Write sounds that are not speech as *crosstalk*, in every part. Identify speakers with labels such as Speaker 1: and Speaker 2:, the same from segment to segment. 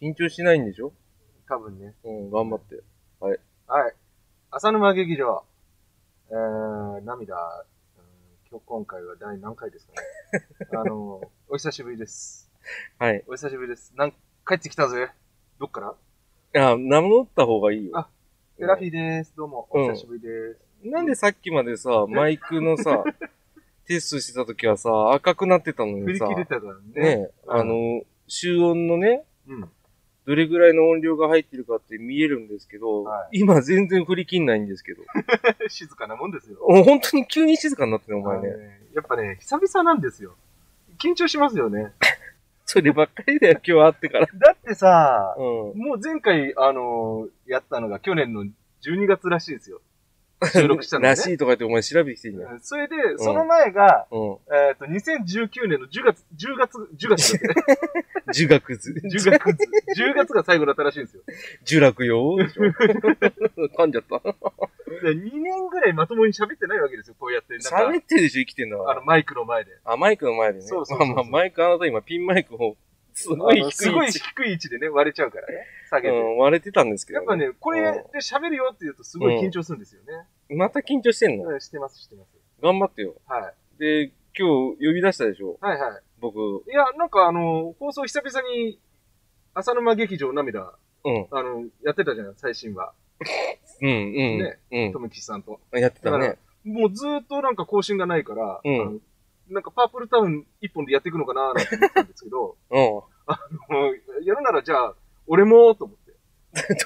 Speaker 1: 緊張しないんでしょ
Speaker 2: 多分ね。
Speaker 1: うん、頑張って。
Speaker 2: はい。浅沼劇場。えー、涙。うん今日、今回は第何回です
Speaker 1: *laughs*
Speaker 2: かね。あの、お久しぶりです。
Speaker 1: はい。
Speaker 2: お久しぶりです。なん、帰ってきたぜ。どっから
Speaker 1: あ、名乗った方がいいよ。
Speaker 2: あテラフィーです。どうも、お
Speaker 1: うん
Speaker 2: 久しぶりです。
Speaker 1: なんでさっきまでさ、マイクの *laughs* さ、テストしてた時はさ、赤くなってたの
Speaker 2: 振
Speaker 1: に
Speaker 2: り
Speaker 1: さ、
Speaker 2: 切れ
Speaker 1: ね
Speaker 2: たから
Speaker 1: え、
Speaker 2: ね。
Speaker 1: あの、集音のね、
Speaker 2: うん。 *laughs*
Speaker 1: どれぐらいの音量が入ってるかって見えるんですけど、
Speaker 2: は
Speaker 1: 今全然振り切んないんですけど。
Speaker 2: 静かなもんですよ。
Speaker 1: もう本当に急に静かになってね、お前
Speaker 2: あの
Speaker 1: ね。
Speaker 2: ねやっぱね、久々なんですよ。緊張しますよね。
Speaker 1: そればっかり *laughs* だよ、今日会ってから。
Speaker 2: だってさ、
Speaker 1: うん。 *laughs*
Speaker 2: もう前回、あのーやったのが去年の12月らしいですよ。収録したの
Speaker 1: *laughs*
Speaker 2: ね
Speaker 1: らしいとか言ってお前調べてきていいんだよ。
Speaker 2: うんそれで、その前が、
Speaker 1: うん。 *laughs*
Speaker 2: えっ、と、2019年の10月、10月、10月だ
Speaker 1: *laughs*
Speaker 2: って、
Speaker 1: 儒学ず、
Speaker 2: 10月、10月
Speaker 1: *laughs*
Speaker 2: が最後だったらしいんですよ。
Speaker 1: 呪楽よで *laughs* しょ噛んじゃった。
Speaker 2: で、2年ぐらいまともに喋ってないわけですよ、こうやって。なん
Speaker 1: 喋ってるでしょ、生きてんだ
Speaker 2: か、あの、
Speaker 1: か
Speaker 2: マイクの前で。
Speaker 1: ら。あ、マイクの前でね。
Speaker 2: そうそうそう
Speaker 1: ま
Speaker 2: そ
Speaker 1: あ
Speaker 2: う
Speaker 1: まあ、マイクあなた今、ピンマイクを、すごい低い位
Speaker 2: あの
Speaker 1: 置。
Speaker 2: すごい低い位置でね、割れちゃうからね、下げ
Speaker 1: う
Speaker 2: て。
Speaker 1: ん、割れてたんですけど、
Speaker 2: やっぱね、これで喋るよって言うとすごい緊張するんですよね。
Speaker 1: うん。また緊張してんの
Speaker 2: うん、してます、してます。
Speaker 1: 頑張ってよ。
Speaker 2: はい。
Speaker 1: で、今日呼び出したでしょ
Speaker 2: はいは
Speaker 1: 僕。
Speaker 2: い。いや、なんかあの、放送久々に、浅沼劇場涙、
Speaker 1: うん。
Speaker 2: あの、やってたじゃん、最新話。
Speaker 1: うん、うん。
Speaker 2: ね
Speaker 1: う
Speaker 2: とめきちさんと。
Speaker 1: ん。 *laughs* やってた
Speaker 2: だから
Speaker 1: ね。
Speaker 2: もうずーっとなんか更新がないから、
Speaker 1: うん
Speaker 2: あのなんかパープルタウン一本でやっていくのかなーなんて思ってたんです
Speaker 1: *laughs*
Speaker 2: けど、
Speaker 1: うん。ど
Speaker 2: もうやるならじゃあ、俺もと思って、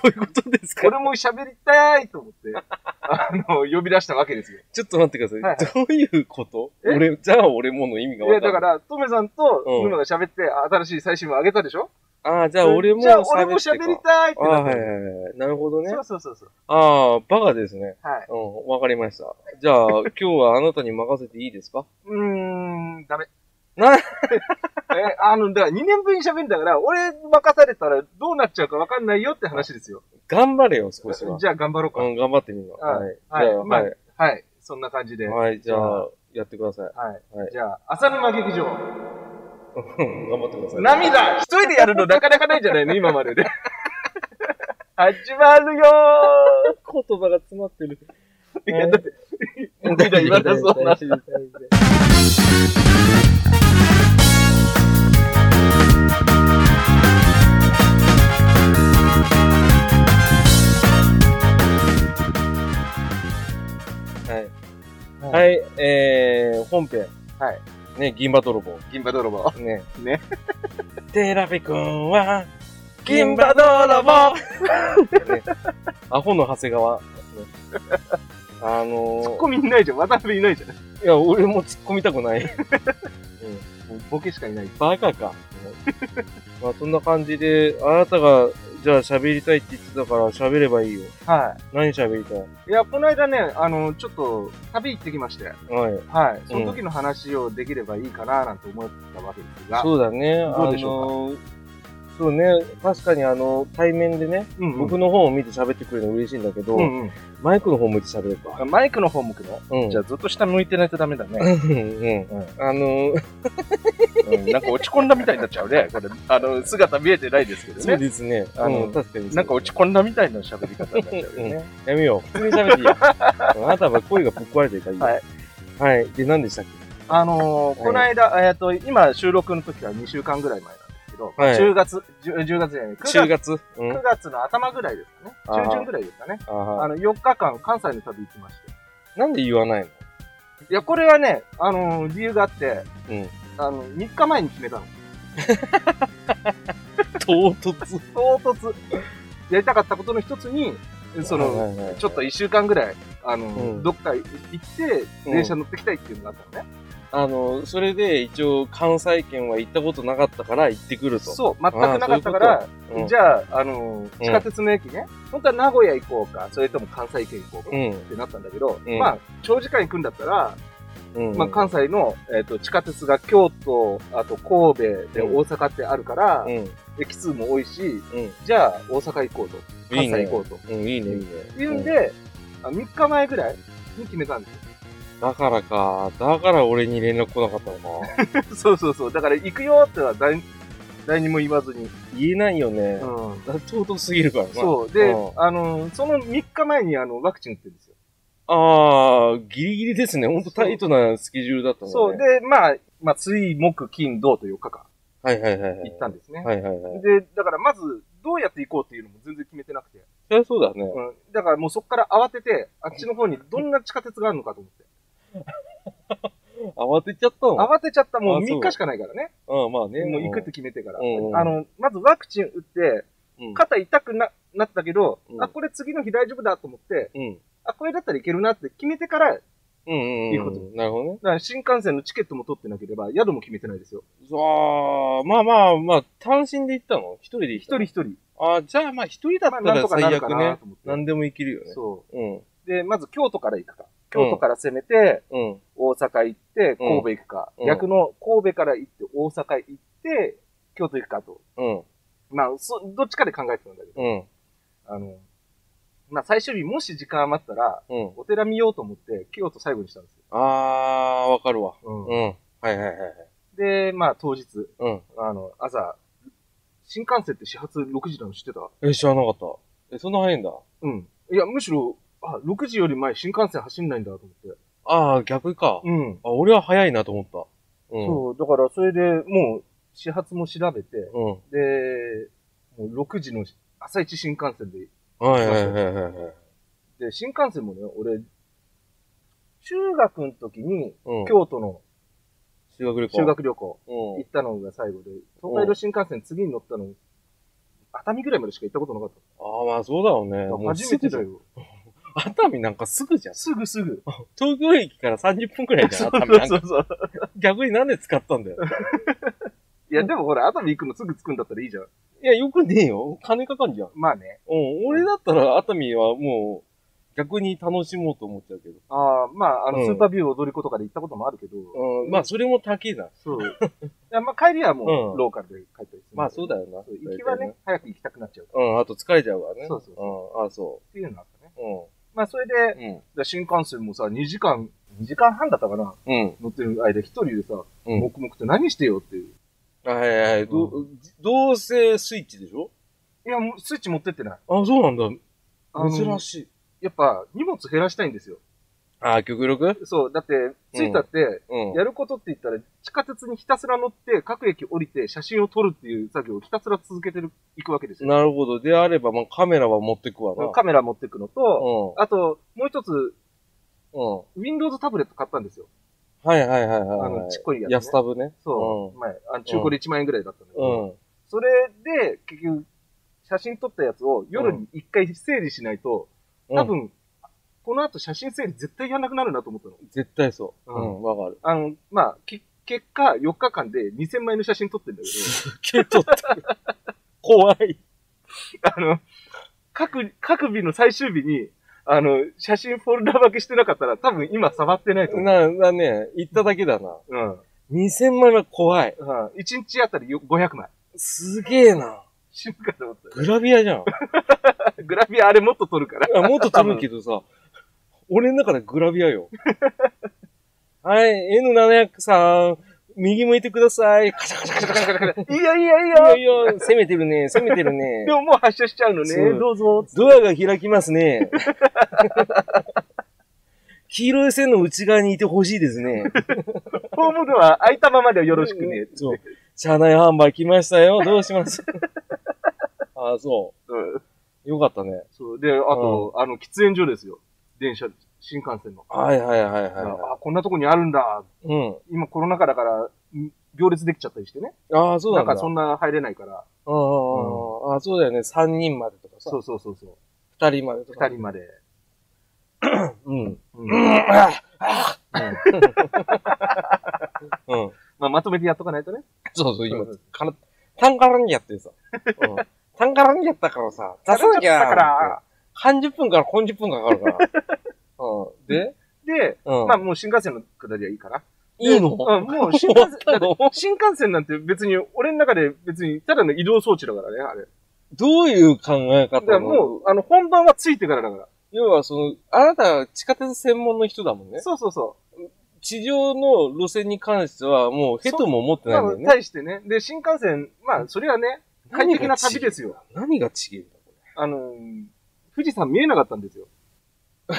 Speaker 1: ういうことですか
Speaker 2: 俺も喋りたいと思って、
Speaker 1: *laughs*
Speaker 2: あの、呼び出したわけですよ。
Speaker 1: ちょっと待ってください。
Speaker 2: は
Speaker 1: ど
Speaker 2: い
Speaker 1: ういうこと
Speaker 2: え
Speaker 1: 俺、じゃあ俺もの意味が
Speaker 2: いや、
Speaker 1: わか
Speaker 2: だ
Speaker 1: ん
Speaker 2: か
Speaker 1: ない。
Speaker 2: ら、トメさんと
Speaker 1: うん
Speaker 2: 沼が喋って、新しい最新話あげたでしょ
Speaker 1: ああ、じゃあ俺も
Speaker 2: じゃあ俺も
Speaker 1: 喋って
Speaker 2: 喋り
Speaker 1: か
Speaker 2: たいって
Speaker 1: あ
Speaker 2: な
Speaker 1: あ、
Speaker 2: っ
Speaker 1: は
Speaker 2: て
Speaker 1: いはいはい。なるほどね
Speaker 2: そ。うそうそうそう。
Speaker 1: ああ、バカですね。
Speaker 2: はい。
Speaker 1: うん、わかりました。じゃあ、今日はあなたに任せていいですか
Speaker 2: うーん、ダメ。
Speaker 1: な
Speaker 2: *laughs* え、あの、だから2年分に喋るんだから、俺任されたらどうなっちゃうかわかんないよって話ですよ。
Speaker 1: 頑張れよ、少しは。
Speaker 2: じゃあ頑張ろうか
Speaker 1: う。ん、頑張ってみよう。
Speaker 2: あ
Speaker 1: はい。じゃ
Speaker 2: はい
Speaker 1: あ、
Speaker 2: まあ
Speaker 1: はい。
Speaker 2: はい。そんな感じで。はい。
Speaker 1: はい、じゃあ、やってください。 *laughs* はい
Speaker 2: じゃあ、浅沼劇場。
Speaker 1: うん頑張ってください。
Speaker 2: 涙一人でやる *laughs* のなかなかないんじゃないの今までで。始まるよ
Speaker 1: 言葉が詰まってる。
Speaker 2: ーいや、だって、涙言わなそうな。
Speaker 1: はい。はい、えー、本編。
Speaker 2: はい。
Speaker 1: ね、銀歯泥棒。
Speaker 2: 銀歯泥棒。
Speaker 1: ね。
Speaker 2: ね。
Speaker 1: テラビくんは、銀歯泥棒ねアホの長谷川。ねあの
Speaker 2: ツッ
Speaker 1: ー、
Speaker 2: コミいないじゃん。渡辺いないじゃん。
Speaker 1: いや、俺も突っ込みたくない。 *laughs* うん
Speaker 2: ボケしかいない。
Speaker 1: バカか。まあそんな感じで、あなたが、じゃあ喋りたいって言ってたから喋ればいいよ。
Speaker 2: は
Speaker 1: 何喋りたい
Speaker 2: い。いや、この間ね、あの、ちょっと、旅行ってきまして。
Speaker 1: はい。
Speaker 2: はい。その時の話をできればいいかななんて思ったわけですが。
Speaker 1: そうだね。
Speaker 2: どうでし
Speaker 1: ょうか。そうね、確かにあの、対面でね、
Speaker 2: うんうん
Speaker 1: 僕の方を見て喋ってくれるの嬉しいんだけど、
Speaker 2: うんうん
Speaker 1: マイクの方向いて喋るか。
Speaker 2: あマイクの方向くの
Speaker 1: うん。
Speaker 2: じゃあ、ずっと下向いてないとダメだね。
Speaker 1: うん、うん。あの、
Speaker 2: うんなんか落ち込んだみたいになっちゃうね。これ、あの、姿見えてないですけ
Speaker 1: そ
Speaker 2: ど
Speaker 1: う
Speaker 2: ね。
Speaker 1: ですね。
Speaker 2: うん
Speaker 1: あの、確かに。
Speaker 2: なんか落ち込んだみたいな喋り方になっちゃ *laughs* うよね。
Speaker 1: やめよう。普通に喋っていいよ。 *laughs* うんあなたは声がぶっ壊れてるからいいよ。
Speaker 2: はい。
Speaker 1: はい。で、何でしたっ
Speaker 2: あのーこの間、えっ、と、今収録の時は2週間ぐらい前なんですけど、
Speaker 1: はい
Speaker 2: 10月、10, 10月じゃない、
Speaker 1: け
Speaker 2: 9月
Speaker 1: 中月うん。
Speaker 2: 9月の頭ぐらいですかね。
Speaker 1: あー
Speaker 2: 中旬ぐらいですかね。
Speaker 1: あは
Speaker 2: あの、4日間関西の旅行きまし
Speaker 1: なんで言わないの
Speaker 2: て。いや、これはね、あのー理由があって、
Speaker 1: うん
Speaker 2: あの、3日前に決めたの。
Speaker 1: 唐 *laughs* 突。
Speaker 2: 唐突。やりたかったことの一つに、その、
Speaker 1: はいはいはい
Speaker 2: ちょっと1週間ぐらい、あの、
Speaker 1: うん
Speaker 2: どっか行って、
Speaker 1: うん
Speaker 2: 電車乗ってきたいっていうのがあったのね。
Speaker 1: あの、それで一応関西圏は行ったことなかったから行ってくると。
Speaker 2: そう、全くなかったから、
Speaker 1: ういうことうん
Speaker 2: じゃあ、あのー、
Speaker 1: うん
Speaker 2: 地下鉄の駅ね、本当は名古屋行こうか、それとも関西圏行こうか
Speaker 1: うん。
Speaker 2: ってなったんだけど、
Speaker 1: うん
Speaker 2: まあ、長時間行くんだったら、
Speaker 1: うん。
Speaker 2: まあ、関西の、えっと地下鉄が京都、あと神戸で
Speaker 1: うん
Speaker 2: 大阪ってあるから、
Speaker 1: うん。
Speaker 2: 駅数も多いし、
Speaker 1: うん。
Speaker 2: じゃあ、大阪行こうと、関
Speaker 1: いい
Speaker 2: 西
Speaker 1: ね
Speaker 2: 行。こうと。
Speaker 1: うん、いいね、いいね。
Speaker 2: っていうんで、あ3日前ぐらいに決めたんです *laughs*
Speaker 1: うんだからか。だから俺に連絡来なかったのか。
Speaker 2: *laughs* よ。そうそうそう。だから行くよってのは誰誰にも言わずに。
Speaker 1: 言えないよね。
Speaker 2: うん。
Speaker 1: だちょうどすぎるからな。
Speaker 2: そう。で
Speaker 1: うん、
Speaker 2: あの、その3日前にあの、ワクチン打ってるんですよ。
Speaker 1: ああ、ギリギリですね。ほんとタイトなスケジュールだったもんね。
Speaker 2: そう。で、まあ、まあ、水、木、金、土と4日間
Speaker 1: はいはいはいはい。
Speaker 2: 行ったんですね。
Speaker 1: はいはいはい。
Speaker 2: で、だからまず、どうやって行こうっていうのも全然決めてなくて。
Speaker 1: そりゃそうだね。
Speaker 2: うん。だからもうそこから慌てて、あっちの方にどんな地下鉄があるのかと思って。
Speaker 1: 慌てちゃったの
Speaker 2: 慌てちゃった。もう
Speaker 1: あそう
Speaker 2: 3日しかないからね。
Speaker 1: うん、まあね。
Speaker 2: もう行くって決めてから。
Speaker 1: うんうん
Speaker 2: あの、まずワクチン打って、
Speaker 1: うん。
Speaker 2: 肩痛くな、なったけど、
Speaker 1: うん
Speaker 2: あ、これ次の日大丈夫だと思って、
Speaker 1: うん。
Speaker 2: あ、これだったらいけるなって決めてから、だか
Speaker 1: うんうんうん。
Speaker 2: いうこと
Speaker 1: なるほどね。
Speaker 2: ら新幹線のチケットも取ってなければ、宿も決めてないですよ。
Speaker 1: ああ、まあまあまあ、単身で行ったの一人で行っ
Speaker 2: 一
Speaker 1: た
Speaker 2: 人
Speaker 1: の
Speaker 2: 一人。
Speaker 1: ああ、じゃあまあ一人だ
Speaker 2: まあ、
Speaker 1: った
Speaker 2: なん
Speaker 1: ら
Speaker 2: とかな
Speaker 1: 最
Speaker 2: るか
Speaker 1: 悪
Speaker 2: な
Speaker 1: ね。
Speaker 2: と思って。
Speaker 1: 何でも行けるよね。。
Speaker 2: そう
Speaker 1: うん。
Speaker 2: う。で、まず京都から行くか。京都から攻めて、
Speaker 1: うん。
Speaker 2: 大阪行って、神戸行くか。
Speaker 1: うん
Speaker 2: 逆の神戸から行って、大阪行って、京都行くかと。
Speaker 1: うん。
Speaker 2: まあ、そ、どっちかで考えてたんだけど。
Speaker 1: うん。
Speaker 2: あの、まあ、最終日もし時間余ったら、
Speaker 1: うん。
Speaker 2: お寺見ようと思って、京都最後にしたんですよ。
Speaker 1: あー、わかるわ。
Speaker 2: うん
Speaker 1: うん。はいはいはいはい。
Speaker 2: で、まあ当日、
Speaker 1: うん。
Speaker 2: あの、朝、新幹線って始発6時なの知ってた
Speaker 1: え、知らなかった。え、そんな早いんだ。
Speaker 2: うん。いや、むしろ、あ、6時より前新幹線走んないんだと思って。
Speaker 1: あー、逆か。
Speaker 2: うん。
Speaker 1: あ、俺は早いなと思った。うん。
Speaker 2: そう、だからそれでもう、始発も調べて、
Speaker 1: うん。
Speaker 2: で、もう6時の朝一新幹線で、
Speaker 1: はいはいはいはいはい。
Speaker 2: で、新幹線もね、俺、中学の時に、
Speaker 1: うん。
Speaker 2: 京都の
Speaker 1: 修学旅行。
Speaker 2: 修学旅行
Speaker 1: うん。
Speaker 2: 行ったのが最後で、東海道新幹線次に乗ったの、熱海ぐらいまでしか行ったことなかった。
Speaker 1: あー、まあそうだろうね。もう
Speaker 2: 初めてだ
Speaker 1: すぐじ
Speaker 2: よ。
Speaker 1: ゃん。熱海なんかすぐじゃん。
Speaker 2: すぐすぐ。
Speaker 1: 東京駅から30分くらいじゃん、
Speaker 2: そ
Speaker 1: 熱海
Speaker 2: う
Speaker 1: なん
Speaker 2: *laughs* そ
Speaker 1: か。
Speaker 2: うそう。
Speaker 1: 逆になんで使ったんだよ。
Speaker 2: いや、でもほら、熱海行くのすぐ着くんだったらいいじゃん。
Speaker 1: いや、よくねえよ。金かかんじゃん。
Speaker 2: まあね。
Speaker 1: うん。俺だったら熱海はもう、逆に楽しもうと思っちゃうけど。
Speaker 2: ああ、まあ、あの、
Speaker 1: うん
Speaker 2: スーパービュー踊り子とかで行ったこともあるけど、
Speaker 1: うん。まあ、それも高いな。
Speaker 2: そう。いや、まあ、帰りはも
Speaker 1: うん
Speaker 2: う、ローカルで帰ったりする。
Speaker 1: まあ、そうだよな。
Speaker 2: そう。行きはね、早く行きたくなっちゃうっ
Speaker 1: うん、あと疲れちゃうからね。
Speaker 2: そうそう
Speaker 1: うん、ああ、そ
Speaker 2: ていうのがあったね。
Speaker 1: う。うん。
Speaker 2: まあ、それで、
Speaker 1: うん。
Speaker 2: で新幹線もさ、2時間、2時間半だったかな
Speaker 1: うん。
Speaker 2: 乗ってる間、一人でさ、
Speaker 1: うん
Speaker 2: 黙々と何してよっていう。
Speaker 1: はいはいはい。ど、
Speaker 2: う
Speaker 1: どうせスイッチでしょ
Speaker 2: いや、もうスイッチ持ってってない。
Speaker 1: あ、そうなんだ。
Speaker 2: あの
Speaker 1: 珍しい。
Speaker 2: やっぱ、荷物減らしたいんですよ。
Speaker 1: あー、極力
Speaker 2: そう。だって、着いたって、
Speaker 1: うん。
Speaker 2: やることって言ったら、地下鉄にひたすら乗って、各駅降りて、写真を撮るっていう作業をひたすら続けてる、行くわけですよ。
Speaker 1: なるほど。であれば、まあ、カメラは持ってくわな。
Speaker 2: カメラ持ってくのと、
Speaker 1: うん。
Speaker 2: あと、もう一つ、
Speaker 1: うん。
Speaker 2: Windows タブレット買ったんですよ。
Speaker 1: はいはいはい
Speaker 2: あ
Speaker 1: はい。
Speaker 2: の、ちっこいやつ、ね。
Speaker 1: 安タブね。
Speaker 2: そう。前、あの中古で1万円ぐらいだったんだけ
Speaker 1: う
Speaker 2: ど、
Speaker 1: ん。うん。
Speaker 2: それで、結局、写真撮ったやつを夜に一回整理しないと、多
Speaker 1: うん。
Speaker 2: 分、この後写真整理絶対やんなくなるなと思ったの。
Speaker 1: 絶対そう。う
Speaker 2: うん
Speaker 1: ん、わかる。 *laughs*
Speaker 2: あの、まあ、け結果、4日間で2000枚の写真撮ってんだけど、
Speaker 1: けどった。怖い。 *laughs*
Speaker 2: あの、各、各日の最終日に、あの、写真フォルダ分けしてなかったら、多分今触ってないと思う。
Speaker 1: な、なね、言っただけだな。
Speaker 2: うん。
Speaker 1: 2000枚は怖い。
Speaker 2: うん。1日あたりよ500枚。
Speaker 1: すげえな。
Speaker 2: 死ぬかと思っ
Speaker 1: グラビアじゃん。
Speaker 2: た。グラビアあれもっと撮るから。
Speaker 1: あもっと撮るけどさ、俺の中でグラビア
Speaker 2: *laughs*
Speaker 1: よ。はい、N700 さん、右向いてください。カシャカシャカシャカシャ *laughs* カシャカシ
Speaker 2: いやいやい
Speaker 1: ャ。
Speaker 2: や。
Speaker 1: いやいや、攻めてるね、攻めてるね
Speaker 2: *laughs* で。ももう発射しちゃうのね。
Speaker 1: そう
Speaker 2: どうぞ。
Speaker 1: ドアが開きますね。 *laughs* 黄色い線の内側にいてほしいですね。
Speaker 2: ホームドア開いたままでよろしくね。
Speaker 1: そう。車内販売来ましたよ。どうします
Speaker 2: *laughs*
Speaker 1: ああ、そ
Speaker 2: うん。
Speaker 1: う。よかったね。
Speaker 2: そう。で、あと、あの、喫煙所ですよ。電車、新幹線の。
Speaker 1: はいはいはいはい
Speaker 2: あ
Speaker 1: は、
Speaker 2: こんなとこにあるんだ。
Speaker 1: い。うん。
Speaker 2: 今コロナ禍だから、ん行列できちゃったりしてね。
Speaker 1: ああ、そう
Speaker 2: な
Speaker 1: なんんだ。
Speaker 2: かそんな入れないから。
Speaker 1: うんうんうんうんあ、そうだよね。3人までとかさ
Speaker 2: そ。うそうそうそう。
Speaker 1: 二人までとか。
Speaker 2: 二人まで。
Speaker 1: うん。
Speaker 2: うん。
Speaker 1: うん。
Speaker 2: まあ、まとめてやっとかないとね。
Speaker 1: そうそう、今
Speaker 2: そうそう、
Speaker 1: から、タンカランやってさ。うん。タンカランやったから
Speaker 2: *laughs*
Speaker 1: さ、出さなきゃ。
Speaker 2: だから。
Speaker 1: 30分から40分かかる
Speaker 2: *laughs*
Speaker 1: から。うん。で
Speaker 2: で、
Speaker 1: うん。
Speaker 2: まあ、もう新幹線の下りはいいかな。
Speaker 1: いいの
Speaker 2: うん、もう新幹
Speaker 1: *laughs*
Speaker 2: 線、だって新幹線なんて別に、俺の中で別に、ただの移動装置だからね、あれ。
Speaker 1: どういう考え
Speaker 2: だ
Speaker 1: 方
Speaker 2: か
Speaker 1: な
Speaker 2: ら
Speaker 1: の
Speaker 2: もう、あの、本番はついてからだか
Speaker 1: 要はその、あなたは地下鉄専門の人だもんね
Speaker 2: ら。。そうそうそ
Speaker 1: 地上の路線に関しては、もう、ヘトも思ってない
Speaker 2: まあ
Speaker 1: んだよ、ね。
Speaker 2: 対してね。で、新幹線、まあ、それはね、快
Speaker 1: 何
Speaker 2: 適
Speaker 1: が
Speaker 2: な
Speaker 1: 違
Speaker 2: 旅
Speaker 1: う
Speaker 2: ですよ。
Speaker 1: 何が違うんだ、こ
Speaker 2: あのー、富士山見えなかったんですよ。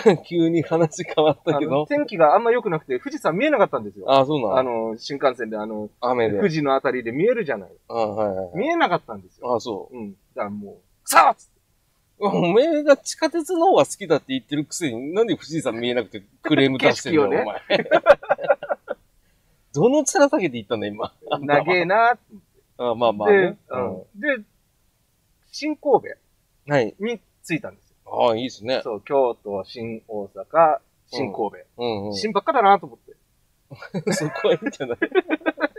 Speaker 1: れ。 *laughs* 急に話変わった
Speaker 2: あ
Speaker 1: け
Speaker 2: の
Speaker 1: ど。
Speaker 2: 天気があんま良くなくて、富士山見えなかったんですよ。
Speaker 1: ああ、そうなの
Speaker 2: あの、新幹線で、あの、
Speaker 1: 雨で。
Speaker 2: 富士のあたりで見えるじゃない。
Speaker 1: ああ、はいはいはい。
Speaker 2: 見えなかったんですよ。
Speaker 1: ああ、そ
Speaker 2: うん。だからもう、さあつって
Speaker 1: う。おめえが地下鉄の方が好きだって言ってるくせに、なんで富士山見えなくてクレーム出してるの、
Speaker 2: 景色
Speaker 1: お前。 *laughs* どの面下げて行ったんだ、今。
Speaker 2: 長えなって。
Speaker 1: ああまあ *laughs* まあ
Speaker 2: で、
Speaker 1: ね。うん
Speaker 2: うんで、新神
Speaker 1: はい。
Speaker 2: 戸に着いたんですよ。
Speaker 1: ああ、いいですね。
Speaker 2: そう、京都、新大阪、新神戸。
Speaker 1: うんうん。
Speaker 2: 新ばっかだなと思って。 *laughs*
Speaker 1: そこはいいんじゃない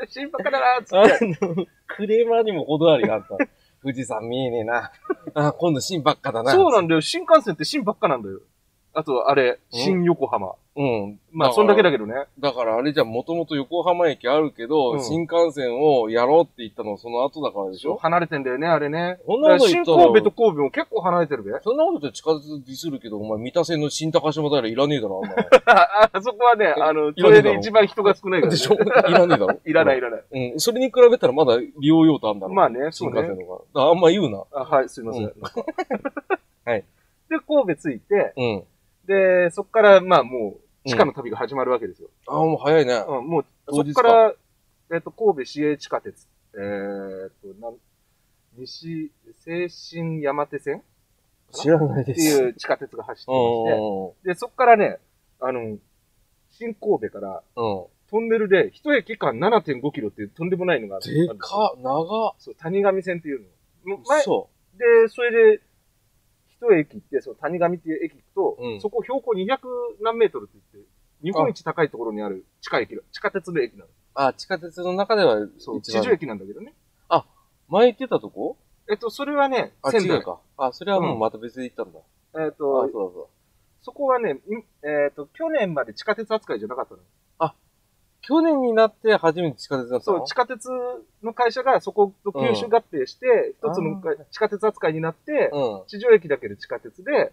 Speaker 2: 新ばっかだなっつ
Speaker 1: あ
Speaker 2: って。 *laughs*
Speaker 1: の、クレーマーにも程ありがあった。富士山見えねえな。あ、今度新ばっかだな。
Speaker 2: そうなん
Speaker 1: だ。
Speaker 2: だよ。新幹線って新ばっかなんだよ。あと、あれ、
Speaker 1: うん
Speaker 2: 新横浜。
Speaker 1: うん。
Speaker 2: まあ、そんだけだ
Speaker 1: け
Speaker 2: けどね。
Speaker 1: だからあれじゃ、もともと横浜駅あるけど、
Speaker 2: うん
Speaker 1: 新幹線をやろうって言ったのはその後だからでしょ
Speaker 2: 離れてんだよね、あれね。
Speaker 1: そんなこと言
Speaker 2: 新
Speaker 1: ったら
Speaker 2: 神戸と神戸も結構離れて
Speaker 1: *laughs*
Speaker 2: るべ。
Speaker 1: そんなことで近づくディスるけど、お前、三田線の新高島平いらねえだろ、あんな
Speaker 2: ああそこはね、あの、
Speaker 1: いら
Speaker 2: 都
Speaker 1: ねえ
Speaker 2: 営
Speaker 1: だろ
Speaker 2: *laughs* で一番人が少ないか
Speaker 1: の。で
Speaker 2: ら、ね。
Speaker 1: しょいらねえだろ
Speaker 2: いらない、い。らない。
Speaker 1: うん。それに比べたらまだ利用用途あんだろ。
Speaker 2: まあね、そ
Speaker 1: 新
Speaker 2: う
Speaker 1: 幹線
Speaker 2: ね。
Speaker 1: の方が。だからあんま言うな。
Speaker 2: あはい、すいません。
Speaker 1: う *laughs* はい
Speaker 2: で、神戸着いて、
Speaker 1: うん。
Speaker 2: で、そこから、まあもう、地下の旅が始まるわけですよ。
Speaker 1: ああ、もう早いね。
Speaker 2: うん、もう、
Speaker 1: 当
Speaker 2: そ
Speaker 1: 日
Speaker 2: こ
Speaker 1: か
Speaker 2: から、えっ、と、神戸市営地下鉄、えーっと、なん、西、青春山手線
Speaker 1: 知らない
Speaker 2: っ
Speaker 1: で
Speaker 2: て
Speaker 1: す。
Speaker 2: いう地下鉄が走って
Speaker 1: う
Speaker 2: ま
Speaker 1: ん
Speaker 2: して、で、そこからね、あの、新神戸から、
Speaker 1: うん。うん。
Speaker 2: トンネルで、一駅間7.5キロっていうとんでもないのがある
Speaker 1: でかっ、長っ。
Speaker 2: そう、谷上線っていうの。もう前、
Speaker 1: 嘘。
Speaker 2: で、それで、一駅行って、その谷上っていう駅行くと、
Speaker 1: うん
Speaker 2: そこ標高200何メートルって言って、日本一高いところにある地下駅だ、地下鉄の駅なの。
Speaker 1: あ、地下鉄の中では
Speaker 2: そう、
Speaker 1: 一
Speaker 2: 地上
Speaker 1: 番。
Speaker 2: 駅なんだけどね。
Speaker 1: 前行ってたとこ
Speaker 2: えっと、それはね、
Speaker 1: あ、
Speaker 2: 仙
Speaker 1: 違
Speaker 2: 台
Speaker 1: う。か。あ、それはもうまた別で行ったんだ。
Speaker 2: えっ
Speaker 1: あ、そうだ
Speaker 2: と、
Speaker 1: そうだ。
Speaker 2: そこはね、いえっと、去年まで地下鉄扱いじゃなかったの。
Speaker 1: 去年になって初めて地下鉄だった
Speaker 2: そ
Speaker 1: の
Speaker 2: う、地下鉄の会社がそこと吸収合併して、
Speaker 1: うん
Speaker 2: 一つのか地下鉄扱いになって、
Speaker 1: う
Speaker 2: 地上駅だけで地下鉄で、
Speaker 1: ん。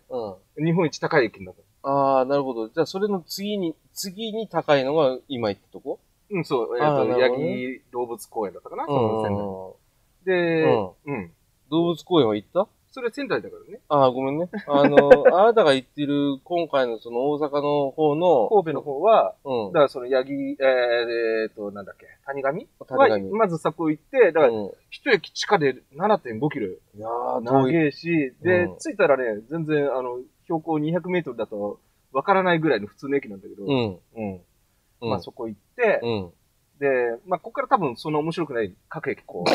Speaker 1: うん。
Speaker 2: 日本一高い駅になった。
Speaker 1: ああ、なるほど。じゃあ、それの次に、次に高いのが今言ったとこ
Speaker 2: うん、そう、えっ、
Speaker 1: あー
Speaker 2: と、
Speaker 1: なる
Speaker 2: ヤ
Speaker 1: ほどね
Speaker 2: ギ動物公園だったかな、その仙台。
Speaker 1: うん。
Speaker 2: で、うん、
Speaker 1: 動物公園は行った
Speaker 2: それ仙台だからね。
Speaker 1: ああ、ごめんね。 *laughs* あの、あなたが言ってる今回のその大阪の方の、
Speaker 2: 神戸の方は、
Speaker 1: うん
Speaker 2: だ。からそのヤギ、えー、えーと、なんだっけ、谷上
Speaker 1: 谷上
Speaker 2: はまずそこ行って、だから
Speaker 1: うん
Speaker 2: 一駅地下で7.5キロ
Speaker 1: いやー、
Speaker 2: 長
Speaker 1: 遠い。
Speaker 2: いし、で、
Speaker 1: うん
Speaker 2: 着いたらね、全然あの、標高200メートルだとわからないぐらいの普通の駅なんだけど、
Speaker 1: うん。
Speaker 2: うん
Speaker 1: うん
Speaker 2: まあそこ行って、
Speaker 1: うん。
Speaker 2: で、まあここから多分そんな面白くない各
Speaker 1: *laughs*
Speaker 2: 駅こう。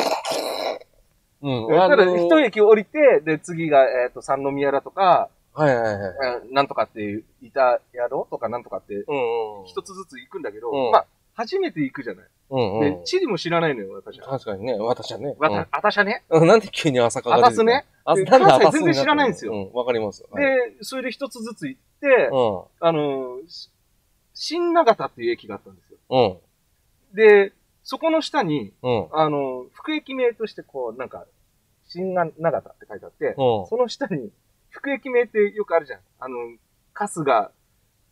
Speaker 1: うん。
Speaker 2: ただ一
Speaker 1: 人。
Speaker 2: 駅降りて、で次が、えっ、と、三宮だとか、
Speaker 1: はいはいはい。
Speaker 2: えーなんとかっていう、いた宿とかなんとかって、
Speaker 1: うんうん。
Speaker 2: 一つずつ行くんだけど、
Speaker 1: うん
Speaker 2: まあ、初めて行くじゃない。
Speaker 1: うんうん
Speaker 2: で、。地理も知らないのよ、私は。
Speaker 1: 確かにね、私はね。
Speaker 2: わた、あたしゃね。
Speaker 1: うん、 *laughs* なんで急に朝霞が出
Speaker 2: あた
Speaker 1: てき
Speaker 2: す
Speaker 1: たの
Speaker 2: ね。。
Speaker 1: あな
Speaker 2: で
Speaker 1: んで
Speaker 2: 関西
Speaker 1: 朝霞に
Speaker 2: 全然知らないんですよ
Speaker 1: うん、わかります。はい
Speaker 2: で、それで一つずつ行って
Speaker 1: う、ん。
Speaker 2: あのー、し新長田っていう駅があったんですよ。
Speaker 1: うん。
Speaker 2: で、そこの下に、
Speaker 1: うん。
Speaker 2: あのー、副駅名としてこう、なんか、新長田って書いてあって、
Speaker 1: うん。
Speaker 2: その下に、副駅名ってよくあるじゃん。あの、春日、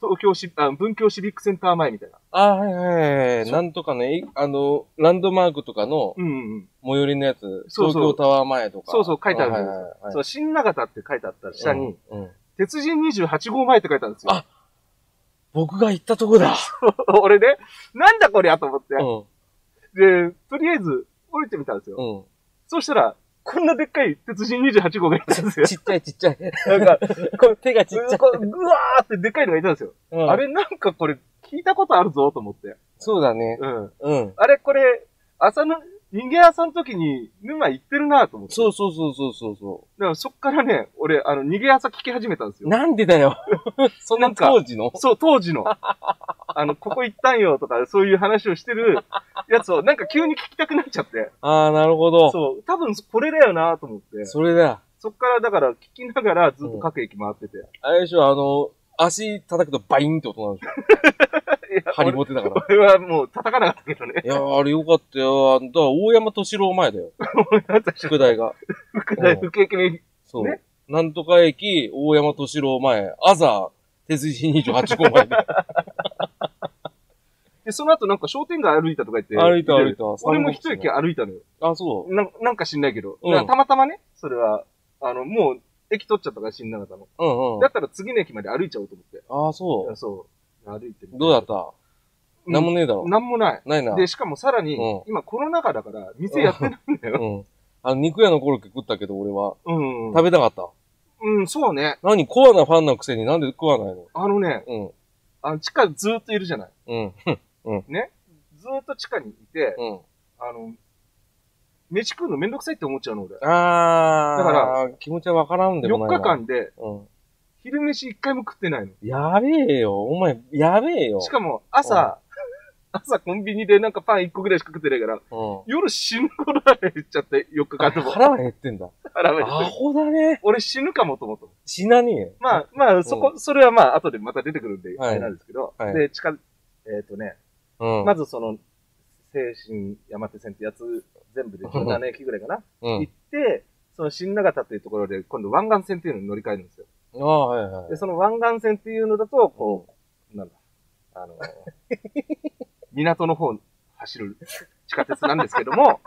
Speaker 2: 東京シあ文京シビックセンター前みたいな。
Speaker 1: あ、はいはいはい。
Speaker 2: そう
Speaker 1: なんとかね、いあの、ランドマークとかの
Speaker 2: うんうんうん。
Speaker 1: 最寄りのやつ、
Speaker 2: そうそう
Speaker 1: 東京タワー前とか。
Speaker 2: そうそう書いてある
Speaker 1: は
Speaker 2: ん
Speaker 1: い
Speaker 2: ですよ
Speaker 1: はいはい
Speaker 2: そう、新長田って書いてあった下に、。
Speaker 1: うんうん
Speaker 2: 鉄人28号前って書いてあるんですよ。
Speaker 1: あ僕が行ったとこだ。
Speaker 2: *laughs* 俺ね、なんだこりゃと思って
Speaker 1: う。ん。
Speaker 2: で、とりあえず降りてみたんですよ。
Speaker 1: うん。
Speaker 2: そうしたら、こんなでっかい鉄人28号がいたんです
Speaker 1: *laughs*
Speaker 2: よ。
Speaker 1: ちっちゃいちっちゃい。
Speaker 2: なんか、
Speaker 1: こ手がち
Speaker 2: う
Speaker 1: っちゃい。
Speaker 2: わーってでっかいのがいたんですよ。
Speaker 1: うん
Speaker 2: あれなんかこれ聞いたことあるぞと思って。
Speaker 1: そうだね。
Speaker 2: うん。
Speaker 1: うん。
Speaker 2: あれこれ、朝の、人間朝の時に沼行ってるなと思って。
Speaker 1: そうそうそうそうそうそ
Speaker 2: だからそっからね、俺、あの、逃げ朝聞き始めたんです
Speaker 1: う。
Speaker 2: よ。
Speaker 1: なんでだよ。 *laughs* そんな
Speaker 2: なんか
Speaker 1: 当時の
Speaker 2: そう、当時の。あの、ここ行ったんよとか、そういう話をしてるやつを、なんか急に聞きたくなっちゃって。
Speaker 1: ああ、なるほど。
Speaker 2: そう、多分これだよなと思って。
Speaker 1: それだ。
Speaker 2: そっからだから聞きながらずっと各駅回ってて。
Speaker 1: あれでしょ、あの、足叩くとバインって音 *laughs* なんでし
Speaker 2: いや
Speaker 1: ょ。ハリボテだから。
Speaker 2: 俺はもう叩かなかったけ
Speaker 1: *laughs*
Speaker 2: どね。
Speaker 1: いやー、あれよかったよ。あのだから、大山敏郎前だよ。宿題 *laughs* が。
Speaker 2: 副大副駅名。
Speaker 1: そう。
Speaker 2: ね
Speaker 1: なんとか駅、大山敏郎前、アザー、鉄人28号前で。
Speaker 2: *laughs* で、その後なんか商店街歩いたとか言っ
Speaker 1: *laughs*
Speaker 2: て。
Speaker 1: 歩いた歩いた。
Speaker 2: 俺も一駅歩いたのよ。
Speaker 1: あ、そう。
Speaker 2: なんなんか知んないけど。
Speaker 1: うん
Speaker 2: なんかたまたまね、それは、あの、もう、駅取っちゃったから知んなかったの。
Speaker 1: うんうん
Speaker 2: だ。ったら次の駅まで歩いちゃおうと思って。
Speaker 1: あ、そう。
Speaker 2: そう。歩いてみ
Speaker 1: どうだった
Speaker 2: うん
Speaker 1: なんもねえだろ。
Speaker 2: なんもない。
Speaker 1: ないな。
Speaker 2: で、しかもさらに
Speaker 1: うん、
Speaker 2: 今コロナ禍だから、店やってないんだよ。
Speaker 1: うん。あの、肉屋のコロッケ食ったけど、俺は。
Speaker 2: うん。
Speaker 1: 食べたかった。
Speaker 2: うん、そうね。
Speaker 1: 何コアなファンなくせになんで食わないの
Speaker 2: あのね、
Speaker 1: うん。
Speaker 2: あの、地下ずーっといるじゃない。
Speaker 1: うん。
Speaker 2: ずーっと地下にいて、
Speaker 1: うん。
Speaker 2: あの、飯食うのめんどくさいって思っちゃうの、俺。
Speaker 1: あー。
Speaker 2: だか
Speaker 1: 気持ちはわからんでも
Speaker 2: 4
Speaker 1: ない
Speaker 2: 日
Speaker 1: な。
Speaker 2: 間で、
Speaker 1: うん。
Speaker 2: 昼飯1回も食ってない
Speaker 1: やべえよ。お前、やべえよ。
Speaker 2: の。しかも、朝、 *laughs* 朝コンビニでなんかパン1個ぐらいしか食ってないから、
Speaker 1: も、
Speaker 2: 夜死ぬほど腹減っちゃって、4日
Speaker 1: うん。
Speaker 2: 間とも。
Speaker 1: 腹が減ってんだ。
Speaker 2: 腹減っ
Speaker 1: ア
Speaker 2: てる。
Speaker 1: ホだね。
Speaker 2: 俺死ぬかもと思った。
Speaker 1: 死なねえよ。
Speaker 2: まあ、まあ、そこ、それはまあ、後でまた出てくるんで、
Speaker 1: はい
Speaker 2: あれなんですけど、
Speaker 1: はい
Speaker 2: で、近、えっ、とね、
Speaker 1: うん。
Speaker 2: ま
Speaker 1: ず、
Speaker 2: ずその、精神山手線ってやつ、全部で17駅ぐらいかな、
Speaker 1: う
Speaker 2: 行
Speaker 1: ん。
Speaker 2: って、その新長田っていうところで、今度湾岸線っていうのに乗り換えるんですよ。
Speaker 1: ああ、はいはい
Speaker 2: で、。その湾岸線っていうのだと、こう、なんだ、あの、 *laughs* 港の方に走る地下鉄なんですけど
Speaker 1: *laughs*
Speaker 2: も、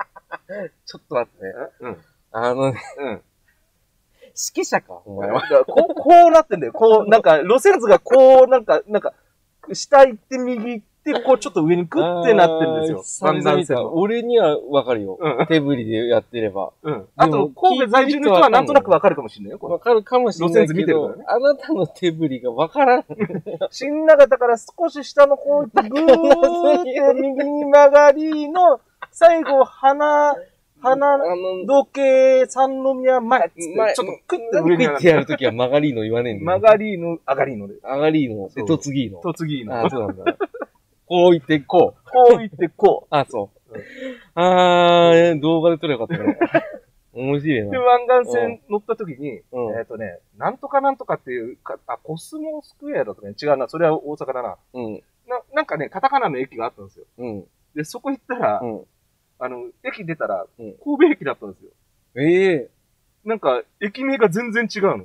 Speaker 2: ちょっと待ってね。
Speaker 1: あのね、
Speaker 2: うん。うん。
Speaker 1: 指揮者か、お前
Speaker 2: だ
Speaker 1: は。
Speaker 2: からこう、こうなってんだよ。こう、なんか、路線図がこう、なんか、なんか、下行って右行って、こうちょっと上にグッてなってるんですよ。
Speaker 1: あー
Speaker 2: 湾
Speaker 1: 久々見
Speaker 2: 岸
Speaker 1: た
Speaker 2: 線の。
Speaker 1: 俺にはわかるよ。
Speaker 2: うん。
Speaker 1: 手振りでやってれば。
Speaker 2: うん。あと、神戸在住の人はなんとなくわかるかもしれないよ、これ
Speaker 1: わかるかもしれない
Speaker 2: 路線図見
Speaker 1: け
Speaker 2: てる
Speaker 1: ど、
Speaker 2: からね
Speaker 1: あなたの手振りがわからん。
Speaker 2: 新長田から少し下の方行って、ぐーって右に曲がりの、最後、花、花、
Speaker 1: あの、
Speaker 2: 時計三宮前っつって、
Speaker 1: 前
Speaker 2: ちょっとクッて
Speaker 1: 何
Speaker 2: 上
Speaker 1: 食い
Speaker 2: に上が
Speaker 1: って
Speaker 2: る。
Speaker 1: やるときは曲がりの言わねえんだ
Speaker 2: 曲
Speaker 1: よ。
Speaker 2: がりの、上がりので。
Speaker 1: 上がりの、
Speaker 2: そ
Speaker 1: で、
Speaker 2: う
Speaker 1: とつぎの。
Speaker 2: と次の。
Speaker 1: ああ、そうなんだ。こう言って、こう。
Speaker 2: こう行って、こ
Speaker 1: ああ、そう
Speaker 2: う。。
Speaker 1: あー、動画で撮ればよかった *laughs* ね。面白いう
Speaker 2: で、
Speaker 1: な。
Speaker 2: 湾岸線乗った時に、
Speaker 1: うん
Speaker 2: えっ、とね、なんとかなんとかっていうか、あ、コスモスクエアだとね、違うな、それは大阪だな。
Speaker 1: うん、
Speaker 2: な、なんかね、カタカナの駅があったんですよ。
Speaker 1: うん、
Speaker 2: で、そこ行ったら、
Speaker 1: うん。
Speaker 2: あの、駅出たら
Speaker 1: うん、
Speaker 2: 神戸駅だったんですよ。
Speaker 1: ええ
Speaker 2: なんか、駅名が全然違うの。び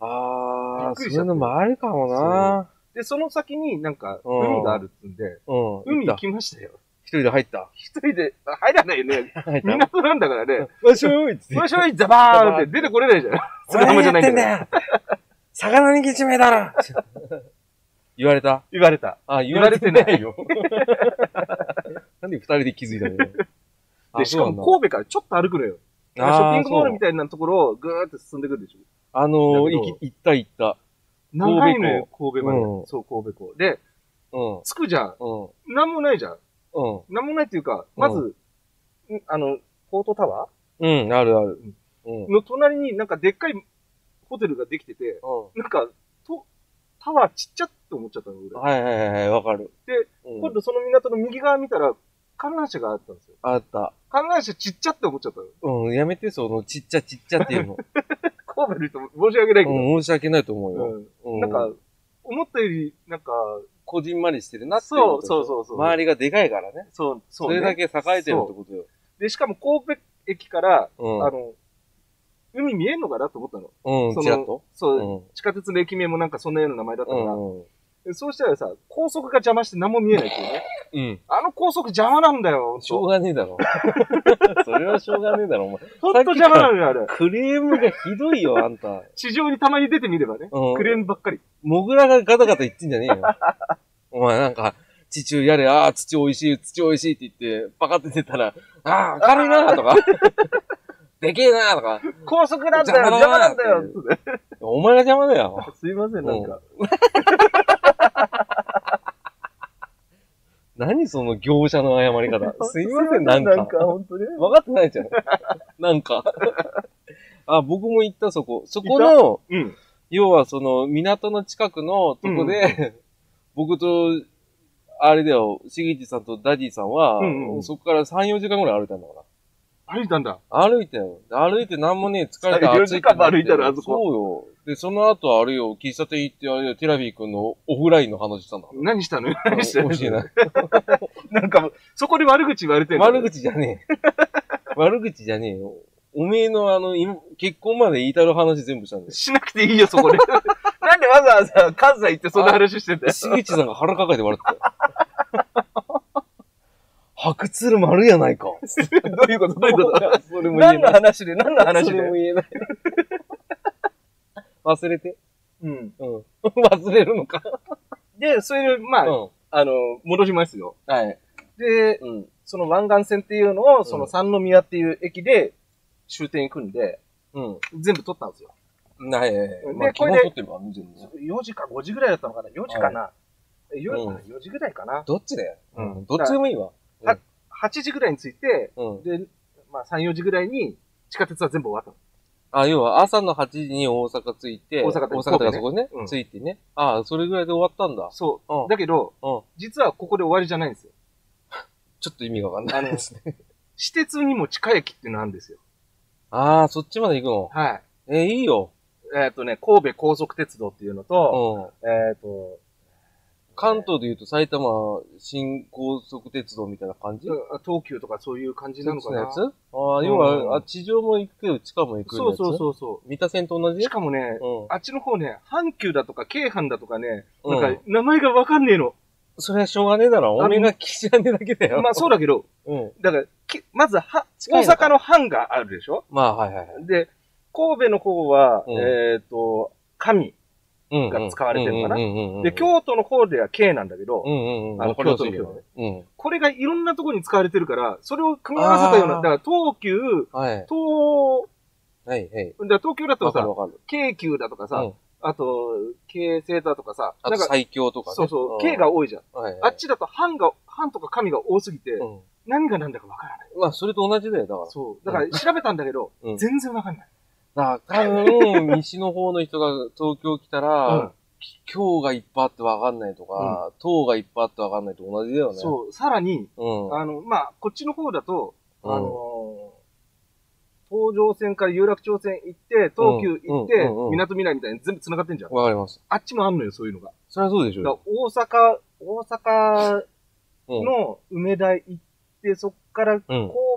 Speaker 1: あ
Speaker 2: っ
Speaker 1: ー、そ
Speaker 2: くり
Speaker 1: う
Speaker 2: し
Speaker 1: い
Speaker 2: ち
Speaker 1: う
Speaker 2: ゃった
Speaker 1: のもあるかもな。
Speaker 2: で、その先になんか、
Speaker 1: うん
Speaker 2: 海があるっつうんで、
Speaker 1: うん。行
Speaker 2: 海行
Speaker 1: った
Speaker 2: きましたよ。
Speaker 1: 一人で入 *laughs* った。
Speaker 2: 一人で、あ入らない
Speaker 1: *laughs*
Speaker 2: よね。
Speaker 1: 入った。
Speaker 2: 港なんだからね。
Speaker 1: わしょいっつって。
Speaker 2: 最初にザバーンって出てこれないじ
Speaker 1: *laughs*
Speaker 2: ゃん。それ
Speaker 1: 何
Speaker 2: 浜
Speaker 1: や
Speaker 2: じゃ
Speaker 1: っ
Speaker 2: ないん
Speaker 1: て
Speaker 2: だ
Speaker 1: ん
Speaker 2: けど
Speaker 1: だ *laughs* よ魚にけちめだろ *laughs* 言われた
Speaker 2: 言われた。
Speaker 1: あ、言
Speaker 2: わ
Speaker 1: わ
Speaker 2: れ
Speaker 1: れ
Speaker 2: て
Speaker 1: て
Speaker 2: な
Speaker 1: ないよ。 *laughs* なんで二人で気づいたのよ。
Speaker 2: で、しかも神戸からちょっと歩くのよ。シ
Speaker 1: あ
Speaker 2: ョッピングモールみ
Speaker 1: たい
Speaker 2: たいなところをぐーって進んでいくるでしょ。
Speaker 1: あのー、
Speaker 2: だけど
Speaker 1: 行き行った行った。
Speaker 2: 長いのよ、神戸まで
Speaker 1: う。ん
Speaker 2: そう、神戸港。で、
Speaker 1: うん。
Speaker 2: 着くじゃん。
Speaker 1: うん。
Speaker 2: なんもないじゃん。
Speaker 1: うん。
Speaker 2: なんもないっていうか、まず、んあの、ポートタワ
Speaker 1: うん、あるある。うん
Speaker 2: ー。の隣になんかでっかいホテルができてて、なんか、と、タワーちっちゃって思っちゃったの、俺。
Speaker 1: はいはいはいはい、わかる。
Speaker 2: で
Speaker 1: うん、
Speaker 2: 今度その港の右側見たら、観覧車があったんですよ。
Speaker 1: あった。
Speaker 2: 観覧車ちっちゃって思っちゃったの。
Speaker 1: うん、やめて、その、ちっちゃちっちゃって
Speaker 2: *laughs*
Speaker 1: いうの。
Speaker 2: 神戸の人申し訳ないけど。
Speaker 1: うん、申し訳ないと思うよ。
Speaker 2: うん
Speaker 1: うん。
Speaker 2: なんか、、思ったより、なんか、
Speaker 1: こじんまりしてるなってい
Speaker 2: そう
Speaker 1: こと
Speaker 2: そうそうそう
Speaker 1: 周りがでかいからね。
Speaker 2: そう、そ
Speaker 1: そ
Speaker 2: う、ね。
Speaker 1: れだけ栄えてるってことよ。
Speaker 2: で、しかも神戸駅から、あ
Speaker 1: う
Speaker 2: の、海見えんのかなと思ったの。
Speaker 1: ん。う
Speaker 2: そ
Speaker 1: ん、
Speaker 2: の
Speaker 1: ちらっと。
Speaker 2: そうう、地下鉄の駅名もなんかそんなような名前だったから、
Speaker 1: ん。うん。
Speaker 2: でそうしたらさ、高速が邪魔して何も見えないっていうね。
Speaker 1: うん。
Speaker 2: あの高速邪魔なんだよ、
Speaker 1: *laughs* しょう
Speaker 2: ほ
Speaker 1: がねえだろ。それはしょうがねえだろ、お前。
Speaker 2: んと邪魔なのよ、あれ。
Speaker 1: クレームがひどいよ、あんた。
Speaker 2: 地上にたまに出てみればね。
Speaker 1: うん
Speaker 2: クレームばっかり。
Speaker 1: モグラがガタガタ言ってんじゃねえよ。 *laughs* お前なんか、地中やれ、ああ、土美味しい、土美味しいって言って、パカって出たら、ああ、明るいなーとか、 *laughs* でけえなーとか、
Speaker 2: 高速なんだよ、邪
Speaker 1: 邪
Speaker 2: 魔
Speaker 1: 魔な
Speaker 2: な
Speaker 1: んん
Speaker 2: だ
Speaker 1: だ
Speaker 2: よ
Speaker 1: よ、
Speaker 2: つって
Speaker 1: お前が邪魔だよ。
Speaker 2: すいません、なんか。
Speaker 1: 何その業者の謝り
Speaker 2: *laughs*
Speaker 1: 方。すいません、なん
Speaker 2: なん
Speaker 1: か
Speaker 2: か、。本当ね。
Speaker 1: 分かってないじゃん。なんか。あ、僕も行った、そこ。そこの、
Speaker 2: うん。
Speaker 1: 要はその、港の近くのとこで、 *laughs* 僕と、あれだよ、しげちさんとダディさんは、
Speaker 2: うんうんうん
Speaker 1: そこから3、4時間ぐらい歩いたんだから。
Speaker 2: 歩いたんだ。
Speaker 1: 歩いたよ。歩いてなんもねえ、疲れた。
Speaker 2: 4
Speaker 1: 暑いってなって
Speaker 2: 時間も歩いたらあそ
Speaker 1: そうよ。で、その後あれよ、喫茶店行ってあれよ、テラビー君のオフラインの話したんだから。
Speaker 2: 何したのよ何したの
Speaker 1: 美味しいな。
Speaker 2: なんかもう、そこで悪口言われてる。
Speaker 1: 悪口じゃねえ。悪口じゃねえよ。おめえのあの、今結婚まで言いたる話全部したんだよ。
Speaker 2: しなくていいよ、そ *laughs* こで。なんでわざわざ関西行ってそんな話してんだよ。
Speaker 1: しげちさんが腹抱えて笑ってたよ。 *laughs* 白鶴丸やないか。
Speaker 2: *laughs* どういうことどういうこと
Speaker 1: それも言え
Speaker 2: 何の
Speaker 1: ない。
Speaker 2: 話で何の話
Speaker 1: それ
Speaker 2: で
Speaker 1: も言えない。忘れて。
Speaker 2: うん。
Speaker 1: うん。 *laughs* 忘れるのか。
Speaker 2: で、それで、まあ、
Speaker 1: うん。
Speaker 2: あの、戻しますよ。
Speaker 1: はい。
Speaker 2: で、
Speaker 1: うん。
Speaker 2: その湾岸線っていうのを、その三宮っていう駅で終点行くんで、
Speaker 1: うん。
Speaker 2: 全部取ったんですよ。
Speaker 1: ないやいやいや。
Speaker 2: で
Speaker 1: まあ、
Speaker 2: こ
Speaker 1: 昨
Speaker 2: れ
Speaker 1: 日
Speaker 2: で
Speaker 1: 撮ってるからね、全部ね。
Speaker 2: 4時か5時ぐらいだったのかな ?4 時かな、よ
Speaker 1: うん
Speaker 2: 4時ぐらいかな
Speaker 1: どっちだよ。
Speaker 2: う
Speaker 1: うんん。どっちでもいいわ。
Speaker 2: あ ?8 時ぐらいに着いて、
Speaker 1: うん。
Speaker 2: で、まあ3、4時ぐらいに地下鉄は全部終わったの。
Speaker 1: あ、要は朝の8時に大阪着いて、
Speaker 2: 大阪
Speaker 1: 大阪とか
Speaker 2: 神
Speaker 1: そ
Speaker 2: 戸
Speaker 1: こね
Speaker 2: うん、
Speaker 1: 着いてね。ああ、それぐらいで終わったんだ。
Speaker 2: そうう。
Speaker 1: ん
Speaker 2: だけど、
Speaker 1: うん。
Speaker 2: 実はここで終わりじゃないんですよ。
Speaker 1: ちょっと意味がわかんない *laughs* ですね。
Speaker 2: 私鉄にも地下駅っていうのあるんですよ。
Speaker 1: ああ、そっちまで行く
Speaker 2: はい。
Speaker 1: の。え、いいよ。
Speaker 2: えっ、とね、神戸高速鉄道っていうのと、
Speaker 1: うん。
Speaker 2: えっ、と、
Speaker 1: 関東で言うと埼玉新高速鉄道みたいな感じ
Speaker 2: うん東急とかそういう感じなのか
Speaker 1: のや
Speaker 2: な。
Speaker 1: つああ、要
Speaker 2: うん
Speaker 1: は、あ地上も行くけど地下も行く
Speaker 2: そうそう
Speaker 1: う。
Speaker 2: そうそ
Speaker 1: 三田線と同
Speaker 2: う。
Speaker 1: じ
Speaker 2: しかもね、
Speaker 1: うん。
Speaker 2: あっちの方ね、阪急だとか京阪だとかね、
Speaker 1: うん
Speaker 2: なんか名前がわかんねえの。
Speaker 1: それはしょうがねえだろ。
Speaker 2: あの
Speaker 1: おめえが岸じゃねえだけだよ。
Speaker 2: まあそうだけど、
Speaker 1: うん。
Speaker 2: だから、きまずは、
Speaker 1: 近
Speaker 2: 大
Speaker 1: いのか
Speaker 2: 阪の阪があるでしょ
Speaker 1: まあ、はいはいはい。
Speaker 2: で、神戸の方は、
Speaker 1: うん
Speaker 2: えっ、と、神。
Speaker 1: うん。
Speaker 2: が使われてるのかな
Speaker 1: うんうんうんうん。
Speaker 2: で、京都の方では京なんだけど、
Speaker 1: うんうんうん。
Speaker 2: あの
Speaker 1: わかりやすいけ
Speaker 2: 京都の
Speaker 1: どね。
Speaker 2: これがいろんなところに使われてるから、それを組み合わせたような、
Speaker 1: あ
Speaker 2: だ
Speaker 1: ー
Speaker 2: から東急、
Speaker 1: うん。はい。
Speaker 2: 東、
Speaker 1: はいはい。
Speaker 2: だから東急だと
Speaker 1: わかる
Speaker 2: さ、
Speaker 1: わかる。
Speaker 2: 京急だとかさ、
Speaker 1: うん
Speaker 2: あと、京成だとかさ、
Speaker 1: あ
Speaker 2: な
Speaker 1: と
Speaker 2: んか、
Speaker 1: 最強とかね。
Speaker 2: そうそう、
Speaker 1: ん
Speaker 2: K が、多いじゃん。
Speaker 1: はいはい
Speaker 2: あっちだと、藩が、藩とか神が多すぎて、
Speaker 1: うん。
Speaker 2: 何が何だかわからない。
Speaker 1: まあ、それと同じだよ、だから。
Speaker 2: そう。だから調べたんだけど、
Speaker 1: うん
Speaker 2: 全然わかんない。
Speaker 1: だから多分、西の方の人が東京来た
Speaker 2: うん
Speaker 1: ら、き今日がいっぱいあってわかんないとか、糖がいっぱいあってわかんないと同じだよね。
Speaker 2: そう。さらに、
Speaker 1: う。うん。
Speaker 2: あの、まあ、こっちの方だと、あ
Speaker 1: うん
Speaker 2: のー東上線から有楽町線行って、東急行って、
Speaker 1: うんうんうんうん
Speaker 2: 港未来みたいに全部繋がってんじゃん。
Speaker 1: わかります。
Speaker 2: あっちもあんのよ、そういうのが。
Speaker 1: それはそうでしょう
Speaker 2: だ
Speaker 1: よ。
Speaker 2: から大阪、大
Speaker 1: う
Speaker 2: 阪
Speaker 1: ん。
Speaker 2: の梅田行って、そっから
Speaker 1: うん。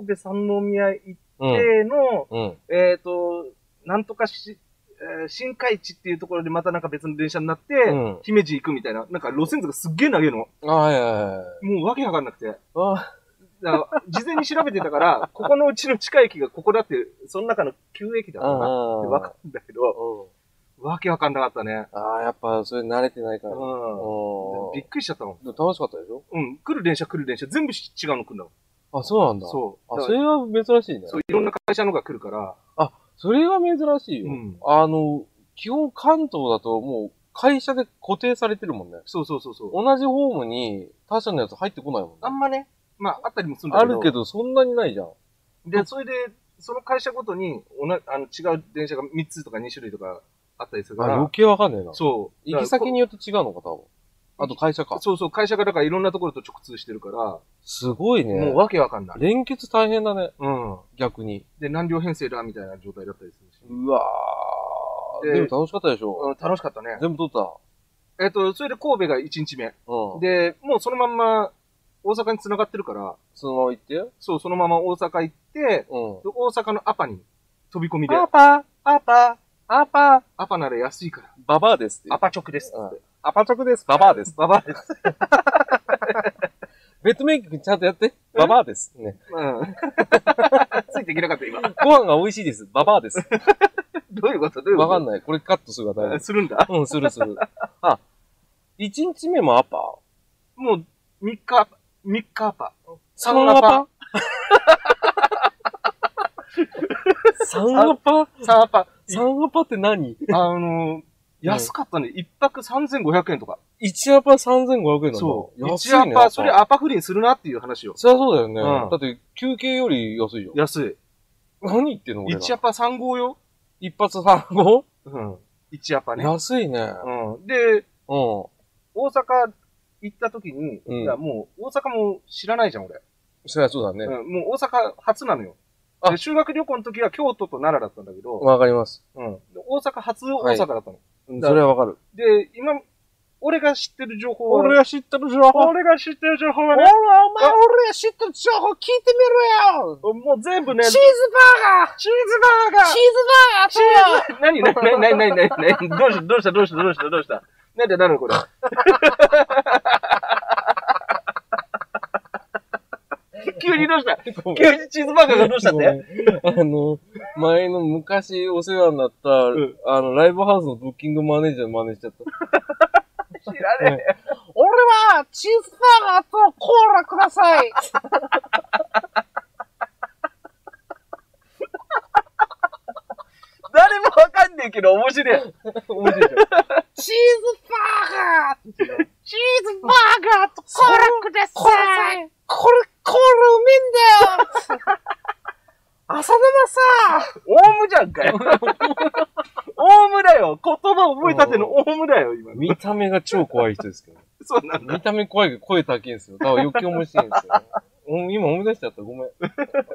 Speaker 2: 神戸三宮行っ
Speaker 1: うん。
Speaker 2: ての、
Speaker 1: うん。
Speaker 2: えっ、と、なんとかし、えー新海地っていうところでまたなんか別の電車になって、
Speaker 1: うん
Speaker 2: 姫路行くみたいな、なんか路線図がすっげえ投げるの。
Speaker 1: あはいはいはいはい。
Speaker 2: もうわけわかんなくて。だか
Speaker 1: あ
Speaker 2: ら事前に調べてた
Speaker 1: *laughs*
Speaker 2: から、ここのうちの近い駅がここだって、その中の9駅だったかなってわかるんだけど、
Speaker 1: うん。
Speaker 2: わけわかんなかったね。
Speaker 1: ああ、やっぱ、それ慣れてないか
Speaker 2: う
Speaker 1: ら。うん。
Speaker 2: ん。びっくりしちゃったもん。
Speaker 1: でも楽しかったでしょ
Speaker 2: うん。来る電車来る電車全部し違うの来るんだもん。
Speaker 1: あ、そうなんだ。う。
Speaker 2: そう。
Speaker 1: あ、
Speaker 2: だ
Speaker 1: そ
Speaker 2: から
Speaker 1: れは珍しいね。
Speaker 2: そう、いろんな会社のが来るから、
Speaker 1: あ、それは珍しいよ。
Speaker 2: うん
Speaker 1: あの、基本関東だともう会社で固定されてるもんね。
Speaker 2: そうそうそうそう。
Speaker 1: 同じホームに他社のやつ入ってこないもんね。
Speaker 2: あんまね、まあ、あったりもするんだ
Speaker 1: あ
Speaker 2: けど。
Speaker 1: るけど、そんなにないじゃん。
Speaker 2: で、それで、その会社ごとに、おなあの違う電車が3つとか2種類とかあったりする
Speaker 1: あ
Speaker 2: から。
Speaker 1: 余計わかんねえな。
Speaker 2: そう。
Speaker 1: 行き先に
Speaker 2: だ
Speaker 1: よって違うのか、多分。あと会社
Speaker 2: か。。
Speaker 1: から
Speaker 2: そうそう、会社がだからいろんなところと直通してるから、
Speaker 1: すごいね。
Speaker 2: もうわけわかんない。
Speaker 1: 連結大変だね、
Speaker 2: うん。
Speaker 1: 逆に。
Speaker 2: で、何両編成だみたいな状態だったりするし。
Speaker 1: うわ
Speaker 2: で
Speaker 1: ー。でも楽しかったでし
Speaker 2: う
Speaker 1: ょ。
Speaker 2: ん、楽しかったね。
Speaker 1: 全部取った。
Speaker 2: えっと、それで神戸が1日目。
Speaker 1: うん。で、
Speaker 2: で、もうそのまんま大阪に繋がってるから、
Speaker 1: そのまま行って。うん。
Speaker 2: そう、そのまま大阪行って、で大阪のアパに飛び込みで、
Speaker 1: パアパアパ
Speaker 2: アパなら安いから、
Speaker 1: ババアですって。
Speaker 2: アパ直ですっ
Speaker 1: う
Speaker 2: て
Speaker 1: ん。アパ直です。ババアです。
Speaker 2: ババ
Speaker 1: *laughs*
Speaker 2: アです。
Speaker 1: ベッドメイキングちゃんとやって。ババアです。ね。
Speaker 2: うん。 *laughs* ついていけなかっ
Speaker 1: *laughs*
Speaker 2: た、今。
Speaker 1: ご飯が美味しいです。ババアです。
Speaker 2: どういうことどういうこ
Speaker 1: わ
Speaker 2: と
Speaker 1: かんない。これカットするから大丈
Speaker 2: するんだ
Speaker 1: 夫。うん、するする。あ、一日目もアパ
Speaker 2: もう、3日、3日アパ。
Speaker 1: 三アパ三アパ
Speaker 2: 3アパ。
Speaker 1: 三アパって何
Speaker 2: *laughs* あのー、安かったね。1泊3500円とか。
Speaker 1: 一アパ3500円なんだ。
Speaker 2: そう。
Speaker 1: 安い
Speaker 2: 1
Speaker 1: ね。
Speaker 2: アパ、それ
Speaker 1: やっぱ
Speaker 2: アパ不倫するなっていう話を。
Speaker 1: そりゃそうだよね。
Speaker 2: うん
Speaker 1: だって休憩より安いよ。
Speaker 2: 安
Speaker 1: 何言ってんの
Speaker 2: い。
Speaker 1: 俺
Speaker 2: 1ア
Speaker 1: ら。
Speaker 2: パ3号よ。
Speaker 1: 一発三五
Speaker 2: うん。1アパね。
Speaker 1: 安いね。
Speaker 2: うん。で、
Speaker 1: うん。
Speaker 2: 大阪行った時に、
Speaker 1: うん
Speaker 2: いや、もう、大阪も知らないじゃん、俺。
Speaker 1: そりゃそうだね。
Speaker 2: うん。もう大阪初なのよ。
Speaker 1: あ
Speaker 2: で修学旅行の時は京都と奈良だったんだけど、
Speaker 1: わかります。
Speaker 2: うん。で大阪初大阪だった
Speaker 1: う
Speaker 2: の。
Speaker 1: んそれはわかる。
Speaker 2: で、今、俺が知ってる情報は、
Speaker 1: が知ってる情報
Speaker 2: 俺が知ってる情報はね、
Speaker 1: お前、俺が知ってる情報聞いてみろよ
Speaker 2: もう全部ね、
Speaker 1: チーズバーガー
Speaker 2: チーズバー
Speaker 1: チ
Speaker 2: ガー
Speaker 1: ーズバーガー
Speaker 2: チーズ何何何何何何何どうしたどうしたどうしたどうしたどうしたなんで
Speaker 1: *laughs*
Speaker 2: なのこれ。急にどうした
Speaker 1: ごめん
Speaker 2: 急にチーズバーガーがどうしたって
Speaker 1: ごめんあの、前の昔お世話になった、
Speaker 2: ん
Speaker 1: あの、ライブハウスのブッキングマネージャーの真似しちゃった。
Speaker 2: 知らねえ。
Speaker 1: 俺は、チーズバーガーとコーラくださ
Speaker 3: *laughs*
Speaker 1: い。
Speaker 2: 誰もわかんねえけど面白い。
Speaker 1: 面白いでしょ
Speaker 3: チーズバーガ *laughs* ーチーズバーガーとコーラくださいこれ、コーラうめえんだよ浅沼さ
Speaker 2: オウムじゃん
Speaker 1: *laughs*
Speaker 2: かよ。オウムだよ。言葉覚えたてのオウムだよ、今。
Speaker 1: 見た目が超怖い人ですけど。
Speaker 2: そうなんだ。
Speaker 1: 見た目怖いけど声高いんですよ。だから余計面白いんですよ。うん今思い出しちゃった。ごめん。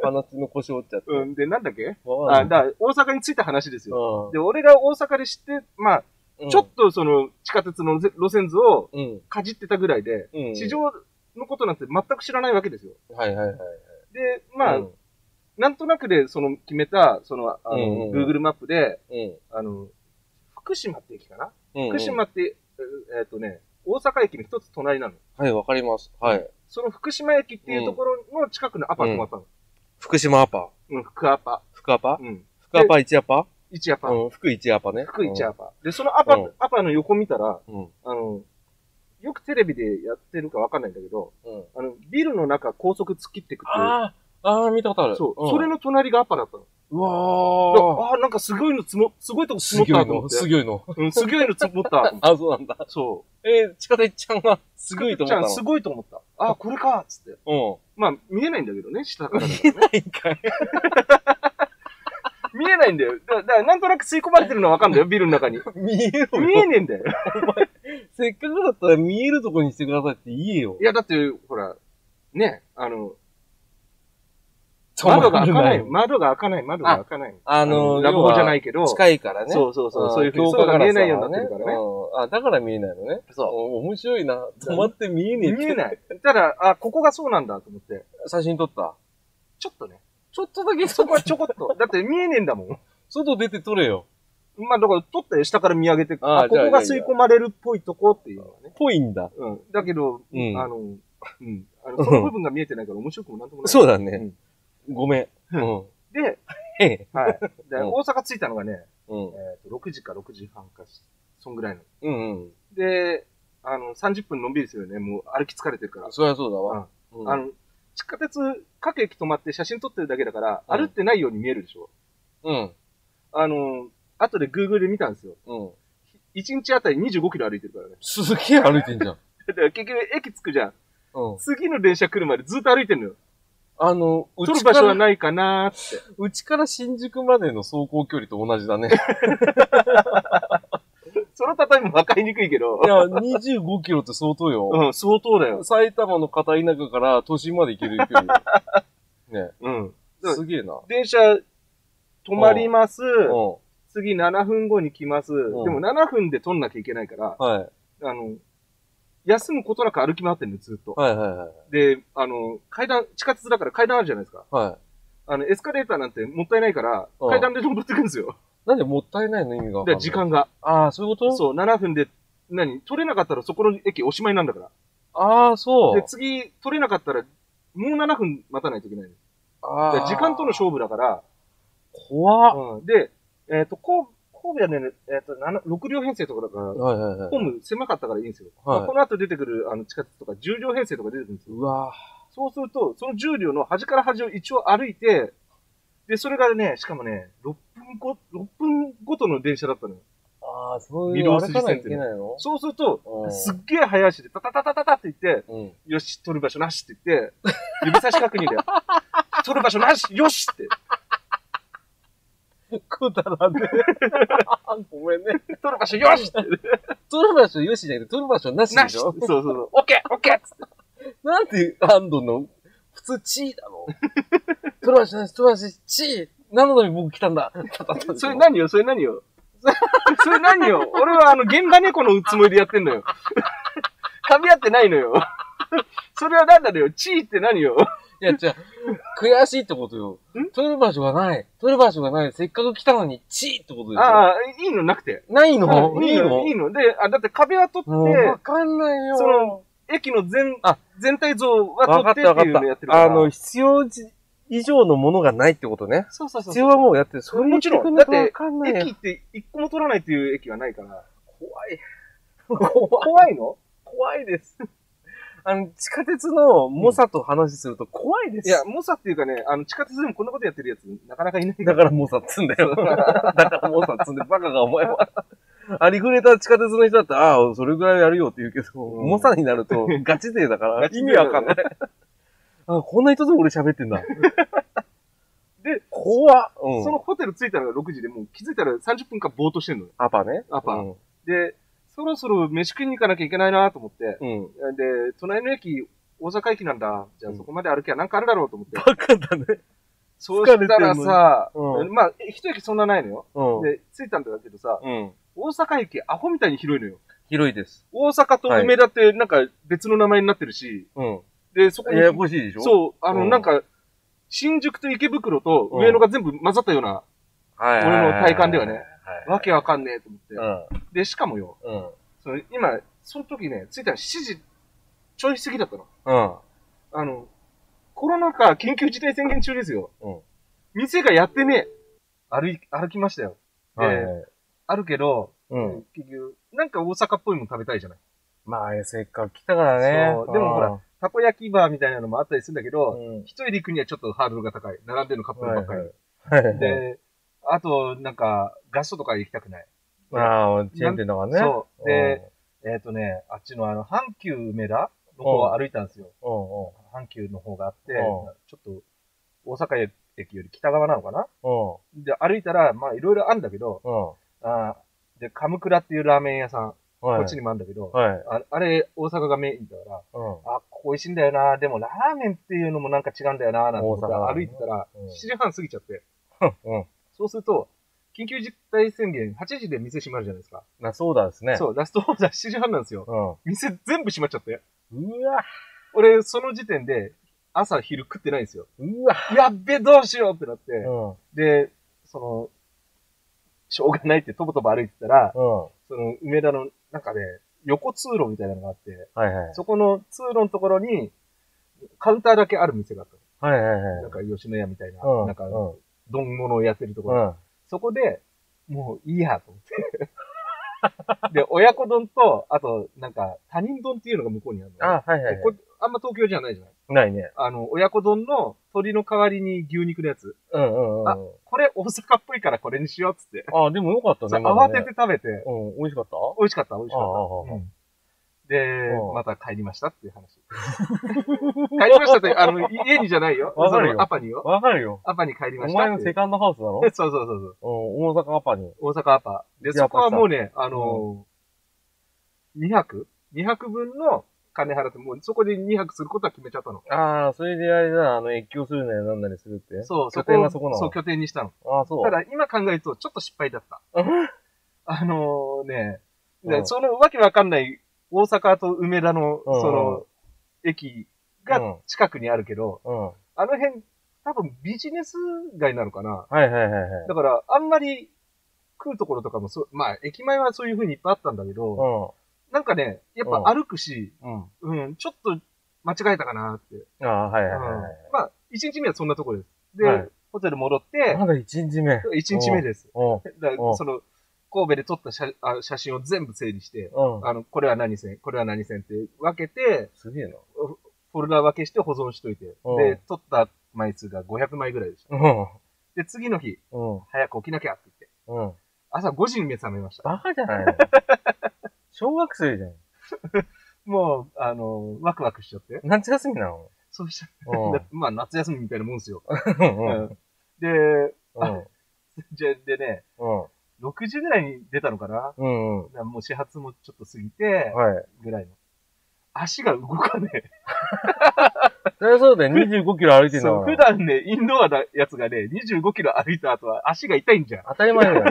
Speaker 1: 鼻の腰折っちゃった。
Speaker 2: うん、で、なんだっけ
Speaker 1: わか
Speaker 2: あ、
Speaker 1: ん
Speaker 2: だ
Speaker 1: ない
Speaker 2: から大阪に着いた話ですよ。
Speaker 1: うん
Speaker 2: で、俺が大阪で知って、まあ、
Speaker 1: うん
Speaker 2: ちょっとその地下鉄の路路線図を
Speaker 1: うん。
Speaker 2: かじってたぐらいで、
Speaker 1: うん。
Speaker 2: 地上のことなんて全く知らないわけですよ。
Speaker 1: はいはいはい。
Speaker 2: で、まあ、
Speaker 1: うん。
Speaker 2: なんとなくでその決めた、その、あ
Speaker 1: うん
Speaker 2: の、
Speaker 1: うん
Speaker 2: Google マップで、
Speaker 1: うん
Speaker 2: あの、福島って駅かな、
Speaker 1: うん。
Speaker 2: 福島って、ええっとね、大阪駅の一つ隣なの。
Speaker 1: はい、わかります。はい。
Speaker 2: その福島駅っていうところの近くのアパ泊まったの。
Speaker 1: 福島アパ。
Speaker 2: うん、福アパ。
Speaker 1: 福アパ
Speaker 2: うん。
Speaker 1: 福アパ1アパ
Speaker 2: 一アパ。
Speaker 1: うん、福1アパね。
Speaker 2: 福一アパ。で、そのアパ、
Speaker 1: うん
Speaker 2: アパの横見たら、
Speaker 1: うん。
Speaker 2: あの、よくテレビでやってるかわかんないんだけど、
Speaker 1: うん。
Speaker 2: あの、ビルの中高速突っ切ってくっていう。
Speaker 1: ああ、ああ、見たことある。
Speaker 2: そう、
Speaker 1: ん
Speaker 2: それの隣がアパだったの。
Speaker 1: う
Speaker 2: あ
Speaker 1: わあ。
Speaker 2: あー、なんかすごいの積も、すごいとこ積
Speaker 1: す
Speaker 2: もっ
Speaker 1: ご
Speaker 2: た
Speaker 1: い
Speaker 2: と思っ
Speaker 1: の、
Speaker 2: て。
Speaker 1: すごいの。
Speaker 2: うん、すげえの積もったと思って。
Speaker 1: あ、そうなんだ。
Speaker 2: そ
Speaker 1: えー、近田一ちゃんがす
Speaker 2: う。
Speaker 1: ごいと思った
Speaker 2: ちゃんすごいと思った。あー、これかつって。
Speaker 1: の。
Speaker 2: まあ、見えないんだけどね、下からだからね。
Speaker 1: うん。一回。
Speaker 2: 見えないんだよ。だだから、なんとなく吸い込まれてるのはわかんだよ、ビルの
Speaker 1: *laughs*
Speaker 2: 中に。
Speaker 1: 見えろよ。
Speaker 2: 見えねえんだよ。
Speaker 1: せっかくだったら見えるとこにしてくださいって言えよ
Speaker 2: い。や、だって、ほら、ね、あの、
Speaker 1: 止ま
Speaker 2: 窓が
Speaker 1: ら
Speaker 2: 開かない、。窓が開かない、窓が開かない。
Speaker 1: あの、
Speaker 2: ラブホじゃないいけど、
Speaker 1: 近いからね。
Speaker 2: そうそうそう、
Speaker 1: ん
Speaker 2: そういうふうに
Speaker 1: 強化ガラス
Speaker 2: 見えないようになってるからね。
Speaker 1: うんあ、だから見えないのね。
Speaker 2: そ
Speaker 1: お面白いな。止まって見え
Speaker 2: う。
Speaker 1: ねえって
Speaker 2: 見えない。ただ、あ、ここがそうなんだと思って、
Speaker 1: 写真撮った。
Speaker 2: ちょっとね、
Speaker 1: ちょっとだけ
Speaker 2: そこはちょこっと。 *laughs* だって見えねえんだもん。
Speaker 1: 外出て撮れよ。
Speaker 2: まあ、だから撮ったよ、下から見上げて、
Speaker 1: あ
Speaker 2: あ、こ
Speaker 1: じゃあ
Speaker 2: こが吸い込まれるっぽいとこっていうのはね。
Speaker 1: ぽいんだ。
Speaker 2: うん。だけど、
Speaker 1: うん
Speaker 2: あの、うん。あ
Speaker 1: *laughs*
Speaker 2: の、その部分が見えてないから面白くもなんともない。
Speaker 1: そうだね。ごめん。うん。
Speaker 2: で、
Speaker 1: へえ。
Speaker 2: はい。で、
Speaker 1: うん
Speaker 2: 大阪着いたのがね、
Speaker 1: うん
Speaker 2: え。っ、と、6時か6時半かし、そんぐらいの。
Speaker 1: うんうん。
Speaker 2: で、あの、30分のんびりするよね。もう歩き疲れてるから。
Speaker 1: そりゃそうだわ。うん
Speaker 2: あの、地下鉄、各駅止まって写真撮ってるだけだから、
Speaker 1: うん
Speaker 2: 歩ってないように見えるでしょ。
Speaker 1: うん。
Speaker 2: あの、後で Google で見たんですよ。
Speaker 1: うん。
Speaker 2: 1日あたり25キロ歩いてるからね。 *laughs*
Speaker 1: すげえ歩いてんじゃん。
Speaker 2: だから結局駅着くじゃん。
Speaker 1: うん。
Speaker 2: 次の電車来るまでずっと歩いてるのよ。
Speaker 1: あ *laughs* の、う
Speaker 2: 撮る
Speaker 1: ち
Speaker 2: 場
Speaker 1: か
Speaker 2: 所は
Speaker 1: ら、
Speaker 2: ないかなーって。
Speaker 1: うちから新宿までの走行距離と同じだね。
Speaker 2: その例えも分かりにくいけど
Speaker 1: *laughs* い。や、25キロって相当よ。
Speaker 2: うん、相当だよ。
Speaker 1: 埼玉の片田舎から都心まで行ける距 *laughs* 離よ。ね。
Speaker 2: うん。うん
Speaker 1: すげえな。
Speaker 2: 電車、止まります。
Speaker 1: うん。
Speaker 2: 次7分後に来ます。で
Speaker 1: ん
Speaker 2: も7分で撮んなきゃいけないから、
Speaker 1: はい。
Speaker 2: あの、休むことなく歩き回ってるの、ずっと。
Speaker 1: はいはいはい。
Speaker 2: で、あの、階段、地下鉄だから階段あるじゃないですか。
Speaker 1: はい。
Speaker 2: あの、エスカレーターなんてもったいないから、
Speaker 1: うん
Speaker 2: 階段で登ってくんですよ。
Speaker 1: なんでもったいないの意味がわかん
Speaker 2: で、
Speaker 1: ない。
Speaker 2: 時。間が。
Speaker 1: ああ、そういうことう。
Speaker 2: そう、7分で、何取れなかったらそこの駅おしまいなんだか
Speaker 1: ああ、そ
Speaker 2: ら。で、
Speaker 1: う。
Speaker 2: 次、取れなかったら、もう7分待たないといけない。
Speaker 1: あ
Speaker 2: で
Speaker 1: ー
Speaker 2: 時間との勝負だから、
Speaker 1: 怖っ。
Speaker 2: うん、で、えっ、と、神神戸はね、えっ、と、7 6両編成とかだから、
Speaker 1: はいはいはい。
Speaker 2: ホーム狭かったからいいんですよ。
Speaker 1: はい
Speaker 2: まあこの後出てくるあの地下鉄とか10両編成とか出てくるんですよ。
Speaker 1: うわ
Speaker 2: そうすると、その10両の端から端を一応歩いて、で、それがね、しかもね、6分ご、6分ごとの電車だったのよ。
Speaker 1: ーああ、そうい
Speaker 2: 御
Speaker 1: う、
Speaker 2: 堂
Speaker 1: あれ
Speaker 2: 筋
Speaker 1: かない
Speaker 2: 線っ
Speaker 1: い
Speaker 2: て
Speaker 1: け
Speaker 2: いうの
Speaker 1: ないの
Speaker 2: そうすると、
Speaker 1: うん
Speaker 2: すっげえ早足で、タタタタタタって言って、
Speaker 1: うん。
Speaker 2: よし、取る場所なしって言 *laughs* って、指差し確認で、取る場所なしよしって、
Speaker 1: *laughs* くだらねえ。 *laughs* ごめんね。
Speaker 2: 取る場所よしって、
Speaker 1: 取る場所よしじゃなくて、取る場所なし
Speaker 2: な
Speaker 1: でし
Speaker 2: しってそう
Speaker 1: ょ
Speaker 2: そうそう、オッケーオッケーっつって。
Speaker 1: なんてハンドの、普通チーだ *laughs* ろ。取る場所なし、取る場所なし、チーなのに僕来たん *laughs* だ。
Speaker 2: それ何よそれ何よ *laughs* それ何よ俺はあの、現場猫のつもりでやってん *laughs* のよ。噛み合ってないのよ。それは何なのよチーって何よ
Speaker 1: いや、違う。悔しいってことよ。取る場所がない。取る場所がない。せっかく来たのに、チーってことでしょ。
Speaker 2: ああ、いいのなくて。
Speaker 1: ない
Speaker 2: い
Speaker 1: のいいの
Speaker 2: いいので、あ、だって壁は取
Speaker 1: もう、わ
Speaker 2: っ
Speaker 1: かんない
Speaker 2: そ
Speaker 1: よ。
Speaker 2: 駅の全
Speaker 1: あ、
Speaker 2: 全体像は
Speaker 1: わ
Speaker 2: 撮
Speaker 1: か
Speaker 2: っ
Speaker 1: ってた
Speaker 2: っ
Speaker 1: わか
Speaker 2: て
Speaker 1: っ
Speaker 2: いうのやってるか
Speaker 1: た。
Speaker 2: ら。
Speaker 1: あの、、必要じ以上のものがないってことね。
Speaker 2: そうそうそう
Speaker 1: 必
Speaker 2: そ
Speaker 1: 要
Speaker 2: う。
Speaker 1: はもうやってる。それ
Speaker 2: もちろ
Speaker 1: 言
Speaker 2: ん
Speaker 1: ってくれないとわかんないよ
Speaker 2: 駅って一個も撮らないっていう駅はないから。
Speaker 1: 怖い。
Speaker 2: 怖いの
Speaker 1: 怖いです。あの、地下鉄の猛者と話すると怖いです。
Speaker 2: いや、、猛者っていうかね、あの、地下鉄でもこんなことやってるやつ、なかなかいないから
Speaker 1: だから猛者っつんだ *laughs* よ。だから猛者っつんで、バカがお前は。ありふれた地下鉄の人だったら、ああ、それぐらいやるよって言うけど、
Speaker 2: ん
Speaker 1: 猛者になるとガチ勢だから、
Speaker 2: ガチ勢
Speaker 1: *laughs* 意味わかんない。あ、こんな人と俺喋ってん *laughs* だ。
Speaker 2: で、
Speaker 1: 怖っ。うん。
Speaker 2: そのホテル着いたら6時で、もう気づいたら30分間ぼーっとしてんのよ。
Speaker 1: アパね。
Speaker 2: アパ
Speaker 1: うん。
Speaker 2: で、そろそろ飯食いに行かなきゃいけないなと思って、
Speaker 1: うん。
Speaker 2: で、隣の駅、大阪駅なんだ。じゃあ
Speaker 1: うん
Speaker 2: そこまで歩きゃなんかあるだろうと思って。
Speaker 1: バカだね。
Speaker 2: そうしたらさ、
Speaker 1: うん
Speaker 2: まあ、一駅そんなないのよ。
Speaker 1: うん。
Speaker 2: で、着いたんだけどさ、
Speaker 1: うん。
Speaker 2: 大阪駅アホみたいに広いのよ。
Speaker 1: 広いです。
Speaker 2: 大阪と梅田ってなんか別の名前になってるし、
Speaker 1: うん。
Speaker 2: で、そこに
Speaker 1: や、やこしいでしょう。
Speaker 2: そう、あの、
Speaker 1: うん
Speaker 2: なんか、新宿と池袋と上野が全部混ざったような、
Speaker 1: はい。
Speaker 2: 俺の体感ではね
Speaker 1: いい
Speaker 2: わけわかんねえと思って。
Speaker 1: はい。
Speaker 2: で、しかもよ、
Speaker 1: うん。うん。
Speaker 2: その今、その時ね、着いたの7時ちょい過ぎだったの。
Speaker 1: うん。
Speaker 2: あの、コロナ禍緊急事態宣言中ですよ。
Speaker 1: うん
Speaker 2: 店がやってねえ。歩い、歩きましたよ。で、
Speaker 1: はいはい
Speaker 2: あるけど、
Speaker 1: うん。
Speaker 2: 結局、なんか大阪っぽいもの食べたいじゃない。
Speaker 1: まあ、せっかく来たからね。
Speaker 2: そうでもほらたこ焼きバーみたいなのもあったりするんだけ
Speaker 1: あー、
Speaker 2: ど、
Speaker 1: うん。
Speaker 2: 一人で行くにはちょっとハードルが高い。並んでるカップルばっかり。
Speaker 1: はいはい。で、
Speaker 2: で、あと、なんか、ガストとか行きたくない。
Speaker 1: ああ、チェーン店だからね。
Speaker 2: そう。で、
Speaker 1: ん、
Speaker 2: えっ、とね、あっちのあの、阪急梅田の方を歩いたんですよ。
Speaker 1: うんうん。
Speaker 2: 阪急の方があって、
Speaker 1: うん
Speaker 2: ちょっと、大阪駅より北側なのかな
Speaker 1: うん。
Speaker 2: で、歩いたら、まあ、いろいろあるんだけど、
Speaker 1: うん。
Speaker 2: あーで、カムクラっていうラーメン屋さん、
Speaker 1: はい。
Speaker 2: こっちにもあるんだけど、
Speaker 1: はい。
Speaker 2: ああれ、大阪がメインだから、
Speaker 1: うん。
Speaker 2: あ、ここ美味しいんだよな、でもラーメンっていうのもなんか違うんだよな、なんて思って
Speaker 1: 大阪はね
Speaker 2: 歩いてたら、
Speaker 1: うん
Speaker 2: 7時半過ぎちゃって、
Speaker 1: うん。
Speaker 2: そうすると、緊急事態宣言、8時で店閉まるじゃないですか。
Speaker 1: な、そうだですね。
Speaker 2: そう、ラストオーダー7時半なんですよ。
Speaker 1: う。うん。う
Speaker 2: 店全部閉まっちゃって。
Speaker 1: わ、
Speaker 2: 俺、その時点で、朝昼食ってないんですよ。
Speaker 1: うわ。
Speaker 2: やっべ、どうしようってなって、
Speaker 1: うん。うん。
Speaker 2: で、その、しょうがないってとぼとぼ歩いてたら、
Speaker 1: は
Speaker 2: その、梅田の、なんかね、横通路みたいなのがあって、
Speaker 1: いはい。
Speaker 2: そこの通路のところに、カウンターだけある店があったの
Speaker 1: はいはいはい。
Speaker 2: なんか、吉野家みたいな、
Speaker 1: うん。
Speaker 2: なんか、
Speaker 1: うん。
Speaker 2: 丼物をやってるとこ
Speaker 1: う
Speaker 2: ろ。
Speaker 1: ん。
Speaker 2: そこで、もういいや、と思って。 *laughs* で、親子丼と、あと、なんか、他人丼っていうのが向こうにあるの。
Speaker 1: あ、はいはいはい。
Speaker 2: ここあんま東京じゃないじゃな
Speaker 1: な
Speaker 2: い
Speaker 1: いね。
Speaker 2: あの、親子丼の鶏の代わりに牛肉のやつ。
Speaker 1: うんうんうん。
Speaker 2: あこれ大阪っぽいからこれにしようっつって。
Speaker 1: あ、でもよかった
Speaker 2: そ
Speaker 1: ね。
Speaker 2: う
Speaker 1: まだ
Speaker 2: 慌
Speaker 1: ね
Speaker 2: てて。食べて、
Speaker 1: うん、美味しかった
Speaker 2: 美味しかった、美味しか
Speaker 1: ああああ
Speaker 2: っ
Speaker 1: あ
Speaker 2: た
Speaker 1: あ
Speaker 2: うん。で
Speaker 1: う、ん
Speaker 2: また帰りましたっていう話。帰りましたって、あの、家にじゃないよ。
Speaker 1: わかるよ
Speaker 2: そのアパによ。
Speaker 1: わかるよ。
Speaker 2: アパに帰り
Speaker 1: お
Speaker 2: ました
Speaker 1: 前
Speaker 2: っ
Speaker 1: の
Speaker 2: てい
Speaker 1: セ
Speaker 2: う。
Speaker 1: カンドハウスだろ
Speaker 2: *laughs* そうそうそうそう。
Speaker 1: うん、大阪アパに。
Speaker 2: 大阪アパ。で、
Speaker 1: いや
Speaker 2: そこはもうね、あのー、2泊 ?2 泊分の金払って、もうそこで2泊することは決めちゃったの。
Speaker 1: ああ、それであれだ、あの、越境するなりなんなりするって。
Speaker 2: そう、
Speaker 1: 拠
Speaker 2: そ
Speaker 1: 点
Speaker 2: こ
Speaker 1: が
Speaker 2: を、
Speaker 1: そこなの
Speaker 2: そう、拠点にしたの。
Speaker 1: ああ、そう。
Speaker 2: ただ、今考えると、ちょっと失敗だった。あのね、で
Speaker 1: うん
Speaker 2: そのわけわかんない大阪と梅田の、
Speaker 1: うん
Speaker 2: その、駅が近くにあるけど、
Speaker 1: うん。は
Speaker 2: あの辺、多分ビジネス街なのかな。
Speaker 1: いはいはいはい。
Speaker 2: だから、あんまり食うところとかもそう、まあ、駅前はそういう風にいっぱいあったんだけど、
Speaker 1: う
Speaker 2: なんかね、やっぱ歩くし、
Speaker 1: ん。うん。
Speaker 2: うん、ちょっと間違えたかなって。
Speaker 1: ああ、はいはいはいは
Speaker 2: うんまあ、一日目はそんなところです。で、
Speaker 1: はい
Speaker 2: ホテル戻っ
Speaker 1: い。
Speaker 2: て、
Speaker 1: まだ一日目。
Speaker 2: 一日目です。
Speaker 1: うん。
Speaker 2: だから
Speaker 1: うん
Speaker 2: その、神戸で撮った写あ写真を全部整理して、
Speaker 1: うん。
Speaker 2: あの、これは何線、これは何線って分けて、
Speaker 1: すげえな。
Speaker 2: フォルダ分けして保存しといて、
Speaker 1: うん
Speaker 2: で、撮った枚数が500枚ぐらいでした。
Speaker 1: うん。
Speaker 2: で、次の日、
Speaker 1: うん。
Speaker 2: 早く起きなきゃって言っ
Speaker 1: う
Speaker 2: て、
Speaker 1: ん。
Speaker 2: 朝5時に目覚めました。
Speaker 1: バカじゃ
Speaker 2: *laughs*
Speaker 1: ないの小学生じゃん。
Speaker 2: もう、あの、ワクワクしちゃって。
Speaker 1: 夏休みなの
Speaker 2: そうした
Speaker 1: う
Speaker 2: ら、 *laughs*
Speaker 1: ん。
Speaker 2: だまあ、夏休みみたいなもんですよ。
Speaker 1: うん。
Speaker 2: う
Speaker 1: うん。
Speaker 2: んで、 *laughs*
Speaker 1: うん
Speaker 2: じゃ、でね、6時ぐらいに出たのかな
Speaker 1: うん。うん。
Speaker 2: もう始発もちょっと過ぎて、
Speaker 1: はい。
Speaker 2: ぐらいの。足が動かねえ。
Speaker 1: そりゃそうだよ。25キロ歩いてんだか
Speaker 2: そ
Speaker 1: ら
Speaker 2: う、普段ね、インドアなやつがね、25キロ歩いた後は足が痛いんじゃん。
Speaker 1: 当たり前だ
Speaker 2: *laughs*
Speaker 1: よ。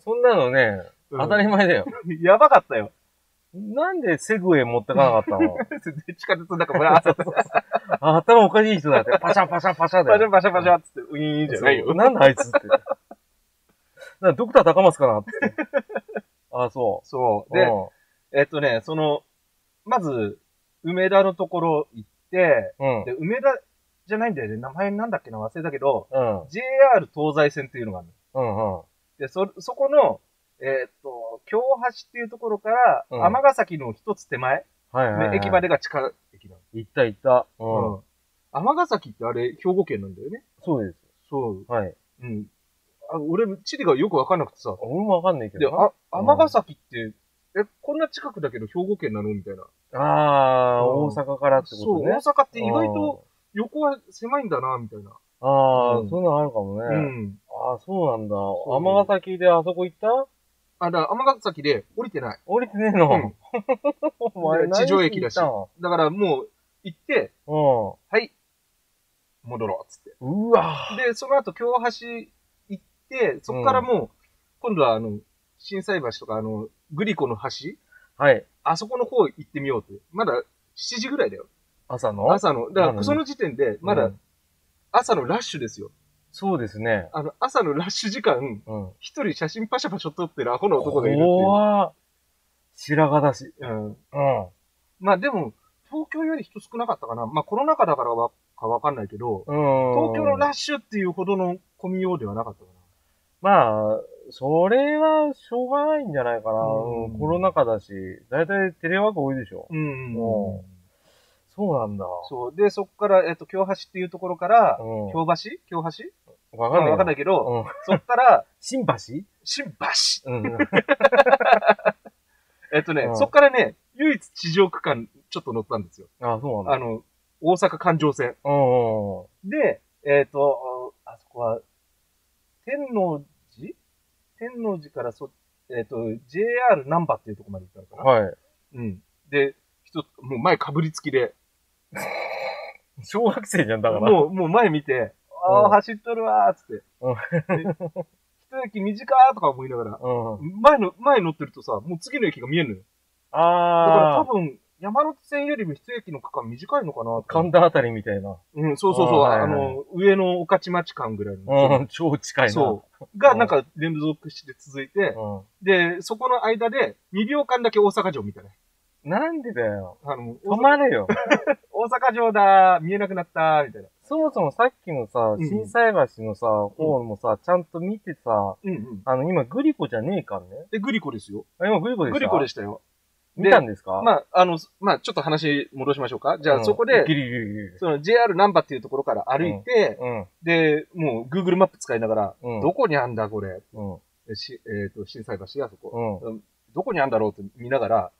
Speaker 1: そんなのね、
Speaker 2: うん
Speaker 1: 当たり前だよ。
Speaker 2: やばかったよ。 *laughs*
Speaker 1: なんでセグウェイ持ってかなかったの *laughs*
Speaker 2: で地下鉄の中、バーッと、
Speaker 1: あ頭おかしい人だって。パシャパシャパシャだ
Speaker 2: パシ
Speaker 1: よ。
Speaker 2: ャパシャパシャっつって、ウィーンじゃない
Speaker 1: そう
Speaker 2: よ。
Speaker 1: なんだあいつって。なんかドクター高松かなって。あ、そ。
Speaker 2: *laughs* そうう。で、えっとね、その、まず、梅田のところ行って、
Speaker 1: うん。
Speaker 2: で、梅田じゃないんだよね。名前なんだっけな忘れたけど、
Speaker 1: うん。
Speaker 2: JR 東西線っていうのがあるの
Speaker 1: うん。うん。
Speaker 2: で、そ、そこの、えーっと、京橋っていうところから、
Speaker 1: うん
Speaker 2: 天ヶ崎の一つ手前、
Speaker 1: はいはい、はい。
Speaker 2: 駅ま
Speaker 1: で。
Speaker 2: でが近い駅な
Speaker 1: 行った行った。うん。
Speaker 2: の。うん。天ヶ崎ってあれ、兵庫県なんだよね。
Speaker 1: そうです。
Speaker 2: そう。
Speaker 1: はい。
Speaker 2: うん。あ俺、地理がよくわかんなくてさ。
Speaker 1: 俺もわかんないけ
Speaker 2: で、
Speaker 1: どな。
Speaker 2: あ、天ヶ崎って、え、こんな近くだけど兵庫県なのみたいな。
Speaker 1: ああー、
Speaker 2: うん
Speaker 1: 大阪からってこ
Speaker 2: そう、
Speaker 1: とね
Speaker 2: 大。阪って意外と横は狭いんだな、みたいな。
Speaker 1: あー。ああ、
Speaker 2: うん
Speaker 1: そういうのあるかもね。
Speaker 2: うん。
Speaker 1: ああ、そうなんだ。
Speaker 2: う
Speaker 1: 尼崎であそこ行った
Speaker 2: あ、だから天ヶ崎で降りてない。
Speaker 1: 降りてねえの。
Speaker 2: うん
Speaker 1: *laughs* お前
Speaker 2: 地上駅だし
Speaker 1: 何行っ
Speaker 2: だからもう、行って、
Speaker 1: たの
Speaker 2: はい、戻ろう、つって。
Speaker 1: うん。うわ
Speaker 2: で、その後、京橋行って、そこからもう、今度はあの、震災橋とか、あの、グリコの橋
Speaker 1: はい。
Speaker 2: あそこの方行ってみようって。まだ7時ぐらいだよ。
Speaker 1: 朝の
Speaker 2: 朝の。だ
Speaker 1: なの
Speaker 2: から、
Speaker 1: に
Speaker 2: その時点で、ま
Speaker 1: う
Speaker 2: だ
Speaker 1: ん
Speaker 2: 朝のラッシュですよ。
Speaker 1: そうですね。
Speaker 2: あの、朝のラッシュ時間、
Speaker 1: うん。
Speaker 2: 一人写真パシャパシャ撮ってるアホの男がいるっていう。
Speaker 1: 怖っ白髪だし。
Speaker 2: うん。
Speaker 1: うん。
Speaker 2: まあでも、東京より人少なかったかな。まあコロナ禍だからわかわかんないけど、
Speaker 1: 東
Speaker 2: 東京のラッシュっていうほどの混みようではなかったかな。
Speaker 1: まあ、それはしょうがないんじゃないかな。
Speaker 2: うん
Speaker 1: うんコロナ禍だし、だいたいテレワーク多いでしょ。
Speaker 2: うん
Speaker 1: おうそうなんだ。
Speaker 2: そう。で、そこから、えっ、と、京橋っていうところから、
Speaker 1: うん
Speaker 2: 京橋京橋
Speaker 1: わか
Speaker 2: まあ
Speaker 1: んない。。
Speaker 2: わかんないいけど、
Speaker 1: うん。
Speaker 2: そこから、
Speaker 1: 新橋
Speaker 2: 新橋
Speaker 1: うん。
Speaker 2: えっ、とね、
Speaker 1: うん
Speaker 2: そこからね、唯一地上区間ちょっと乗ったんですよ。
Speaker 1: *laughs* あ、そうな
Speaker 2: あ
Speaker 1: んだ。
Speaker 2: の、大阪環状線。
Speaker 1: うん。
Speaker 2: で、えっ、と、あそこは、天王寺天王寺からそ、えっ、と、JR 難波っていうところまで行ったのかな。
Speaker 1: は
Speaker 2: うん。で、一つ、もう前かぶりつきで、
Speaker 1: い。小学生じゃん、だから。
Speaker 2: もう、もう前見て、あ
Speaker 1: う
Speaker 2: あ、
Speaker 1: ん
Speaker 2: 走っとるわーっつって。で一駅短ーとか思いながら、
Speaker 1: うん。
Speaker 2: 前の、前乗ってるとさ、もう次の駅が見えるのよ。だから多
Speaker 1: あー、
Speaker 2: 分、山手線よりも一駅の区間短いのかなと
Speaker 1: 神田あたりみたいな。
Speaker 2: うん、そうそうそう、
Speaker 1: あー
Speaker 2: あ
Speaker 1: はいはい
Speaker 2: の、上の御徒町間ぐらいの。
Speaker 1: うん、超近いな。
Speaker 2: そう。が、なんか連続して続いて、
Speaker 1: う
Speaker 2: で、そこの間で2秒間だけ大阪城みたいな。
Speaker 1: ん。なんでだよ。
Speaker 2: あの、
Speaker 1: 止
Speaker 2: 大
Speaker 1: まれよ。
Speaker 2: 阪城だー、見えなくなったー、みたいな。
Speaker 1: そもそもさっきのさ
Speaker 2: う、ん
Speaker 1: 震災橋のさ、方もさ、ちゃんと見てさ、
Speaker 2: うんうん。
Speaker 1: あの、今、グリコじゃねえかんね。
Speaker 2: で、グリコですよ。
Speaker 1: あ、今、グリコでした
Speaker 2: グリコでしたよ。
Speaker 1: 見たんですか
Speaker 2: まあ、あの、まあ、ちょっと話戻しましょうか。じゃ
Speaker 1: う
Speaker 2: あ、
Speaker 1: ん
Speaker 2: そこで
Speaker 1: ギ、リギリギリ。
Speaker 2: その JR 難波っていうところから歩いて、
Speaker 1: うん。
Speaker 2: で、もう Google マップ使いながら、
Speaker 1: うん
Speaker 2: どこにあんだこれ。
Speaker 1: うん。
Speaker 2: しえっ、と、震災橋やそこ、
Speaker 1: うん。
Speaker 2: どこにあんだろうって見ながら、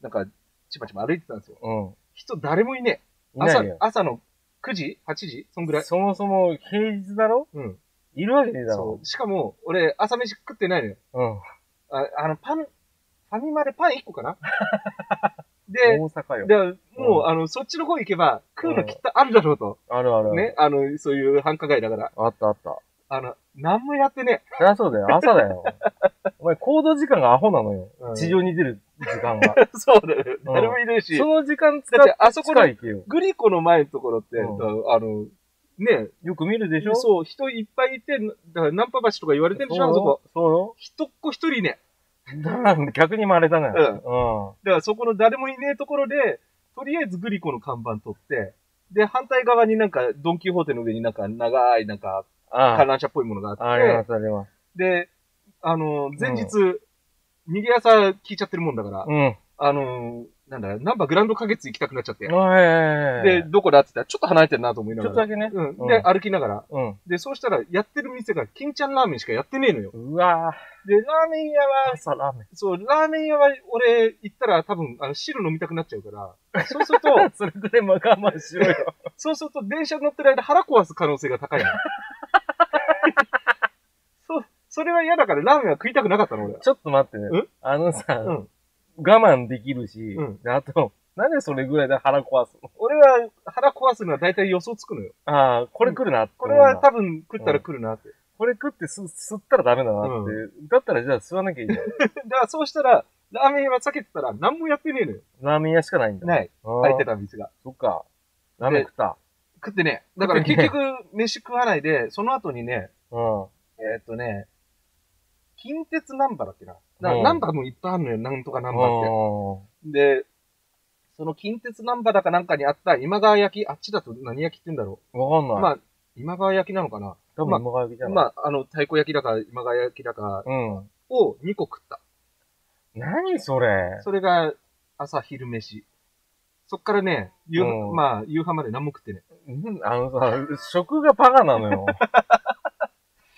Speaker 2: なんか、ちまちま歩いてたんですよ。
Speaker 1: うん。
Speaker 2: 人誰もいね
Speaker 1: い
Speaker 2: え。
Speaker 1: な
Speaker 2: 朝
Speaker 1: いよ、。
Speaker 2: 朝の9時 ?8 時そんぐらい。
Speaker 1: そもそも、平日だろ
Speaker 2: うん。
Speaker 1: いるわけねえだ
Speaker 2: そ
Speaker 1: ろ
Speaker 2: う。しかも、俺、朝飯食ってないのよ。
Speaker 1: うん。
Speaker 2: ああの、パン、ファミマでパン1個かな
Speaker 1: *laughs*
Speaker 2: で、
Speaker 1: 大阪よ。
Speaker 2: でもう、
Speaker 1: うん
Speaker 2: あの、そっちの方行けば、食うのきっとあるだろうと。
Speaker 1: あるあるある。
Speaker 2: ね。あの、そういう繁華街だから。
Speaker 1: あったあった。
Speaker 2: あの、何もやってね
Speaker 1: そりゃそうだよ。朝だ
Speaker 2: *laughs*
Speaker 1: よ。お前、行動時間がアホなのよ
Speaker 2: うん。
Speaker 1: 地上に出る時間
Speaker 2: *laughs*
Speaker 1: が。
Speaker 2: え。 *laughs* そうだよ。誰もいないし。
Speaker 1: そ
Speaker 2: だ
Speaker 1: の時間使っ
Speaker 2: って、
Speaker 1: て、
Speaker 2: あそこ
Speaker 1: 近
Speaker 2: に、
Speaker 1: いけよ。
Speaker 2: グリコの前のところって、
Speaker 1: うん
Speaker 2: あの、ね
Speaker 1: よく見るでしょう
Speaker 2: そう、人いっぱいいて、だからナンパ橋とか言われてるでしょ、あそこ
Speaker 1: よ。。そうよ。
Speaker 2: 人っ子一人いねえ。
Speaker 1: 逆にもあれだね。
Speaker 2: うん
Speaker 1: う
Speaker 2: だからそこの誰もいねえところで、とりあえずグリコの看板取って、で、反対側になんか、ドンキホーテの上になんか、長いなんか、
Speaker 1: ん。あ
Speaker 2: 観覧車っぽいものが
Speaker 1: あ。
Speaker 2: あ
Speaker 1: あ
Speaker 2: っ
Speaker 1: りま
Speaker 2: て、
Speaker 1: す、あります。
Speaker 2: で、あの、前日、
Speaker 1: う
Speaker 2: 逃げ朝聞いちゃってるもんだから、
Speaker 1: うん。
Speaker 2: あの、なんだ、ナンバーグランド花月行きたくなっちゃって、
Speaker 1: はい。
Speaker 2: で、どこだって言ったら、ちょっと離れてるなと思い
Speaker 1: ち
Speaker 2: な
Speaker 1: ょっと
Speaker 2: が
Speaker 1: だ
Speaker 2: ら、
Speaker 1: けね。
Speaker 2: うん、
Speaker 1: うん
Speaker 2: で、歩きながら、
Speaker 1: うん。
Speaker 2: で、そうしたら、やってる店が、金ちゃんラーメンしかやってねえのよ。
Speaker 1: うわ
Speaker 2: で、ラーメン屋
Speaker 1: ぁ。
Speaker 2: は、
Speaker 1: 朝ラーメン。
Speaker 2: *laughs* そう、ラーメン屋は、俺、行ったら多分、あの、汁飲みたくなっちゃうから、そう *laughs* すると、
Speaker 1: *laughs* それぐらいまあ我慢しろよ。
Speaker 2: そうすると、電車乗ってる間腹壊す可能性が高いの。 *laughs* そう、それは嫌だから、ラーメンは食いたくなかったの、俺
Speaker 1: *laughs*
Speaker 2: は。
Speaker 1: ちょっと待ってね
Speaker 2: ん。
Speaker 1: あのさ、
Speaker 2: うん
Speaker 1: 我慢できるし、
Speaker 2: うん
Speaker 1: であと、なんでそれぐらいで腹壊すの
Speaker 2: 俺は腹壊すのは大体予想つくのよ。
Speaker 1: ああ、これ来るなって
Speaker 2: こ
Speaker 1: 思
Speaker 2: れ
Speaker 1: うんだ、
Speaker 2: は多分食ったら来るなって。
Speaker 1: これ食ってす吸ったらダメだなって。だったらじゃあ吸わなきゃいいじゃん。
Speaker 2: だからそうしたら、ラーメン屋は避けてたら何もやってねえのよ。
Speaker 1: *laughs* ラーメン屋しかないんだ。
Speaker 2: ない。
Speaker 1: あー
Speaker 2: 入ってた店が。
Speaker 1: そっか。ラーメン食った。
Speaker 2: 食ってね。だから結局、飯食わないで、その後にね、
Speaker 1: うん。
Speaker 2: えーっとね、近鉄ナンバーだっけな。だか
Speaker 1: う
Speaker 2: ら
Speaker 1: ん
Speaker 2: ナンバーもいっぱいあるのよ、なんとかナンバーっ
Speaker 1: う
Speaker 2: て。で、その近鉄ナンバだかなんかにあった今川焼き、あっちだと何焼きって言うんだろ
Speaker 1: わかん
Speaker 2: う。
Speaker 1: ない。
Speaker 2: まあ、今川焼きなのかな
Speaker 1: 多分今川焼きじゃない。
Speaker 2: まあ、あの、太鼓焼きだか今川焼きだか
Speaker 1: うん。
Speaker 2: を2個食った。
Speaker 1: 何それ
Speaker 2: それが朝昼飯。そっからね、夕、
Speaker 1: うん
Speaker 2: まあ、夕飯まで何も食ってね。
Speaker 1: うんあのさ、食がバカなの
Speaker 2: *laughs*
Speaker 1: よ。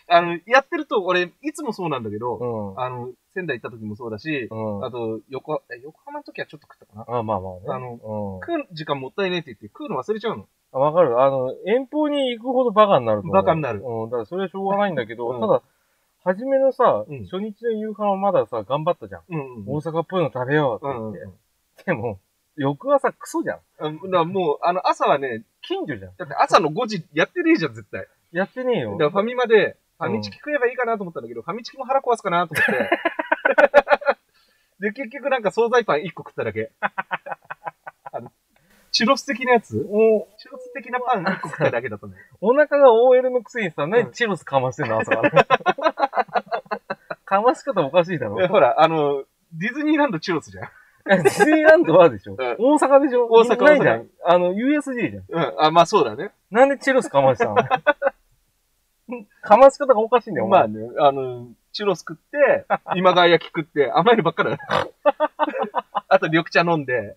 Speaker 2: あの、やってると俺、いつもそうなんだけ
Speaker 1: う
Speaker 2: ど、
Speaker 1: ん。
Speaker 2: あの、仙台行った時もそうだし、
Speaker 1: うん。
Speaker 2: あと、横、え横浜の時はちょっと食ったかな。
Speaker 1: あ、まあまあね。
Speaker 2: あの
Speaker 1: うん
Speaker 2: 食う時間もったいねえって言って食うの忘れちゃうの。
Speaker 1: あ。わかる。あの、遠方に行くほどバカになると思う。
Speaker 2: バカになる
Speaker 1: うん。だからそれはしょうがないんだけど、
Speaker 2: うん
Speaker 1: ただ、初めのさ、
Speaker 2: うん
Speaker 1: 初日の夕飯はまださ、頑張ったじゃん。
Speaker 2: うんうん
Speaker 1: 大阪っぽいの食べようって言って。でも、翌朝クソじゃん。
Speaker 2: あだからもう、あの、朝はね、
Speaker 1: 近所じゃん。
Speaker 2: だって朝の5時やってねえじゃん、絶対。
Speaker 1: やってねえ
Speaker 2: だ
Speaker 1: よ
Speaker 2: か。らファミマで、ファミチキ食えばいいかなと思ったんだけど、ファミチキも腹壊すかなと思って。 *laughs* で、結局なんか惣菜パン1個食っただけ。 *laughs* あの、チュロス的なやつ
Speaker 1: お
Speaker 2: チュロス的なパン1個食っただけだっ
Speaker 1: *laughs*
Speaker 2: たね。
Speaker 1: お腹が OL のくせにさ、
Speaker 2: う
Speaker 1: 何
Speaker 2: ん
Speaker 1: チロスかましてんの朝
Speaker 2: *laughs*
Speaker 1: から。かまし方おかしいだろ。
Speaker 2: でほら、あの、ディズニーランドチュロスじゃん。
Speaker 1: えディズニーランドはでしょ、
Speaker 2: うん
Speaker 1: 大阪でしょ
Speaker 2: 大阪
Speaker 1: ないじゃ
Speaker 2: 大
Speaker 1: ん。あの、USJ じゃん。
Speaker 2: うん、あ、まあそうだね。
Speaker 1: なんでチェロスかましたの
Speaker 2: *laughs*
Speaker 1: かまし方がおかしいんだよ、お前
Speaker 2: まあね、あの、チュロス食
Speaker 1: *laughs*
Speaker 2: って、今川焼き食って、甘いのばっかだね。あと緑茶飲んで。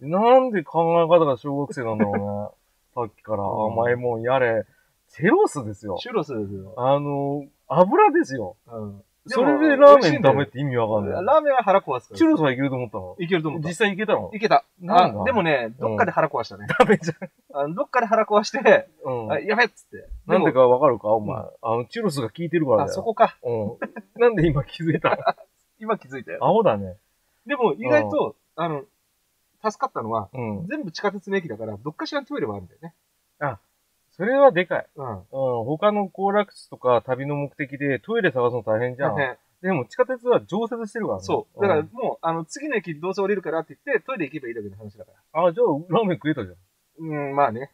Speaker 1: なんで考え方が小学生なんだろう
Speaker 2: *laughs*
Speaker 1: ね。さっきから
Speaker 2: うん
Speaker 1: 甘いもんやれ。チェロスですよ。
Speaker 2: チュロスですよ。
Speaker 1: あの、油ですよ。
Speaker 2: うん。
Speaker 1: それでラーメン食べ
Speaker 2: て
Speaker 1: って意味わかんない。
Speaker 2: ラーメンは腹壊すから。
Speaker 1: チェロスはいけると思ったの
Speaker 2: いけると思った
Speaker 1: 実。際いけたの
Speaker 2: いけた。
Speaker 1: なんだ
Speaker 2: あ、でもね、どっかで腹壊したね。
Speaker 1: ダメじゃん。
Speaker 2: あのどっかで腹壊して、
Speaker 1: うん
Speaker 2: あ。やべっつって。で
Speaker 1: なん
Speaker 2: も
Speaker 1: でかわかるかお前。
Speaker 2: う
Speaker 1: あの、チェロスが効いてるから
Speaker 2: あ、
Speaker 1: だ
Speaker 2: そ
Speaker 1: よ。
Speaker 2: こか。
Speaker 1: うん。なんで今気づいた
Speaker 2: 今気づいたよ。
Speaker 1: *laughs* 青だね。
Speaker 2: でも、意外と、あの、助かったのは、
Speaker 1: うん。
Speaker 2: 全部地下鉄の駅だから、どっかしらのトイレはあるんだよね。
Speaker 1: それはでかい。
Speaker 2: うん。
Speaker 1: うん。他の行楽地とか旅の目的でトイレ探すの大変じゃん。
Speaker 2: 大変
Speaker 1: でも地下鉄は常設してるからね。
Speaker 2: そう。だから
Speaker 1: ん
Speaker 2: もう、あの、次の駅どうせ降りるからって言って、トイレ行けばいいだけの話だから。
Speaker 1: あ、じゃあ、ラーメン食えたじゃん。
Speaker 2: うん、まあね。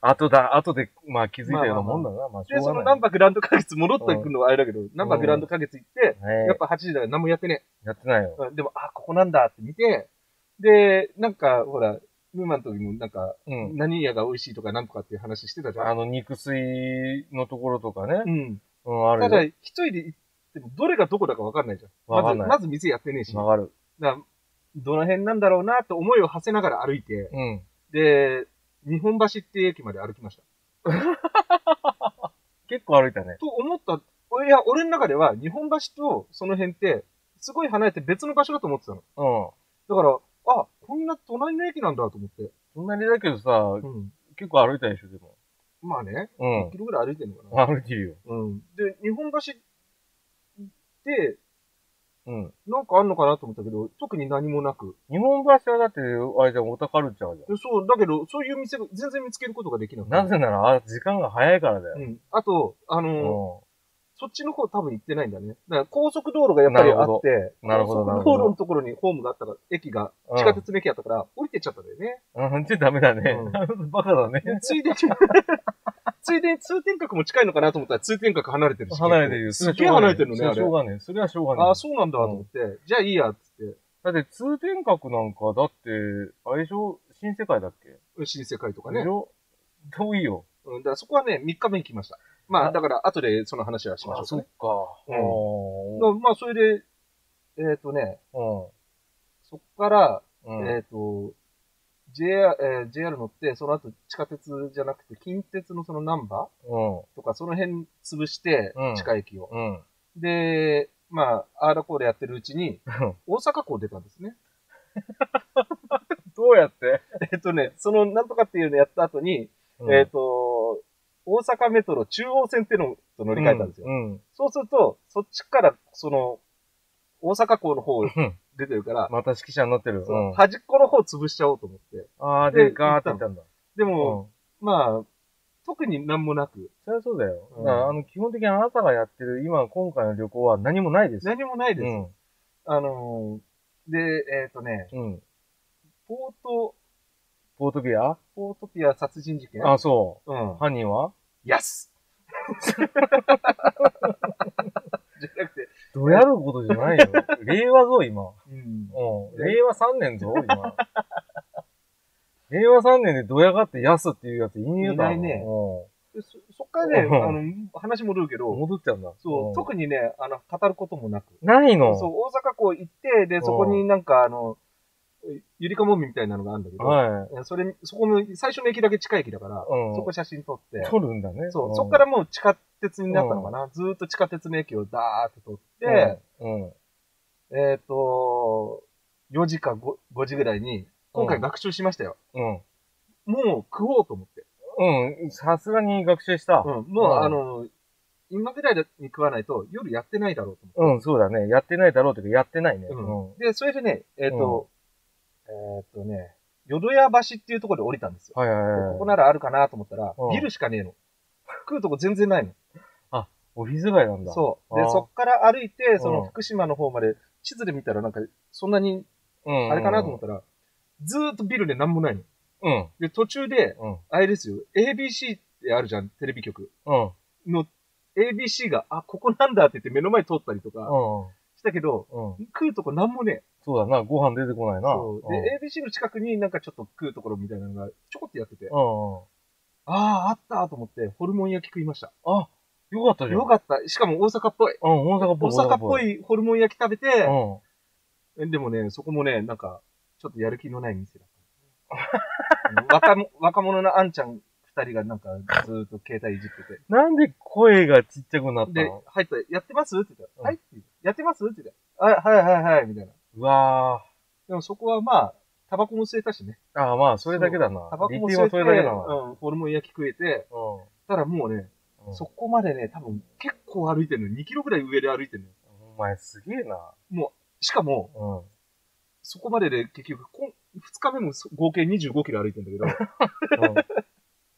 Speaker 1: 後だ、後で、まあ気づいたようなもんだな。まあ、し
Speaker 2: で、
Speaker 1: ょ
Speaker 2: そうの
Speaker 1: がな
Speaker 2: ナ
Speaker 1: い
Speaker 2: ン。バーグランド花月戻ってくるのはあれだけど、ナンバーグランド花月行って、
Speaker 1: ね
Speaker 2: やっぱ8時だから何もやってねえ。
Speaker 1: やってないよ。
Speaker 2: うんでも、あ、ここなんだって見て、で、なんか、ほら、ムーマンの時もなんか、
Speaker 1: うん。
Speaker 2: 何屋が美味しいとか何とかっていう話してたじゃん。
Speaker 1: あの、肉水のところとか
Speaker 2: う
Speaker 1: ね。
Speaker 2: ん。
Speaker 1: うん、あ
Speaker 2: た
Speaker 1: る
Speaker 2: だ、
Speaker 1: よ。
Speaker 2: 一人で行っても、どれがどこだかわかんないじゃん。
Speaker 1: わかんない
Speaker 2: まず、まず店やってねえし。だか
Speaker 1: わかる。
Speaker 2: ら、どの辺なんだろうなと思いを馳せながら歩いて、
Speaker 1: うん。
Speaker 2: で、日本橋っていう駅まで歩きました。
Speaker 1: 結構歩いたね。
Speaker 2: と思った、いや、俺の中では、日本橋とその辺って、すごい離れて別の場所だと思ってたの。
Speaker 1: うん。
Speaker 2: だから、あ、こんな隣の駅なんだと思って。
Speaker 1: 隣だけどさ、
Speaker 2: うん。
Speaker 1: 結構歩いたでしょ、でも。
Speaker 2: まあね、1
Speaker 1: う
Speaker 2: キロぐらい歩いてるのかな。
Speaker 1: ん。歩いてるよ。
Speaker 2: うん。で、日本橋って、
Speaker 1: うん。
Speaker 2: なんかあんのかなと思ったけど、特に何もなく。
Speaker 1: 日本橋はだって、あれじゃん、オタカルチャーじゃん。
Speaker 2: でそう、だけど、そういう店が全然見つけることができなくて
Speaker 1: なぜなら、あ時間が早いからだ
Speaker 2: う
Speaker 1: よ。
Speaker 2: ん。あと、あの
Speaker 1: う
Speaker 2: ー
Speaker 1: ん。
Speaker 2: そっちの方多分行ってないんだね。だから高速道路がやっぱりあって、
Speaker 1: なるほど
Speaker 2: 高
Speaker 1: なる
Speaker 2: 速
Speaker 1: ほど
Speaker 2: 道路のところにホームがあったから、駅が、
Speaker 1: うん
Speaker 2: 地下鉄の駅やったから、降りてっちゃったんだよね。
Speaker 1: うん、ちょ、ダメだね
Speaker 2: う
Speaker 1: *laughs*
Speaker 2: ん。
Speaker 1: バカだね。
Speaker 2: でついでに、ついでに通天閣も近いのかなと思ったら通天閣離れてるし。
Speaker 1: 離れてるよ。
Speaker 2: すっげえ離れてるのね、
Speaker 1: そ
Speaker 2: あ
Speaker 1: はし
Speaker 2: れ
Speaker 1: ょう。がねえ。それはしょうがねえ。
Speaker 2: ああ、そうなんだと思って、じゃあいいや、つって、
Speaker 1: だって通天閣なんか、だって、あれでしょ新世界だっけ
Speaker 2: 新世界とか
Speaker 1: で
Speaker 2: ね
Speaker 1: し。ょ遠いよ。
Speaker 2: うん、だからそこはね、3日目に来ました。まあ、だから後でその話はしましょうかね。
Speaker 1: か。
Speaker 2: うん
Speaker 1: う
Speaker 2: まあ、まあ、それで、えっ、とね、
Speaker 1: ん。
Speaker 2: そっから、
Speaker 1: うん。
Speaker 2: えっ、と、JR、えー JR 乗って、その後地下鉄じゃなくて、近鉄のそのナンバ
Speaker 1: うん。
Speaker 2: ーとか、その辺潰して
Speaker 1: う、ん
Speaker 2: 地下駅を。
Speaker 1: うん。
Speaker 2: で、まあ、アーラコーでやってるうちに、大阪港出たんですね。
Speaker 1: どうやって
Speaker 2: えっとね、そのなんとかっていうのやった後に、えっ、と、大阪メトロ中央線っていうのと乗り換えたんですよ。
Speaker 1: うん。
Speaker 2: そうすると、そっちから、その、大阪港の方
Speaker 1: うん
Speaker 2: 出てるから、
Speaker 1: また指揮者になってる。。
Speaker 2: そううん端っこの方潰しちゃおうと思って。
Speaker 1: あー、
Speaker 2: で
Speaker 1: で、ガーっていったんだ。
Speaker 2: で
Speaker 1: う
Speaker 2: も、
Speaker 1: ん。
Speaker 2: まあ、特になんもなく、
Speaker 1: そりゃそうだよ。
Speaker 2: うん
Speaker 1: だからあの、基本的にあなたがやってる、今、今回の旅行は何もないです。
Speaker 2: 何もないです。
Speaker 1: うん。
Speaker 2: あのーで、えっ、とね、
Speaker 1: うん。
Speaker 2: ポート、
Speaker 1: ポートビア
Speaker 2: ポートピア殺人事件
Speaker 1: あ、そうう。
Speaker 2: ん。
Speaker 1: 犯人は
Speaker 2: *laughs* やすじゃなくて、
Speaker 1: *laughs* どやることじゃないよ。令和ぞ、今。
Speaker 2: うん。
Speaker 1: うん。令和3年
Speaker 2: *laughs*
Speaker 1: ぞ、今。令和3年でドヤがって安っていうやついねえだろ。
Speaker 2: いないね
Speaker 1: う
Speaker 2: でそそっからね、
Speaker 1: うん
Speaker 2: あの、話戻るけ
Speaker 1: ん。
Speaker 2: ど、
Speaker 1: 戻っちゃうんだ。
Speaker 2: そう、
Speaker 1: ん
Speaker 2: 特にね、あの、語ることもなく。
Speaker 1: ないの
Speaker 2: そう、大阪港行って、で、そこになんかあの、ゆりかもみみたいなのがあるんだけど、
Speaker 1: はい
Speaker 2: やそれ、そこの最初の駅だけ地下駅だから、
Speaker 1: うん
Speaker 2: そこ写真撮って
Speaker 1: い。、撮るんだね。
Speaker 2: そう、
Speaker 1: ん
Speaker 2: そこからもう地下鉄になったのかな。ずーっと地下鉄の駅をダーって撮って、、
Speaker 1: うんうん。
Speaker 2: えっと、4時か 5, 5時ぐらいに、今回学習しましたよ。
Speaker 1: うん。
Speaker 2: もう食おうと思って。
Speaker 1: うん。さすがに学習した。
Speaker 2: うん、もう、
Speaker 1: うん
Speaker 2: あの、今ぐらいに食わないと夜やってないだろうと思っ
Speaker 1: う
Speaker 2: て。
Speaker 1: ん、そうだね。やってないだろうというか、やってないね。
Speaker 2: うん
Speaker 1: うん
Speaker 2: で、それでね、えっ、と、えっ、とね、淀屋橋っていうところで降りたんですよ。
Speaker 1: はいはい
Speaker 2: で
Speaker 1: はい。
Speaker 2: ここならあるかなと思ったら
Speaker 1: うん、
Speaker 2: ビルしかねえの。食うとこ全然ない
Speaker 1: オフィス街なんだ。
Speaker 2: の。そう。
Speaker 1: あ
Speaker 2: で、
Speaker 1: ー
Speaker 2: そっから歩いて、そうの
Speaker 1: ん
Speaker 2: 福島の方まで、地図で見たらなんか、そんなに、
Speaker 1: うん。うん。
Speaker 2: あれかなと思ったら、ずーっとビルでなんもないの。
Speaker 1: うん。
Speaker 2: で、途中で、
Speaker 1: うん。
Speaker 2: あれですよ、ABC ってあるじゃん、テレビ局
Speaker 1: うん。
Speaker 2: の、ABC が、あ、ここなんだって言って目の前通ったりとか
Speaker 1: うん。
Speaker 2: したけど、
Speaker 1: うん。
Speaker 2: 食うとこなんもねえ。
Speaker 1: そうだな。ご飯出てこないな。
Speaker 2: そう。で、ABC の近くになんかちょっと食うところみたいなのがちょこっとやってて、あ
Speaker 1: うん。うん。
Speaker 2: あー、あったと思って、ホルモン焼き食いました。
Speaker 1: あ、よかったじゃん。
Speaker 2: よかった。しかも大阪っぽい。
Speaker 1: うん、大阪っぽ
Speaker 2: 大
Speaker 1: い。
Speaker 2: 阪っぽ。いホルモン焼き食べ
Speaker 1: う
Speaker 2: て、
Speaker 1: ん。
Speaker 2: でもね、そこもね、なんか、ちょっとやる気のない店だ
Speaker 1: *laughs*
Speaker 2: った。若も若者のあんちゃん二人がなんかずーっと携帯いじってて。
Speaker 1: なんで声がちっちゃくなった
Speaker 2: で
Speaker 1: の、
Speaker 2: 入ったら、やってますって言った
Speaker 1: うん
Speaker 2: ら、はいって言うやってますって言ったら、あはいはいはい、みたいな。
Speaker 1: うわ
Speaker 2: でもそこはまあ、タバコも吸えたしね。
Speaker 1: ー。ああ、まあ、それだけだな
Speaker 2: タバ。コ
Speaker 1: リ
Speaker 2: も
Speaker 1: ティ
Speaker 2: 吸え
Speaker 1: は
Speaker 2: て、
Speaker 1: それだけだな。
Speaker 2: うん、ホルモン焼き食えて、たらもうね、
Speaker 1: うん。
Speaker 2: そこまでね、多分結構歩いてるのよ。2キロぐらい上で歩いてるのよ。
Speaker 1: お前すげえな。
Speaker 2: しかも、 *laughs*
Speaker 1: うん。
Speaker 2: そこまでで結局、こん2日目もそ合計25キロ歩いてるんだけど、 *laughs*
Speaker 1: うん。うん、ア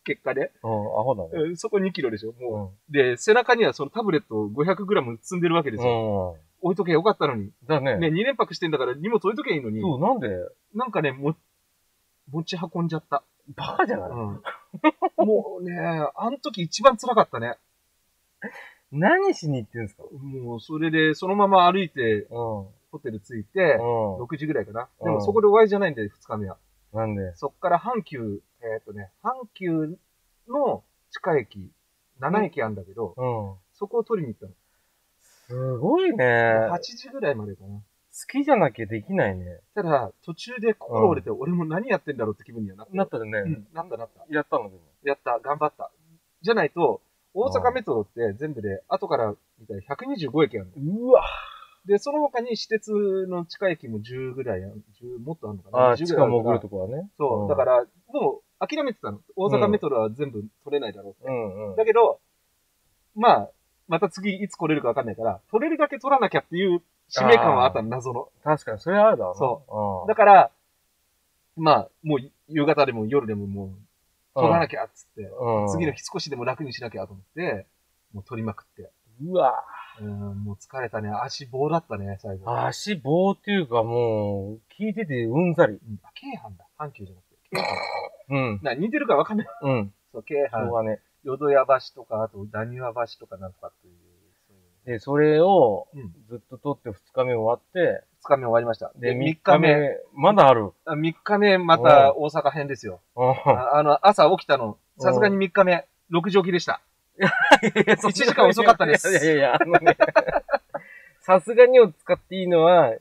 Speaker 2: 結果ね、
Speaker 1: ホだね。
Speaker 2: うんそこ2キロでしょ、
Speaker 1: う
Speaker 2: も
Speaker 1: ん。
Speaker 2: う。で、背中にはそのタブレットを500グラム積んでるわけですよ。
Speaker 1: うん。
Speaker 2: 置いとけばよかったのに。
Speaker 1: だね。
Speaker 2: ね、2連泊してんだから荷物置いとけばいいのに、
Speaker 1: そう、なんで
Speaker 2: なんかね、も、持ち運んじゃった。
Speaker 1: バカじゃない、
Speaker 2: うん、 *laughs* もうね、あの時一番辛かったね。
Speaker 1: 何しに行ってんすか
Speaker 2: もう、それで、そのまま歩いて、
Speaker 1: うん。
Speaker 2: ホテル着いて、
Speaker 1: う
Speaker 2: 6時ぐらいかな。
Speaker 1: うん
Speaker 2: でもそこで終わりじゃないんで、2日目は。
Speaker 1: ん。なんで
Speaker 2: そっから阪急、えーっ、とね、阪急の地下駅、7駅あるんだけど、
Speaker 1: うん。
Speaker 2: そこを取りに行ったの。
Speaker 1: すごいね。
Speaker 2: 8時ぐらいまでかな。
Speaker 1: 好きじゃなきゃできないね。
Speaker 2: ただ、途中で心折れて、俺も何やってんだろうって気分にはなった。
Speaker 1: なったらね、
Speaker 2: うん、なったなった。
Speaker 1: やったのでも。
Speaker 2: やった、頑張った。じゃないと、大阪メトロって全部で、後から見たら125駅あるの。
Speaker 1: うわ
Speaker 2: で、その他に私鉄の地下駅も10ぐらいある、10もっとあるのかな。
Speaker 1: ああ、
Speaker 2: 10
Speaker 1: 地
Speaker 2: ぐ
Speaker 1: 下
Speaker 2: らいあるか
Speaker 1: 潜
Speaker 2: ら
Speaker 1: るとこはね。
Speaker 2: そう、だから、もう諦めてたの。大阪メトロは全部取れないだろうって。
Speaker 1: ら。うんうん。
Speaker 2: だけど、まあ、また次いつ来れるかわかんないから、取れるだけ取らなきゃっていう使命感はあったの、謎の。
Speaker 1: 確かに、それあるだろ
Speaker 2: そ
Speaker 1: そ
Speaker 2: だから、まあ、もう夕方でも夜でももう、取らな
Speaker 1: き
Speaker 2: きゃっつって、
Speaker 1: ゃ、うん
Speaker 2: 次の日少しでも楽にしなきゃと思って、もう取りまくって。
Speaker 1: うわ
Speaker 2: うん、もう疲れたね。足棒だったね、最後。
Speaker 1: ぁ。足棒っていうかもう、聞いててうんざり。
Speaker 2: うん、あ、京阪だ。阪急じゃなくて。京阪
Speaker 1: うん。
Speaker 2: な、似てるかわかんない。
Speaker 1: うん。
Speaker 2: そう、京
Speaker 1: しょう
Speaker 2: 阪。
Speaker 1: がね。
Speaker 2: 淀屋橋とか、あと、ダニワ橋とかなんとかっていう。そういう
Speaker 1: で、それを
Speaker 2: うん、
Speaker 1: ずっと撮って2日目終わって、
Speaker 2: 二日目終わりました。
Speaker 1: で、3
Speaker 2: で、三
Speaker 1: 日
Speaker 2: 日目。
Speaker 1: 目、まだある。
Speaker 2: あ3日目、また大阪編ですよ。
Speaker 1: うん。
Speaker 2: ああの、朝起きたの、さすがに3日目、6時起きでした。
Speaker 1: 1
Speaker 2: *laughs* 1時間遅かったです
Speaker 1: いやいやいや、 *laughs* あのね、さすがにを使っていいのは、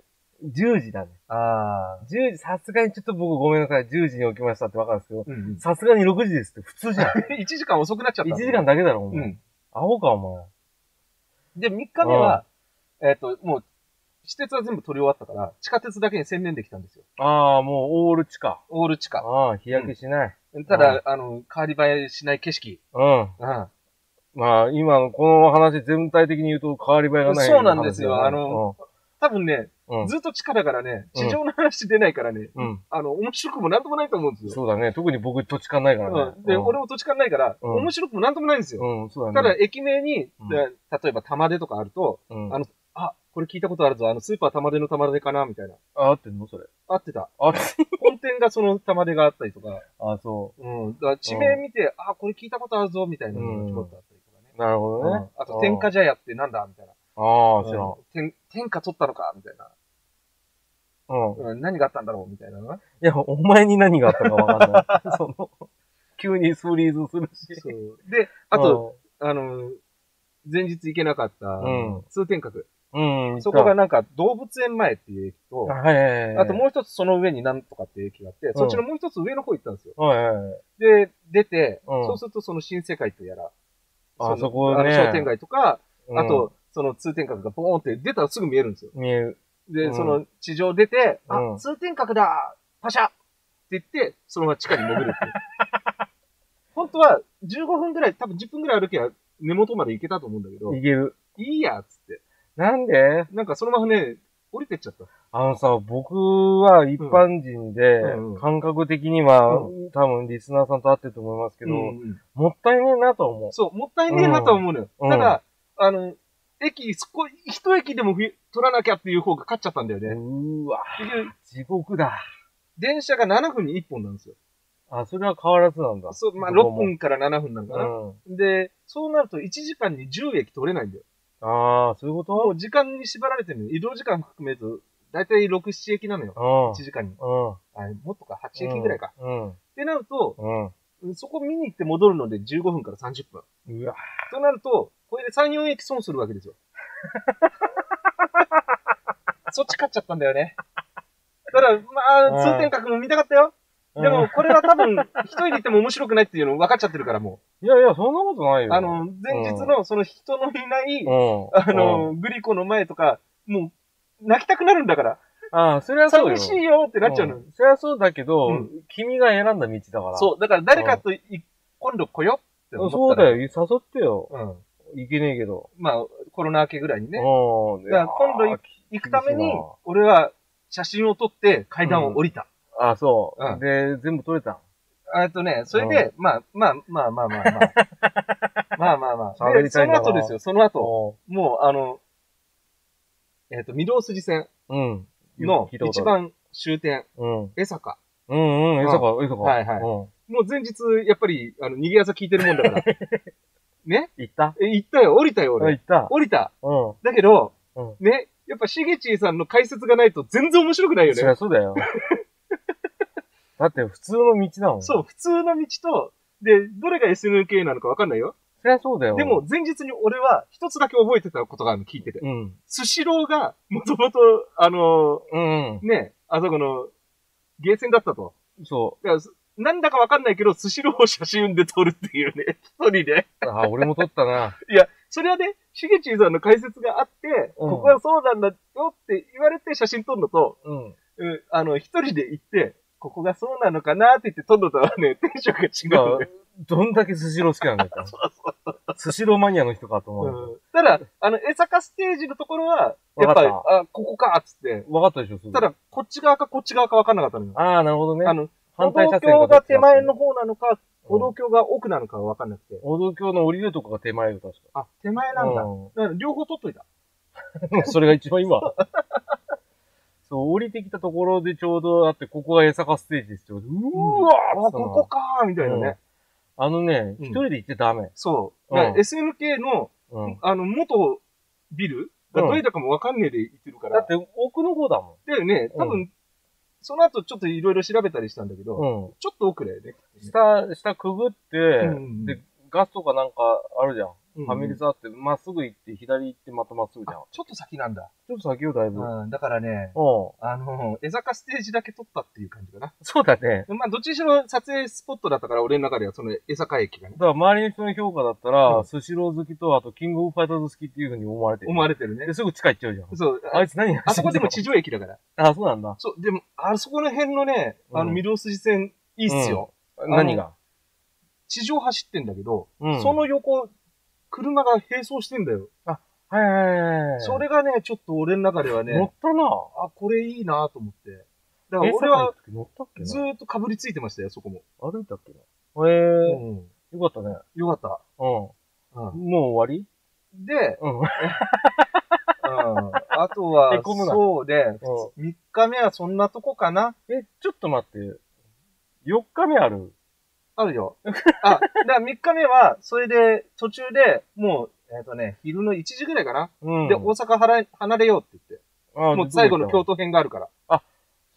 Speaker 1: 10時だね。
Speaker 2: ああ。
Speaker 1: 10時、さすがにちょっと僕ごめんなさい、10時に起きましたってわかるんですけど、
Speaker 2: うんうん。 *laughs*
Speaker 1: さすがに6時ですって普通じゃん。
Speaker 2: 1時間遅くなっちゃった。
Speaker 1: 1時間だけだろ、お
Speaker 2: う
Speaker 1: 前。
Speaker 2: ん。
Speaker 1: アホか、お
Speaker 2: で、3日目は、えっと、もう、私鉄は全部取り終わったから、地下鉄だけに専念できたんですよ。
Speaker 1: 前。ああ、もうオール地下。
Speaker 2: オール地下。
Speaker 1: ああ、日焼けしない。
Speaker 2: ただ、あの、変わり映えしない景色。
Speaker 1: うん。
Speaker 2: うん。
Speaker 1: まあ、今のこの話全体的に言うと変わり映えがない話だね。
Speaker 2: そうなんですよあの多分ね、
Speaker 1: うん、うん。
Speaker 2: ずっと地下だからね、
Speaker 1: うん
Speaker 2: 地上の話出ないからね、
Speaker 1: うん。
Speaker 2: あの、面白くもなんともないと思うんですよ。
Speaker 1: そうだね。特に僕土地勘ないから
Speaker 2: う
Speaker 1: ね。
Speaker 2: ん。で、
Speaker 1: うん
Speaker 2: 俺も土地勘ないから、
Speaker 1: うん
Speaker 2: 面白くもなんともないんですよ。
Speaker 1: うん、そうだ
Speaker 2: ただ
Speaker 1: ね。、
Speaker 2: 駅名に、
Speaker 1: うん
Speaker 2: で例えば玉出とかあると、
Speaker 1: うん
Speaker 2: あのあ、これ聞いたことあるぞ、あの、スーパー玉出の玉出かな、みたいな。
Speaker 1: あ、合ってんのそれ。
Speaker 2: 合ってた。
Speaker 1: あ、
Speaker 2: 本店がその玉出があったりとか、
Speaker 1: あ、そ
Speaker 2: うん。だから地名見て、あ、これ聞いたことあるぞ、みたいなのがちょろっとあったりとかね。
Speaker 1: う。なるほど
Speaker 2: うん
Speaker 1: ね。
Speaker 2: あと、天下茶屋ってなんだみたいな。
Speaker 1: ああ、
Speaker 2: うん
Speaker 1: 知らん。
Speaker 2: 天天下取ったのかみたいな。
Speaker 1: うん。
Speaker 2: うん、何があったんだろうみたい
Speaker 1: *laughs*
Speaker 2: なのが。
Speaker 1: いや、お前に何があったかわかんない。その、
Speaker 2: *laughs*
Speaker 1: 急にフリーズするし。
Speaker 2: そう。で、あと、あの、前日行けなかった、
Speaker 1: うん
Speaker 2: 通天閣。
Speaker 1: うん、うん。
Speaker 2: そこが
Speaker 1: ね、
Speaker 2: なんか動物園前っていう駅と、
Speaker 1: はいはいはい。
Speaker 2: あともう一つその上になんとかっていう駅があって、そっちのもう一つ上の方行ったんですよ。
Speaker 1: う、はいはいはい。
Speaker 2: で、出て、
Speaker 1: うん
Speaker 2: そうするとその新世界とやら、
Speaker 1: あ
Speaker 2: の
Speaker 1: そこね
Speaker 2: あの商店街とか、
Speaker 1: うん
Speaker 2: あ、と、その通天閣がボーンって出たらすぐ見えるんですよ。
Speaker 1: 見える。
Speaker 2: で、
Speaker 1: うん
Speaker 2: その地上出て、
Speaker 1: うん
Speaker 2: あ、通天閣だパシャって言って、そのまま地下に
Speaker 1: *laughs*
Speaker 2: 潜るっていう。本当は15分ぐらい、多分10分ぐらい歩けば根元まで行けたと思うんだけど、
Speaker 1: いける。
Speaker 2: いいやっつって。
Speaker 1: なんで
Speaker 2: なんかそのままね、降りてっちゃった。
Speaker 1: あのさ、僕は一般人で
Speaker 2: うんうん、
Speaker 1: 感覚的には、
Speaker 2: う
Speaker 1: 多分リスナーさんと会ってると思いますけど、
Speaker 2: うんうん
Speaker 1: もったいねえなと思う。
Speaker 2: そう、もったいねえなとは思うのよ。
Speaker 1: うん
Speaker 2: ただ、あの、駅、そこ、一駅でもふ取らなきゃっていう方が勝っちゃったんだよ
Speaker 1: う
Speaker 2: ね。
Speaker 1: ーわ、
Speaker 2: 結局
Speaker 1: 地獄だ。
Speaker 2: 電車が7分に1本なんですよ。
Speaker 1: あ、それは変わらずなんだ。
Speaker 2: そう、まあ
Speaker 1: ど
Speaker 2: 6
Speaker 1: こも
Speaker 2: 分から7分なのかな。
Speaker 1: うん。
Speaker 2: で、そうなると1時間に10駅取れないんだよ。
Speaker 1: ああ、そういうこ
Speaker 2: も
Speaker 1: と
Speaker 2: う時間に縛られてるのよ。移動時間含めると、だいたい6、7駅なのよ。
Speaker 1: うん。
Speaker 2: 1時間に。
Speaker 1: うん。
Speaker 2: あもっとか、8駅ぐらいか。っ
Speaker 1: うん。
Speaker 2: てなると、
Speaker 1: うん。
Speaker 2: そこ見に行って戻るので15分から30分。
Speaker 1: うわ。
Speaker 2: となると、これで3、4駅損するわけですよ。 *laughs* そっち勝っちゃったんだよね。だから、
Speaker 1: う
Speaker 2: まあ、通
Speaker 1: ん
Speaker 2: 天閣も見たかったよ。で
Speaker 1: う
Speaker 2: も
Speaker 1: ん、、
Speaker 2: これは多分、一人で行っても面白くないっていうの分かっちゃってるから、も。
Speaker 1: いやいや、そんなことないうよ。
Speaker 2: あの、前日の、その人のいない、
Speaker 1: うん、
Speaker 2: あの、グリコの前とか、もう、泣きたくなるんだから、
Speaker 1: うん、ああ、それはそうよ。
Speaker 2: 寂しいよってなっちゃうの
Speaker 1: ん。それはそうだけど、
Speaker 2: うん
Speaker 1: 君が選んだ道だから。
Speaker 2: そう、だから誰かとい、今度来よって思
Speaker 1: う
Speaker 2: った
Speaker 1: そう
Speaker 2: ら
Speaker 1: だよ。。誘ってよ。
Speaker 2: うん。
Speaker 1: いけねえけど。
Speaker 2: まあ、コロナ明けぐらいにね。
Speaker 1: うん。
Speaker 2: だから今度
Speaker 1: いや
Speaker 2: 行くため
Speaker 1: 厳
Speaker 2: に
Speaker 1: しいな、
Speaker 2: 俺は写真を撮って階段を降りた。
Speaker 1: ああ、そう、
Speaker 2: うん
Speaker 1: で、全部取れた。
Speaker 2: えっとね、それで、まあ、まあ、まあま
Speaker 1: *laughs*
Speaker 2: あまあまあ。まあまあまあ。
Speaker 1: 喋
Speaker 2: で
Speaker 1: り
Speaker 2: そ
Speaker 1: たいん
Speaker 2: の
Speaker 1: だな
Speaker 2: 後ですよ、その後。
Speaker 1: そ
Speaker 2: もう、あの、えっ、と、御堂筋線
Speaker 1: うん。
Speaker 2: の
Speaker 1: 聞いたことあ
Speaker 2: 一
Speaker 1: る。
Speaker 2: 番終点、
Speaker 1: うん。
Speaker 2: 江坂。
Speaker 1: うんうん、えそか、えそか。
Speaker 2: はいはい
Speaker 1: うん。
Speaker 2: もう前日、やっぱり、あの、逃げ朝聞いてるもんだ
Speaker 1: *laughs*
Speaker 2: から。ね
Speaker 1: 行った
Speaker 2: え、行ったよ、降りたよ、
Speaker 1: あ
Speaker 2: 俺。
Speaker 1: 行った。
Speaker 2: 降りた。
Speaker 1: うん。
Speaker 2: だけど、
Speaker 1: うん
Speaker 2: ね、やっぱしげちーさんの解説がないと全然面白くないよ
Speaker 1: そりゃ
Speaker 2: ね。
Speaker 1: そうだ
Speaker 2: *laughs*
Speaker 1: よ。だって普通の道だもん。
Speaker 2: そう、。普通の道と、で、どれが SNK なのかわかんないよ。
Speaker 1: そりゃそうだよ。
Speaker 2: でも、、前日に俺は一つだけ覚えてたことがあるの聞いてて。
Speaker 1: うん。
Speaker 2: スシローが、もともと、あの
Speaker 1: うん。
Speaker 2: ーね、あそこの、ゲーセンだったと。
Speaker 1: そ
Speaker 2: だからすなんだかわかんないけど、スシローを写真で撮るっていうね、一人で。
Speaker 1: う。あ、俺も取ったな。
Speaker 2: いや、それはね、しげちーさんの解説があって、
Speaker 1: うん
Speaker 2: ここはそうなんだよって言われて写真撮るのと、
Speaker 1: うん。
Speaker 2: *laughs* うん、あの、一人で行って、ここがそうなのかなって言って撮るのとはね、テンションが違うんだよ。
Speaker 1: どんだけスシロー好きなんだよ。スシローマニアの人かと思う。
Speaker 2: うん、ただ、あの、江坂ステージのところは、やっぱり、
Speaker 1: わか
Speaker 2: あ、ここか、っつって。
Speaker 1: わかったでしょ、すぐ
Speaker 2: ただ、こっち側かこっち側か分かんなかったのよ。
Speaker 1: ああ、なるほどね。
Speaker 2: あの、歩
Speaker 1: 反対
Speaker 2: 道
Speaker 1: 車線
Speaker 2: 橋が手前
Speaker 1: ど
Speaker 2: の
Speaker 1: っちだったね。
Speaker 2: 方なのか、歩
Speaker 1: う
Speaker 2: 道
Speaker 1: ん
Speaker 2: 橋が奥なのか分かんなくて。
Speaker 1: 歩道橋の降りるとこが手前よ、確か。
Speaker 2: あ、手前なんだ。
Speaker 1: う
Speaker 2: だから両方撮っといた。
Speaker 1: んそれが一番
Speaker 2: *laughs*
Speaker 1: 今。そう、降りてきたところでちょうどあって、ここが江坂ステージですよ。うーわ
Speaker 2: あ、
Speaker 1: ーっつっ
Speaker 2: こ
Speaker 1: たな
Speaker 2: こかーみたいなね。
Speaker 1: うんあのね、
Speaker 2: うん
Speaker 1: 一人で行っちゃダメ。
Speaker 2: そう。
Speaker 1: うん
Speaker 2: だから SNK の、
Speaker 1: うん。
Speaker 2: あの、元ビルがどれだかも分かんねえで行ってるから。
Speaker 1: だって奥の方だも
Speaker 2: だよね、多分、その後ちょっといろいろ調べたりしたんだけど、
Speaker 1: ん。うん。
Speaker 2: ちょっと奥だよね。
Speaker 1: 下、下くぐって、
Speaker 2: ん
Speaker 1: で、ガスとかなんかあるじゃん。
Speaker 2: うん
Speaker 1: ファミレスあって、まっすぐ行って、左行って、またまっすぐじゃん
Speaker 2: あ。ちょっと先なんだ。
Speaker 1: ちょっと先よ、だいぶ。うん。
Speaker 2: うん、だからね、あの、江坂ステージだけ撮ったっていう感じかな。
Speaker 1: そうだね。
Speaker 2: まあ、どっちにしろ撮影スポットだったから、俺の中ではその江坂駅がね
Speaker 1: だ、から周りの人の評価だったら、
Speaker 2: うん
Speaker 1: スシロー好きと、あと、キングオブファイターズ好きっていうふうに思われてる。
Speaker 2: 思われてるね
Speaker 1: で、。すぐ地下行っちゃうじゃん。
Speaker 2: そう。
Speaker 1: あ
Speaker 2: あ
Speaker 1: いつ何
Speaker 2: あそこでも地上駅だから。
Speaker 1: あ、そうなんだ。
Speaker 2: そう、でも、あそこら辺のね、あの、
Speaker 1: うん
Speaker 2: 御堂筋線、いいっすよ。の
Speaker 1: 何が
Speaker 2: 地上走ってんだけど、
Speaker 1: うん
Speaker 2: その横、車が並走してんだよ。
Speaker 1: はいはいはいはい。
Speaker 2: それがね、ちょっと俺の中ではね、
Speaker 1: 乗ったな
Speaker 2: あ、これいいなと思って。だから
Speaker 1: ぁ。
Speaker 2: 俺は
Speaker 1: 乗ったっけ
Speaker 2: ず
Speaker 1: な
Speaker 2: ーっと被りついてましたよ、そこも。
Speaker 1: 歩いたっけなへ
Speaker 2: う
Speaker 1: えー。
Speaker 2: ん。
Speaker 1: よかったね。
Speaker 2: よかった。
Speaker 1: うん。も
Speaker 2: う
Speaker 1: う終
Speaker 2: ん。で、
Speaker 1: わりうん。
Speaker 2: *laughs* うん。あとは
Speaker 1: へ、こむな
Speaker 2: そうで、
Speaker 1: う
Speaker 2: 3日目はそんなとこかな
Speaker 1: え、ちょっと待って。4日目ある
Speaker 2: あ
Speaker 1: *laughs*
Speaker 2: るよ。あ、だから3日目は、それで、途中で、もう、えっ、とね、昼の1時ぐらいかな、
Speaker 1: うん
Speaker 2: で、大阪はら離れようって言って。
Speaker 1: あ
Speaker 2: もう最後の京。都編があるから。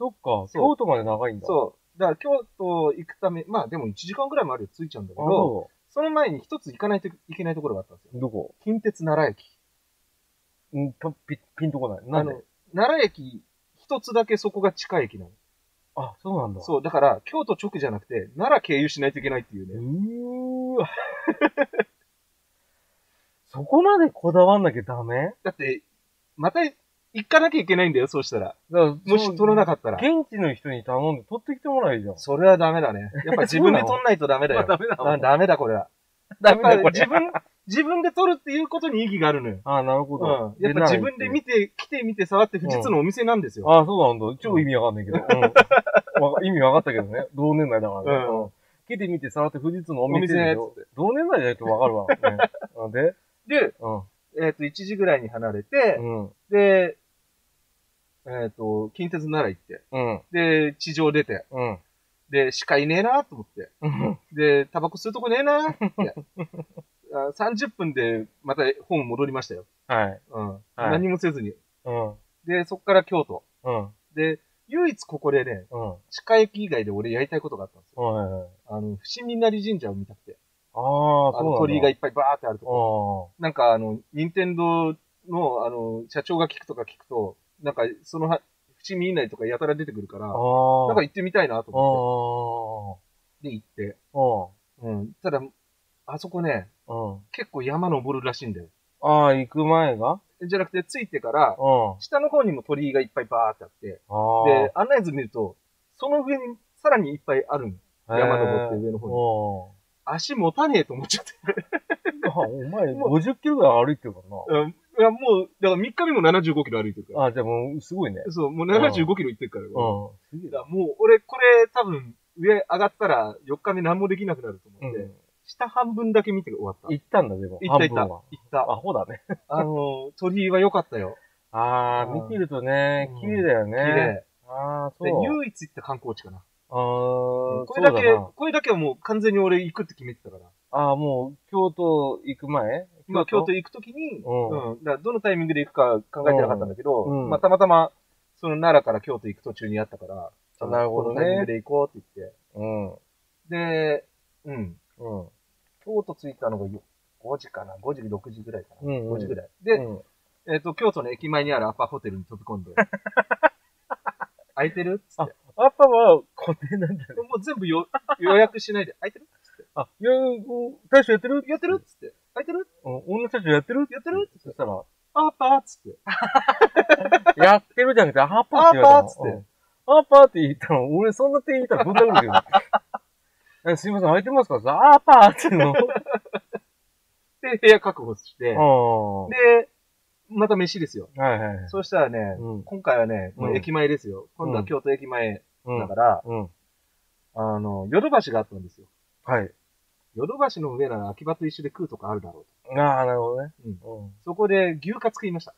Speaker 1: そっか、
Speaker 2: そう
Speaker 1: 京都まで長いんだ。う。
Speaker 2: そう。だから京都行くため、まあでも1時間くらいもあるよ、着いちゃうんだけ
Speaker 1: あ
Speaker 2: ど、
Speaker 1: そ
Speaker 2: その前に一つ行かないといけないところがあったんですよ。
Speaker 1: うどこ
Speaker 2: 近鉄奈良駅。
Speaker 1: んとピピンとこない。な
Speaker 2: あ
Speaker 1: んで
Speaker 2: の、奈良駅、一つだけそこが近い駅なの。
Speaker 1: あ、そうなんだ。
Speaker 2: そう、だから、京都直じゃなくて、奈良経由しないといけないってい
Speaker 1: う
Speaker 2: う
Speaker 1: ー
Speaker 2: ね。
Speaker 1: わ。 *laughs* そこまでこだわんなきゃダメ
Speaker 2: だって、また行かなきゃいけないんだよ、そうしたら。もし取らな
Speaker 1: か
Speaker 2: かったら。
Speaker 1: 現地の人に頼んで取ってきてもらえばいいじゃん。
Speaker 2: それはダメだね。やっぱ自分で取んないとダメだよ。
Speaker 1: メだ
Speaker 2: あダメだ、これは。
Speaker 1: ダメだ
Speaker 2: やっ
Speaker 1: こ
Speaker 2: ぱ
Speaker 1: れ
Speaker 2: 自分、自分で取るっていうことに意義があるのよ。
Speaker 1: あ、なるほど。
Speaker 2: うん。やっぱ自分で見て、来てみて触って、富士通のお店なんですよ。
Speaker 1: あ、そうなんだ。超意味わかんないけど。うんわか意味わかったけどね。同年代だからね。
Speaker 2: うん
Speaker 1: うん来てみて、さらって富士通のお
Speaker 2: お
Speaker 1: 店で
Speaker 2: 店の
Speaker 1: し
Speaker 2: や
Speaker 1: ょ。
Speaker 2: つ
Speaker 1: 同年代じゃないとわかるわ。ねなんで
Speaker 2: で、
Speaker 1: うん。
Speaker 2: えっ、と、1時ぐらいに離れて、
Speaker 1: うん。
Speaker 2: で、えっ、と、近鉄なら行って、
Speaker 1: うん。
Speaker 2: で、地上出て、
Speaker 1: うん。
Speaker 2: で、視界ねえなと思って、
Speaker 1: うん。
Speaker 2: で、タバコ吸うとこねえなって。 *laughs* あ30分でまたホーム戻りましたよ。
Speaker 1: はい。
Speaker 2: うん。
Speaker 1: い
Speaker 2: 何もせずに。
Speaker 1: うん。
Speaker 2: で、そっから京都。
Speaker 1: うん。
Speaker 2: で、唯一ここでね、
Speaker 1: うん。
Speaker 2: 地下駅以外で俺やりたいことがあったんですよ。
Speaker 1: はいはいはい。
Speaker 2: あの、伏見稲荷神社を見たくて。
Speaker 1: ああ、そう
Speaker 2: あ
Speaker 1: なんだ。
Speaker 2: の、鳥居がいっぱいバーってあるとこ。
Speaker 1: あ
Speaker 2: なんかあの、任天堂の、あの、社長が聞くとか聞くと、なんか、そのは、伏見稲荷とかやたら出てくるから、
Speaker 1: あ。
Speaker 2: なんか
Speaker 1: あ
Speaker 2: 行ってみたいなと
Speaker 1: あ。
Speaker 2: 思って、で行って。
Speaker 1: う
Speaker 2: うん。ただ、あそこね、
Speaker 1: ん。うん。
Speaker 2: 結構山登るらしいんだよ。
Speaker 1: ああ、行く前が
Speaker 2: じゃなくて、着いてから、
Speaker 1: うん。
Speaker 2: 下の方にも鳥居がいっぱいバーってあって、
Speaker 1: ああ。
Speaker 2: で、案内図見ると、その上にさらにいっぱいあるの。山登って上の方に。
Speaker 1: 方
Speaker 2: 足持たねえと思っちゃって。
Speaker 1: に。ああ。お前、50キロぐらい歩いてるからな。
Speaker 2: うん。いや、もう、だから3日目も75キロ歩いてるから。
Speaker 1: あ、じゃあもう、すごいね。
Speaker 2: そう、もう75キロ行ってるから。
Speaker 1: う
Speaker 2: だからもう、俺、これ多分、上上がったら4日目何もできなくなると思
Speaker 1: ん。
Speaker 2: っ
Speaker 1: う
Speaker 2: て、
Speaker 1: ん。
Speaker 2: 下半分だけ見て終わった。
Speaker 1: 行ったんだ、でも。
Speaker 2: 行った行った。
Speaker 1: 半分
Speaker 2: 行
Speaker 1: は
Speaker 2: った。
Speaker 1: アホだね。
Speaker 2: あの、鳥居は良かったよ。
Speaker 1: ああ、
Speaker 2: うん
Speaker 1: 見てるとね、綺麗だよね。
Speaker 2: 綺麗。
Speaker 1: ああ、そ
Speaker 2: で、
Speaker 1: う。
Speaker 2: 唯一行った観光地かな。
Speaker 1: ああ、
Speaker 2: これだ
Speaker 1: そう
Speaker 2: け、
Speaker 1: な
Speaker 2: これだけはもう完全に俺行くって決めてたから。
Speaker 1: ああ、もう、京都行く前
Speaker 2: まあ、京都行くときに、
Speaker 1: うん
Speaker 2: うん。だからどのタイミングで行くか考えてなかったんだけど、
Speaker 1: うんうん
Speaker 2: まあ、たまたま、その奈良から京都行く途中にあったから、
Speaker 1: あなるほどね
Speaker 2: このタイミングで行こうって言って。
Speaker 1: うん。
Speaker 2: で、うん。
Speaker 1: うん。
Speaker 2: 京都着いたのがよ5時かな ?5 時、6時ぐらいかな、
Speaker 1: うんうん
Speaker 2: ?5 時ぐらい。で、
Speaker 1: うん
Speaker 2: えっ、と、京都の駅前にあるアパホテルに飛び
Speaker 1: *laughs*
Speaker 2: 込んで。空いてるっつって。
Speaker 1: アッパは固定なんだね。
Speaker 2: もう全部よ予約しないで。空いてる
Speaker 1: あ、いや、うん大将やってる
Speaker 2: やってるっつって。空いてる
Speaker 1: うん、女社長やってる
Speaker 2: やってる
Speaker 1: そしたら、
Speaker 2: アパーっつって。
Speaker 1: やってるじゃなくて、ハーパーって言われたの。
Speaker 2: ハーパーっつっ
Speaker 1: う
Speaker 2: て
Speaker 1: ん。ハーパーって言ったの、俺そんな店言ったらぶん殴 *laughs* るけど。えすいません、空いてますかさ、ハーパーって *laughs* 言うの。
Speaker 2: で、部屋確保して。
Speaker 1: うん。
Speaker 2: で、また飯ですよ。
Speaker 1: はいはいはい。
Speaker 2: そうしたらね、
Speaker 1: うん
Speaker 2: 今回はね、もううん駅前ですよ。今度
Speaker 1: う
Speaker 2: は
Speaker 1: ん
Speaker 2: 京都駅前
Speaker 1: うん
Speaker 2: だから、
Speaker 1: うん。
Speaker 2: あの、ヨドバシがあったんですよ。
Speaker 1: はい。
Speaker 2: ヨドバシの上なら秋葉と一緒で食うとかあるだろうと。
Speaker 1: ああ、なるほどね。
Speaker 2: うん
Speaker 1: うん。
Speaker 2: そこで牛カツ食いました。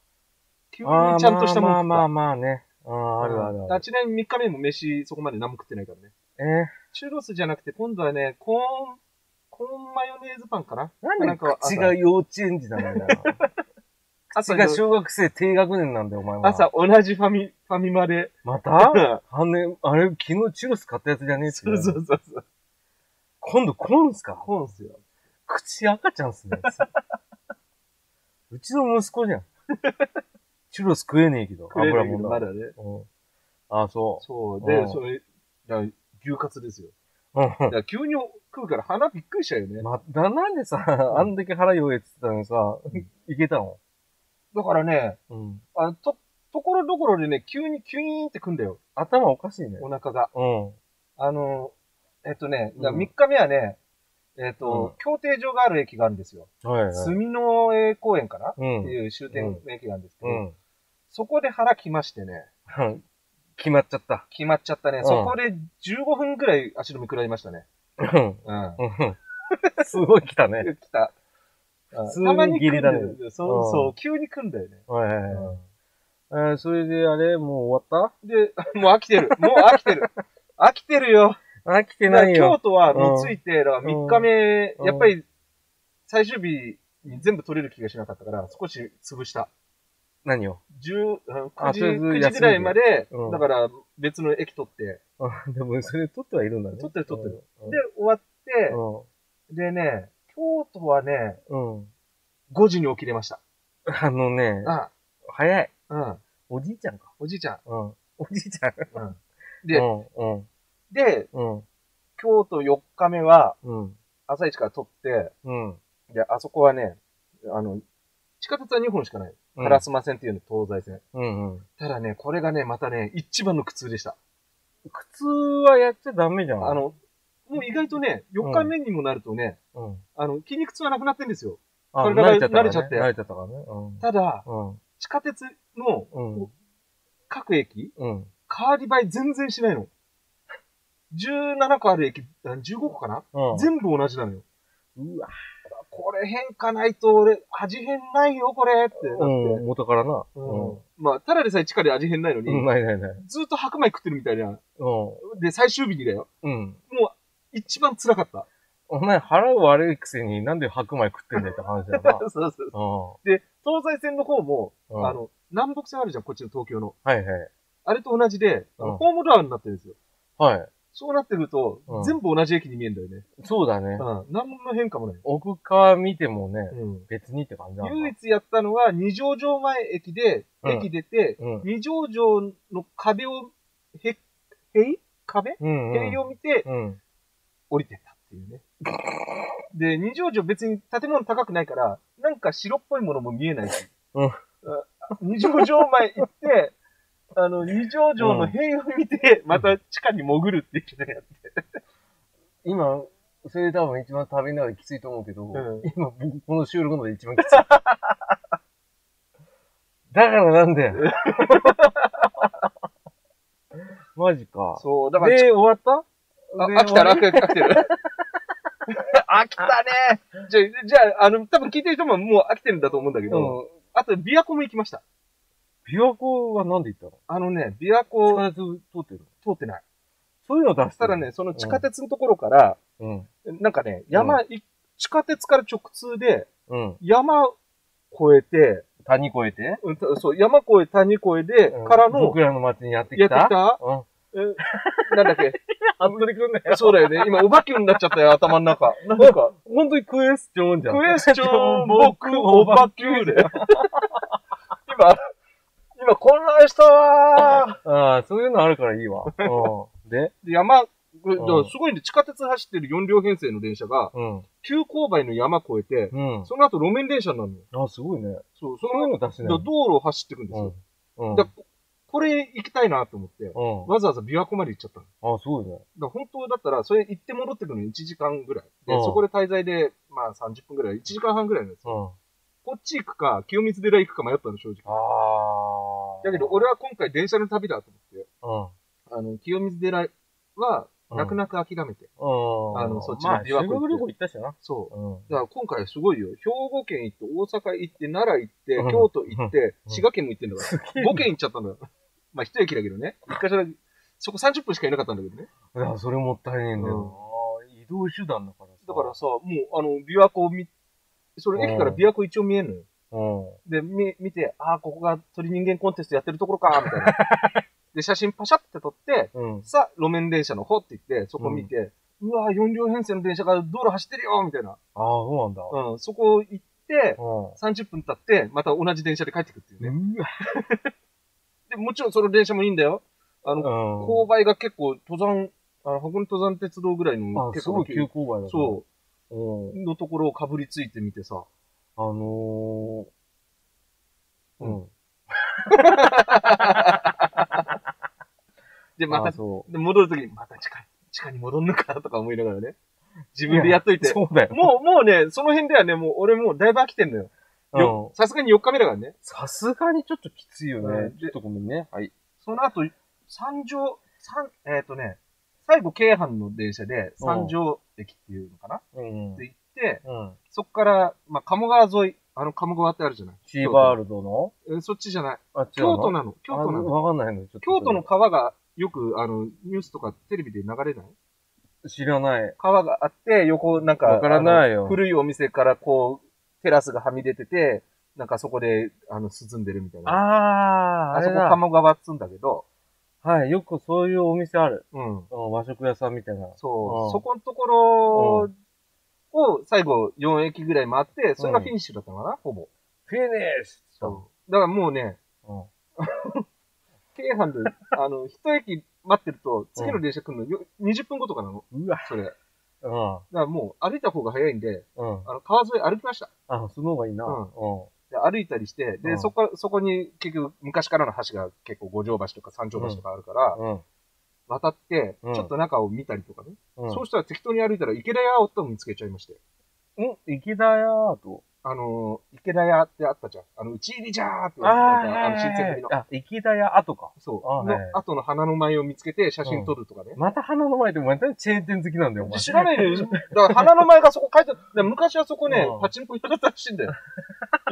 Speaker 2: 急に
Speaker 1: ああ、
Speaker 2: ちゃんとしたもん食っ
Speaker 1: まあ
Speaker 2: た。
Speaker 1: まあまあまあね。ああ、あるあるある。
Speaker 2: ちなみに3日目も飯そこまで何も食ってないからね。
Speaker 1: え
Speaker 2: チュロスじゃなくて今度はね、コーン、コーンマヨネーズパンかな
Speaker 1: ー、なん
Speaker 2: なん
Speaker 1: で
Speaker 2: か
Speaker 1: 口が幼稚園児なんだよ。口
Speaker 2: *laughs* 朝
Speaker 1: が小学生低学年なんだよ、お前は。
Speaker 2: 朝同じファミ、ファミマで。
Speaker 1: ま
Speaker 2: そ
Speaker 1: たあれ、あれ、昨日チュロス買ったやつじゃねえっす
Speaker 2: う *laughs* そうそうそう。
Speaker 1: 今度コーンっすか
Speaker 2: コーンっすよ。
Speaker 1: 口赤ちゃんっすね。うちの息子じゃ
Speaker 2: *laughs*
Speaker 1: ん。チュロス食えねえけど。
Speaker 2: 食えないけ
Speaker 1: 油
Speaker 2: ど
Speaker 1: もん
Speaker 2: まだね。
Speaker 1: うん。あ、そ
Speaker 2: そう。
Speaker 1: う
Speaker 2: で、
Speaker 1: ん
Speaker 2: それ、だから牛カツですよ。 *laughs*
Speaker 1: う。うん
Speaker 2: だから急に食うから鼻びっくりしちゃうよね。
Speaker 1: ま、だ、なんでさ、あんだけ腹弱えって言ってたのにさ、いけたの
Speaker 2: だからね、
Speaker 1: うん。
Speaker 2: あのと、ところどころでね、急にキュイーンってくんだよ。
Speaker 1: 頭おかしいね。
Speaker 2: お腹が。
Speaker 1: うん。
Speaker 2: あの、えっとね、だ
Speaker 1: うん
Speaker 2: 3日目はね、えっ
Speaker 1: う
Speaker 2: と
Speaker 1: ん、
Speaker 2: 競艇場がある駅があるんですよ。
Speaker 1: はいはい。
Speaker 2: 住の江公園かなっ
Speaker 1: う
Speaker 2: て
Speaker 1: ん。
Speaker 2: いう終点の駅なんですけ
Speaker 1: う
Speaker 2: ど、
Speaker 1: ん。
Speaker 2: そこで腹来ましてね、
Speaker 1: 決まっちゃった。
Speaker 2: 決まっちゃったね
Speaker 1: う。ん
Speaker 2: そこで15分くらい足止め食らいましたね。
Speaker 1: うん。
Speaker 2: うん。
Speaker 1: うんすごい来たね。
Speaker 2: 来た。
Speaker 1: 普通
Speaker 2: うんたま
Speaker 1: に
Speaker 2: に
Speaker 1: 下
Speaker 2: 来
Speaker 1: 痢
Speaker 2: る
Speaker 1: だね
Speaker 2: んだよ。そう
Speaker 1: うん
Speaker 2: そう、急に来んだよね。
Speaker 1: はいはいうは
Speaker 2: ん
Speaker 1: い。えーそれで、あれもう終わっ
Speaker 2: で、 *laughs* もう飽きてる。もう飽きてる。飽きてるよ。
Speaker 1: たあ、来てな
Speaker 2: だから
Speaker 1: い
Speaker 2: 京
Speaker 1: よ。
Speaker 2: 都はもう着いて、だから3日目、
Speaker 1: うん
Speaker 2: やっぱり最終日に全部取れる気がしなかったから、少し潰した。
Speaker 1: 何を
Speaker 2: 10、うん9
Speaker 1: あ
Speaker 2: 時、
Speaker 1: とりあえず休んで
Speaker 2: 9時ぐらいまで、
Speaker 1: うん
Speaker 2: だから別の駅取って、
Speaker 1: あでも、それ撮ってはいるんだね。
Speaker 2: 撮ってる撮ってる
Speaker 1: うん。
Speaker 2: で、終わって、
Speaker 1: う
Speaker 2: でね、京都はね、
Speaker 1: ん。うん。
Speaker 2: 5時に起きれました。
Speaker 1: あのね、
Speaker 2: あ
Speaker 1: 早い。
Speaker 2: うん。
Speaker 1: おじいちゃんか。
Speaker 2: おじいちゃん。
Speaker 1: うん。おじいちゃん。
Speaker 2: うん。で
Speaker 1: うん、うん、
Speaker 2: で、
Speaker 1: うん、
Speaker 2: 京都4日目は
Speaker 1: うん、
Speaker 2: 朝一から取って、
Speaker 1: うん。
Speaker 2: で、あそこはね、あの、地下鉄は2本しかない。
Speaker 1: うん
Speaker 2: 烏丸線っていうの、東西線。
Speaker 1: うん、うん。
Speaker 2: ただね、これがね、またね、一番の苦痛でした。
Speaker 1: 苦痛はやっちゃダメじゃん。
Speaker 2: あ、の、もう意外とね、4日目にもなるとね、
Speaker 1: うん。
Speaker 2: あの、筋肉痛はなくなってんですよ。
Speaker 1: あ、
Speaker 2: それが
Speaker 1: 慣れちゃったからね。
Speaker 2: 慣れちゃって
Speaker 1: 慣れちゃったからね。うん。
Speaker 2: ただ、
Speaker 1: うん、
Speaker 2: 地下鉄の
Speaker 1: うん、
Speaker 2: 各駅、
Speaker 1: うん。
Speaker 2: カーリバイ全然しないの。17個ある駅、あ15個かな、
Speaker 1: うん。
Speaker 2: 全部同じなのよ。
Speaker 1: うわ。
Speaker 2: これ変化ないと俺、味変ないよ、これってなって。
Speaker 1: うん、元からな。
Speaker 2: うん
Speaker 1: う
Speaker 2: まあ、ただでさえ地下で味変ないのに、
Speaker 1: ん。ないないない。
Speaker 2: ずっと白米食ってるみたいな。
Speaker 1: うん。
Speaker 2: で、最終日にだよ。
Speaker 1: うん。
Speaker 2: 一番辛かった。。
Speaker 1: お前腹悪いくせになんで白米食ってんだよって話だよな
Speaker 2: *laughs* そうそ
Speaker 1: う
Speaker 2: うで、東西線の方も、
Speaker 1: ん。うん
Speaker 2: あ、の、南北線あるじゃん、こっちの東京の。
Speaker 1: はいはい。
Speaker 2: あれと同じで、あ
Speaker 1: うん
Speaker 2: のホームドアになってるんですよ。
Speaker 1: はい。
Speaker 2: そうなってくると、
Speaker 1: うん
Speaker 2: 全部同じ駅に見えるんだよね。
Speaker 1: そうだね。
Speaker 2: うん。何の変化もない。
Speaker 1: 奥側見てもね、
Speaker 2: うん。
Speaker 1: 別にって感じだな。
Speaker 2: 唯一やったのは、二条城前駅で、
Speaker 1: うん
Speaker 2: 駅出て、
Speaker 1: うん。
Speaker 2: 二条城の壁を、へ、へい壁
Speaker 1: うん、うん。
Speaker 2: 塀を見て、
Speaker 1: うん。
Speaker 2: 降りてったっていうね。で、二条城別に建物高くないから、なんか白っぽいものも見えないし。
Speaker 1: うん
Speaker 2: あ二条城前行って、あの、二条城の塀を見て、また地下に潜るっていうのやって。
Speaker 1: 今、それ多分一番旅の中できついと思うけど、
Speaker 2: うん
Speaker 1: 今僕この収録ので一番きつい。だ *laughs* からなん
Speaker 2: *laughs*
Speaker 1: だよ。マジか。
Speaker 2: そう、だから、
Speaker 1: で、終わった
Speaker 2: あ
Speaker 1: で
Speaker 2: 飽きたら飽
Speaker 1: 終わ
Speaker 2: きた飽きて *laughs* る。飽きたね。じゃあ、じゃあ、あの、多分聞いてる人ももう飽きてるんだと思うんだけ
Speaker 1: り
Speaker 2: ど、
Speaker 1: うん。
Speaker 2: あと、琵琶湖も行きました。
Speaker 1: 琵琶湖はなんで行ったの
Speaker 2: あのね、琵琶
Speaker 1: 地
Speaker 2: 湖
Speaker 1: 下鉄通ってるの
Speaker 2: 通ってない。
Speaker 1: そういうの出した
Speaker 2: ただね、その地下鉄のところから、
Speaker 1: うん。
Speaker 2: なんかね、山、い地下鉄から直通で、
Speaker 1: うん。
Speaker 2: 山越えて、
Speaker 1: 谷越えて
Speaker 2: うんたそう、山越え、谷越えで、からの
Speaker 1: 僕、らの町にやって
Speaker 2: や
Speaker 1: き
Speaker 2: ったてきた
Speaker 1: うん。
Speaker 2: えなんだっ
Speaker 1: *laughs*
Speaker 2: け
Speaker 1: 服部くんだよ。
Speaker 2: そうだよね。今、お化けになっちゃったよ、頭の
Speaker 1: *laughs*
Speaker 2: 中。なんか、
Speaker 1: 本当にクエスチョンじゃん。
Speaker 2: クエスチョン、 *laughs* 僕
Speaker 1: 僕、
Speaker 2: お
Speaker 1: お
Speaker 2: 化
Speaker 1: 化
Speaker 2: けで。今、今、混乱したわ
Speaker 1: ああ、そういうのあるからいいわ。うん。で
Speaker 2: *laughs* ーで山、これだか
Speaker 1: う
Speaker 2: ら
Speaker 1: ん
Speaker 2: すごいね、地下鉄走ってる4両編成の電車が、
Speaker 1: うん。
Speaker 2: 急勾配の山越えて、
Speaker 1: うん。
Speaker 2: その後路面電車になるのよ。
Speaker 1: あ、すごいね。
Speaker 2: そう、そ
Speaker 1: そう
Speaker 2: の
Speaker 1: い
Speaker 2: 後
Speaker 1: うの出して
Speaker 2: だ
Speaker 1: な
Speaker 2: か
Speaker 1: い
Speaker 2: ら。道路を走ってくんですよ。
Speaker 1: うん。うん。
Speaker 2: だからこれ行きたいなと思って、
Speaker 1: うん。あ、
Speaker 2: わざわざ琵琶湖まで行っちゃったの。だか
Speaker 1: すごいね。
Speaker 2: ら本当だったら、それ行って戻ってくるのに1時間ぐらい。で、
Speaker 1: うん
Speaker 2: そこで滞在で、まあ30分ぐらい、1時間半ぐらいなんですよ。
Speaker 1: うん。
Speaker 2: こっち行くか、清水寺行くか迷ったの、正直。
Speaker 1: ああ。
Speaker 2: だけど、俺は今回電車の旅だと思って、
Speaker 1: は、
Speaker 2: あの、清水寺は、泣く泣く諦めて。
Speaker 1: うん。うん。
Speaker 2: あのそっちの
Speaker 1: まあ、
Speaker 2: 琵
Speaker 1: 修
Speaker 2: 琶湖行って
Speaker 1: 学旅行行ったしな。
Speaker 2: そう。
Speaker 1: うん。
Speaker 2: だから今回すごいよ。兵庫県行って、大阪行って、奈良行って、
Speaker 1: うん
Speaker 2: 京都行って、
Speaker 1: うん
Speaker 2: 滋賀県も行ってんだから。5軒行っちゃったんだよ。まあ、一駅だけどね。一箇所だけ。そこ30分しかいなかったんだけどね。
Speaker 1: いや、それもったいねえんだよな。移動手段だからさ。
Speaker 2: だからさ、もう、あの、琵琶湖を見、それ駅から琵琶湖一応見えるのよ。
Speaker 1: うん。
Speaker 2: で、み、見て、ああ、ここが鳥人間コンテストやってるところか、みたい
Speaker 1: *laughs*
Speaker 2: な。で、写真パシャって撮って、
Speaker 1: うん。
Speaker 2: さあ、路面電車の方って言って、そこ見て、うわー4両編成の電車が道路走ってるよみたいな。
Speaker 1: ああ、そうなんだ。
Speaker 2: うん、そこ行って、
Speaker 1: う
Speaker 2: 30分経って、また同じ電車で帰ってくっていうね。
Speaker 1: ん。うわ。
Speaker 2: で、もちろんその電車もいいんだよ。あの、
Speaker 1: うん。
Speaker 2: 勾配が結構登山、あの、箱根登山鉄道ぐらいの
Speaker 1: あ、
Speaker 2: 結
Speaker 1: す
Speaker 2: 構
Speaker 1: ご
Speaker 2: 大
Speaker 1: い
Speaker 2: きい
Speaker 1: 急勾配だね。
Speaker 2: そう
Speaker 1: うん
Speaker 2: う、。のところをかぶりついてみてさ。
Speaker 1: あのー、
Speaker 2: うん
Speaker 1: ん。
Speaker 2: で、ま
Speaker 1: あ
Speaker 2: た、
Speaker 1: そ。
Speaker 2: で戻るときに、また地下に、地下に戻んのかとか思いながらね。自分でやっというて。
Speaker 1: そうだよ。
Speaker 2: もう、もうね、その辺ではね、もう俺もうだいぶ飽きてんのよ。よ
Speaker 1: うん
Speaker 2: さすがに4日目だからね。
Speaker 1: さすがにちょっときついよ
Speaker 2: う
Speaker 1: ね
Speaker 2: ん。
Speaker 1: ちょっとごめんね。はい。
Speaker 2: その後、三条、三、えっ、とね、最後、京阪の電車で、三条駅っていうのかな、
Speaker 1: うん。う
Speaker 2: で行って、
Speaker 1: ん。
Speaker 2: そこから、まあ、鴨川沿い、あの、鴨川ってあるじゃない
Speaker 1: シーバールドの
Speaker 2: えーそっちじゃない。
Speaker 1: あ、違う
Speaker 2: 京都
Speaker 1: の
Speaker 2: なの。京都な
Speaker 1: あ
Speaker 2: の。
Speaker 1: わかんないの。ちょっと
Speaker 2: 京都の川が、よく、あの、ニュースとかテレビで流れない
Speaker 1: 知らない。
Speaker 2: 川があって、横、なんか、
Speaker 1: わからないよ
Speaker 2: あの古いお店からこう、テラスがはみ出てて、なんかそこで、あの、涼んでるみたいな。
Speaker 1: あー、あ
Speaker 2: そ
Speaker 1: れ
Speaker 2: こ
Speaker 1: だ。
Speaker 2: 鴨川っつうんだけど、
Speaker 1: はい、よくそういうお店ある。
Speaker 2: うん。
Speaker 1: うん和食屋さんみたいな。
Speaker 2: そうう、
Speaker 1: ん
Speaker 2: そこのところを最後4駅ぐらい回って、それがフィニッシュだったのかな、ほぼ。
Speaker 1: フィニッシュ
Speaker 2: だからもうね、
Speaker 1: うん
Speaker 2: 京阪で、あの、 *laughs* 一駅待ってると、次の電車来るのよ、20分後とかなの、
Speaker 1: うわ。
Speaker 2: それ。だか
Speaker 1: う
Speaker 2: らもう歩いた方が早いんで、
Speaker 1: ん。うん。
Speaker 2: あの、川沿い歩きました。
Speaker 1: あ、その方がいいな。
Speaker 2: うん
Speaker 1: うん
Speaker 2: で歩いたりして、で、
Speaker 1: うん
Speaker 2: そこ、そこに結局昔からの橋が結構五条橋とか三条橋とかあるから、
Speaker 1: うん。
Speaker 2: 渡って、
Speaker 1: うん
Speaker 2: ちょっと中を見たりとかね。
Speaker 1: うん。
Speaker 2: そうしたら適当に歩いたら池田屋を多分見つけちゃいまして。
Speaker 1: ん池田屋と。
Speaker 2: あのー、池田屋ってあったじゃん。あの、打ち入りじゃーって
Speaker 1: あ
Speaker 2: 言われてなんか
Speaker 1: ー
Speaker 2: あの、新選組の。
Speaker 1: あ、池田屋後か。
Speaker 2: そう。
Speaker 1: あー
Speaker 2: の
Speaker 1: はいはい
Speaker 2: 後の花の舞を見つけて写真撮るとかね。
Speaker 1: また花の前でまたチェーン店好きなんだよ、お前。
Speaker 2: 知らないのよ。だから花の舞がそこ書いてある。で昔はそこね
Speaker 1: う、ん
Speaker 2: パチンコ屋だったらしいんだよ。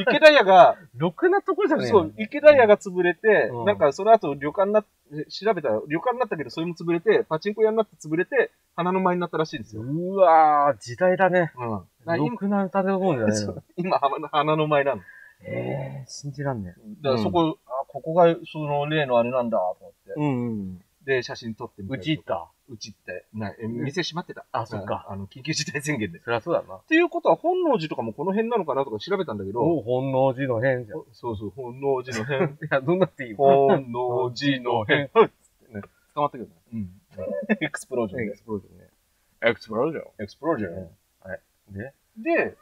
Speaker 2: 池田屋が、
Speaker 1: *laughs* ろくなとこじゃねえ
Speaker 2: そう、池田屋が潰れて、
Speaker 1: うん
Speaker 2: なんかその後旅館な、調べたら旅館になったけど、それも潰れて、パチンコ屋になって潰れて、花の舞になったらしいんですよ。
Speaker 1: うわー、時代だね。
Speaker 2: うん。だから
Speaker 1: ろ
Speaker 2: 今
Speaker 1: くな食べ物じゃない
Speaker 2: *laughs* そ
Speaker 1: の
Speaker 2: う。今、花の舞なの。
Speaker 1: えー、信じらんねえ。
Speaker 2: だからそこ、あ、ここがその例のあれなんだ、と思って。
Speaker 1: うん。
Speaker 2: で、写真撮ってみた
Speaker 1: う
Speaker 2: りと
Speaker 1: ち
Speaker 2: か
Speaker 1: 行った。
Speaker 2: うちって、ない、え店閉まってた。
Speaker 1: あそっか
Speaker 2: あの、緊急事態宣言で。っ
Speaker 1: そりゃそうだな。
Speaker 2: ていうことは、本能寺とかもこの辺なのかなとか調べたんだけど、
Speaker 1: お本能寺の変じゃん。い
Speaker 2: おそうそう、本能寺の辺。
Speaker 1: や、どんなっていいよ。
Speaker 2: 本能寺の辺。つってね、捕まったけどね。うん。エクスプロージョンね。エクスプロージョンね。
Speaker 1: エクスプロージョン。
Speaker 2: エクスプロージョンね。
Speaker 1: で。
Speaker 2: で、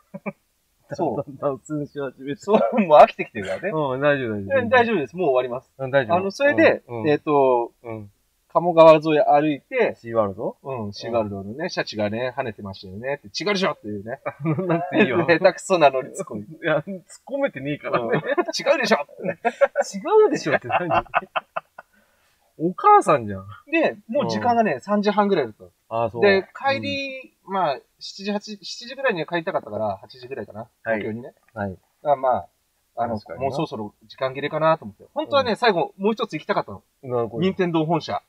Speaker 2: そう
Speaker 1: だんだん普通にし始めて。
Speaker 2: そう、もう飽きてきてるからね。
Speaker 1: うん、大丈夫、大
Speaker 2: え
Speaker 1: 丈夫。
Speaker 2: 大丈夫です。もう終わります。
Speaker 1: うん大丈夫。
Speaker 2: あの、それで、
Speaker 1: うん、
Speaker 2: えっと、
Speaker 1: うん。
Speaker 2: 鴨川沿い歩いて、
Speaker 1: シーワールド
Speaker 2: うん、シーガルドのね、シャチがね、跳ねてましたよね。って違うでしょ *laughs* っていうね。
Speaker 1: なんていいよ。
Speaker 2: 下手くそなのに突っ込み。
Speaker 1: いや、突っ込めてねえから
Speaker 2: うん
Speaker 1: ね。
Speaker 2: 違うでしょってね
Speaker 1: 違うでしょって何 *laughs* お母さんじゃん。
Speaker 2: で、もう時間がね、3時半ぐらいだったの。
Speaker 1: あ、そ
Speaker 2: で、帰、り、まあ、7時、8時、7時ぐらいには帰りたかったから、8時ぐらいかな。
Speaker 1: はい
Speaker 2: 東京にね。
Speaker 1: はい
Speaker 2: だからまあ、あの、
Speaker 1: 確かにな
Speaker 2: もうそろそろ時間切れかなと思って。本当はね、最後、もう一つ行きたかったの。
Speaker 1: うんなるほど
Speaker 2: 任天堂本社。だか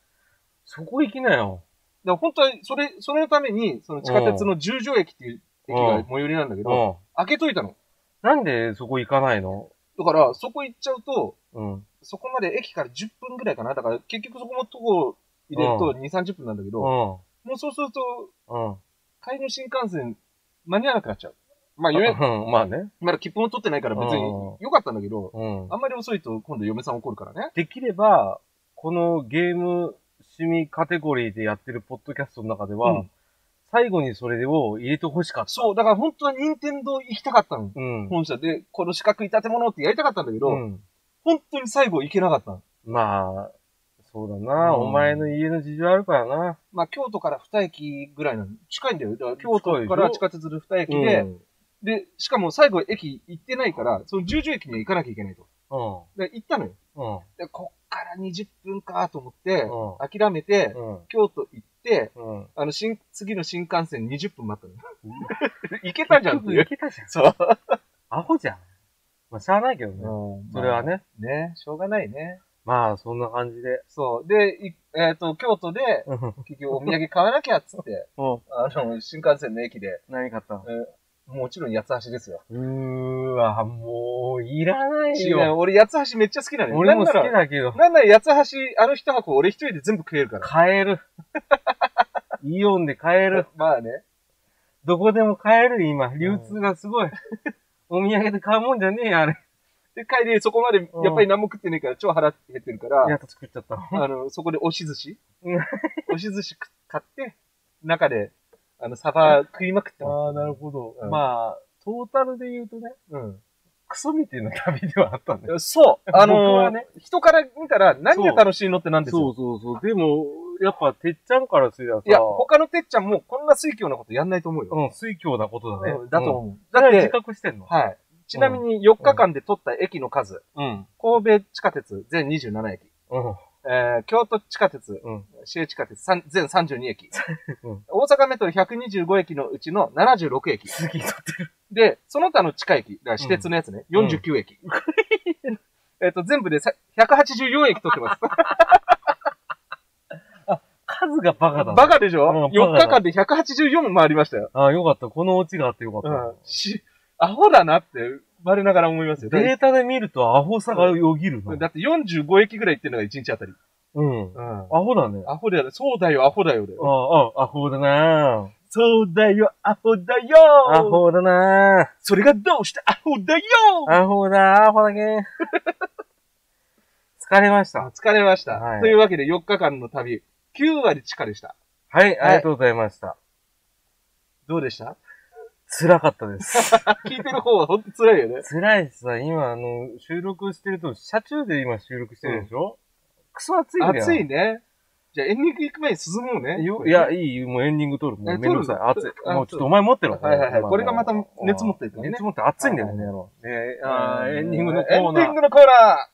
Speaker 1: そこ行きなよ。
Speaker 2: ら本当は、それ、それのために、その地下鉄の十条駅っていう
Speaker 1: う
Speaker 2: 駅が
Speaker 1: ん
Speaker 2: 最寄りなんだけ
Speaker 1: う
Speaker 2: ど、
Speaker 1: ん。
Speaker 2: 開けといたの。
Speaker 1: なんでそこ行かないの
Speaker 2: だから、そこ行っちゃうと、
Speaker 1: うん。
Speaker 2: そこまで駅から10分ぐらいかな。だから、結局そこもとこ入れると2、30分なんだけ
Speaker 1: う
Speaker 2: ど、も
Speaker 1: ん。
Speaker 2: うそうすると、
Speaker 1: うん。
Speaker 2: 帰りの新幹線、間に合わなくなっちゃう。まあ、予約、
Speaker 1: うんまあね。
Speaker 2: まだ切符も取ってないから別
Speaker 1: う
Speaker 2: に
Speaker 1: ん
Speaker 2: 良かったんだけど、
Speaker 1: うん
Speaker 2: あ。んまり遅いと今度嫁さん怒るからね。
Speaker 1: できれば、このゲーム趣味カテゴリーでやってるポッドキャストの中では、
Speaker 2: うん
Speaker 1: 最後にそれを入れてほしかった。
Speaker 2: そう、だから本当は任天堂行きたかったの。
Speaker 1: うん。
Speaker 2: 本社で、この四角い建物ってやりたかったんだけど、
Speaker 1: うん
Speaker 2: 本当に最後行けなかったの。
Speaker 1: まあ、そうだな、
Speaker 2: うん
Speaker 1: お前の家の事情あるからな。
Speaker 2: まあ、京都から二駅ぐらいなの。近いんだよ。だから京都から地下鉄で二駅で、
Speaker 1: うん。
Speaker 2: で、しかも最後駅行ってないから、その十条駅には行かなきゃいけないと。
Speaker 1: うん。
Speaker 2: で、行ったのよ。
Speaker 1: うん。
Speaker 2: で、こっから20分かと思って、
Speaker 1: う
Speaker 2: 諦めて、
Speaker 1: ん。
Speaker 2: 京都行って、
Speaker 1: うん。
Speaker 2: あの、新、次の新幹線20分待ったのよ。 *laughs* 行けたじゃんってい。
Speaker 1: いうけたじゃん。
Speaker 2: *laughs* そう。
Speaker 1: アホじゃん。まあ、しゃあないけどね。
Speaker 2: うん
Speaker 1: それは。ね。
Speaker 2: まあね、しょうがないね。
Speaker 1: まあ、そんな感じ *laughs* で。
Speaker 2: そう。で、いえっ、と、京都で、
Speaker 1: うん。
Speaker 2: 結 *laughs* 局お土産買わなきゃっつって、あの、新幹線の駅で、
Speaker 1: 何買ったの
Speaker 2: えーもちろん八つ橋ですよ。
Speaker 1: うーわ、もう、いらない
Speaker 2: 違う
Speaker 1: よ。
Speaker 2: 俺八つ橋めっちゃ好きなのよ。
Speaker 1: 俺も好
Speaker 2: な
Speaker 1: き
Speaker 2: んなら。
Speaker 1: だけど。
Speaker 2: なんなら八つ橋、あの一箱俺一人で全部食えるから。
Speaker 1: 買える。 *laughs* イオンで買える。
Speaker 2: まあね。
Speaker 1: どこでも買える、今。流通がすごい。お土産で買うもんじゃねえよ、あれ。
Speaker 2: で、帰りそこまで、やっぱり何も食ってねえから、超腹減ってるか
Speaker 1: や
Speaker 2: ら、
Speaker 1: っと作っちゃった。
Speaker 2: あの、そこで押し寿司
Speaker 1: うん
Speaker 2: 押し寿司食買って、中で、あの、サバ食いまくってます。
Speaker 1: あ、なるほど
Speaker 2: うん
Speaker 1: まあ、トータルで言うとね、
Speaker 2: うん。
Speaker 1: クソみたいな旅ではあったんだよ。
Speaker 2: そう。あ
Speaker 1: 僕
Speaker 2: の
Speaker 1: はね
Speaker 2: 人から見たら何が楽しいのってなんです
Speaker 1: そ
Speaker 2: よ
Speaker 1: う。そうそう。でも、やっぱ、てっちゃんからすりゃさ、
Speaker 2: いや、他のてっちゃんもこんな水教なことやんないと思うよ。
Speaker 1: うん、水郷なことだね。
Speaker 2: だと
Speaker 1: うん。
Speaker 2: 思う。
Speaker 1: だ
Speaker 2: だっ
Speaker 1: から自
Speaker 2: て、
Speaker 1: 覚してんの
Speaker 2: はい。ちなみに4日間で取った駅の数、
Speaker 1: うん。
Speaker 2: 神戸地下鉄全27駅、
Speaker 1: うん。
Speaker 2: えー、京都地下鉄、
Speaker 1: うん。
Speaker 2: 市営地下鉄三全32駅、
Speaker 1: *laughs* うん
Speaker 2: 大阪メトロ125駅のうちの76駅。
Speaker 1: 次取ってる。
Speaker 2: で、その他の地下駅、だから私鉄のやつね、
Speaker 1: うん
Speaker 2: 49駅。えっと、全部でさ184駅取ってます。
Speaker 1: 数がバカだね。
Speaker 2: バカでしょ、
Speaker 1: うん
Speaker 2: ?4
Speaker 1: バカ
Speaker 2: 日
Speaker 1: だ
Speaker 2: 間で184も回りましたよ。
Speaker 1: ああ、よかった。このオチがあってよかった。
Speaker 2: うん。し、アホだなって、我ながら思いますよ。だ
Speaker 1: データで見るとアホさがよぎるな。
Speaker 2: だって45駅ぐらい行ってるのが1日あたり。
Speaker 1: うん。
Speaker 2: うん。
Speaker 1: アホだね。
Speaker 2: アホだよ。そうだよ、アホだよ。俺
Speaker 1: ああ、アホだな
Speaker 2: そうだよ、アホだよ
Speaker 1: アホだな
Speaker 2: それがどうしてアホだよ
Speaker 1: アホだ、アホだけ。 *laughs* 疲れました。
Speaker 2: 疲れました、
Speaker 1: はい
Speaker 2: というわけで4日間の旅、9割地下でした。
Speaker 1: はい、ありがとうございました。
Speaker 2: どうでした
Speaker 1: 辛かった *laughs* です。
Speaker 2: 聞いてる方はほんと辛いよね。
Speaker 1: 辛いですわ。今、あの、収録してると、車中で今収録してるでしょ、クソ暑いんだよ。
Speaker 2: 暑いね。じゃあエンディング行く前に進もうね。
Speaker 1: よいや、いい、もうエンディング撮る。もう
Speaker 2: え
Speaker 1: めんどくさい。
Speaker 2: 撮
Speaker 1: 熱
Speaker 2: る
Speaker 1: い。
Speaker 2: あ
Speaker 1: もうちょっとお前持ってろ。
Speaker 2: はいはいはい
Speaker 1: 今
Speaker 2: これがまた熱持ってるからね
Speaker 1: 熱持って熱いんだよね、この野郎。えーあーエンディングのコーナー。
Speaker 2: エンディングのコーナ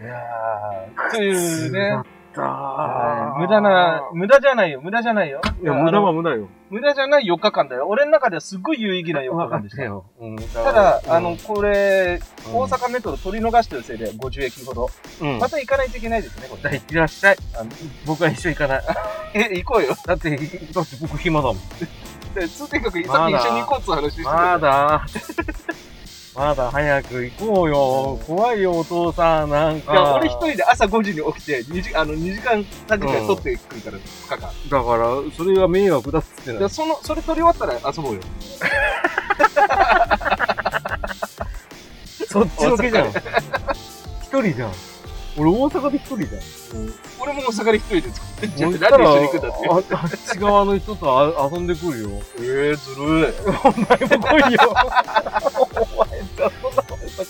Speaker 1: いや
Speaker 2: ーというね。
Speaker 1: 辛かった
Speaker 2: はい無駄な、無駄じゃないよ、無駄じゃないよ。
Speaker 1: いや、無駄
Speaker 2: あの
Speaker 1: は無駄よ。
Speaker 2: 無駄じゃない4日間だよ。俺の中ではすごい有意義な4日間でした。
Speaker 1: よ。うん
Speaker 2: ただ、あの、、これ、
Speaker 1: うん
Speaker 2: 大阪メトロ取り逃してるせいで50駅ほど。
Speaker 1: うん。
Speaker 2: また行かないといけないですね、こ
Speaker 1: だ
Speaker 2: れ。
Speaker 1: いってらっしゃい
Speaker 2: あの。
Speaker 1: 僕は一緒に行か
Speaker 2: *laughs*
Speaker 1: ない。
Speaker 2: え、行こうよ。
Speaker 1: だって、だって僕暇だもん。
Speaker 2: で通天閣、さ
Speaker 1: ま
Speaker 2: っき
Speaker 1: だ
Speaker 2: 一緒に行こうって話してた。
Speaker 1: まだ。まだ早く行こうよ。怖いよ、お父さん。なん
Speaker 2: いや、
Speaker 1: か。
Speaker 2: 俺一人で朝5時に起きて、2時あの2時間、3時間撮ってくるから、2日
Speaker 1: だ
Speaker 2: 間。
Speaker 1: から、それが迷惑だっつって
Speaker 2: で、その、それ撮り終わったら遊ぼうよ。
Speaker 1: そっちのけじゃん。一人じゃん。俺大阪で一人じゃん。
Speaker 2: 俺も大阪で一人で作ってんじゃん。
Speaker 1: そ
Speaker 2: な
Speaker 1: し
Speaker 2: ん
Speaker 1: た
Speaker 2: で
Speaker 1: ら
Speaker 2: 一緒に行くんだって。
Speaker 1: ああっち側の人とあ遊んでくるよ。
Speaker 2: えー、ずるい。
Speaker 1: お前も来いよ。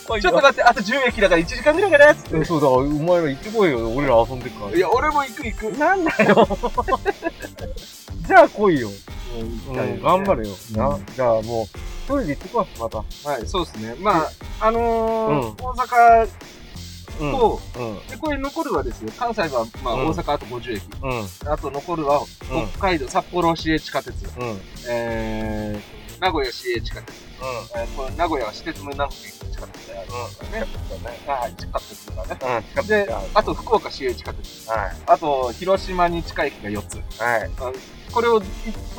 Speaker 1: お前
Speaker 2: ちょっと待って、あと10駅だから1時間ぐらいかなっつっ
Speaker 1: えそうだ、お前ら行ってこいよ。俺ら遊んでっから。
Speaker 2: て。いや、俺も行く行く。
Speaker 1: なんだよ。じゃあ来いよ。うん、頑張
Speaker 2: る。
Speaker 1: れよ。な、
Speaker 2: う
Speaker 1: じゃあもう、一人で行ってこい、また。
Speaker 2: はい、そうですね。まあ、あのー、大阪
Speaker 1: うん。
Speaker 2: と、
Speaker 1: うん。
Speaker 2: で、これ残るはですよ、関西は、まあ、
Speaker 1: うん
Speaker 2: 大阪あと50駅。
Speaker 1: うん。
Speaker 2: あと残るは、北海道、札幌市営地下鉄。
Speaker 1: うん。うん。
Speaker 2: えー、名古屋市営地下鉄。えー、これ名古屋は私鉄の名古屋地下鉄でありますからね。はい、地下鉄だね。
Speaker 1: うん。近く
Speaker 2: で
Speaker 1: で、は、
Speaker 2: あと福岡市営地下鉄。
Speaker 1: い。
Speaker 2: あと、広島に近い駅が4つ。
Speaker 1: はい。
Speaker 2: これを、ど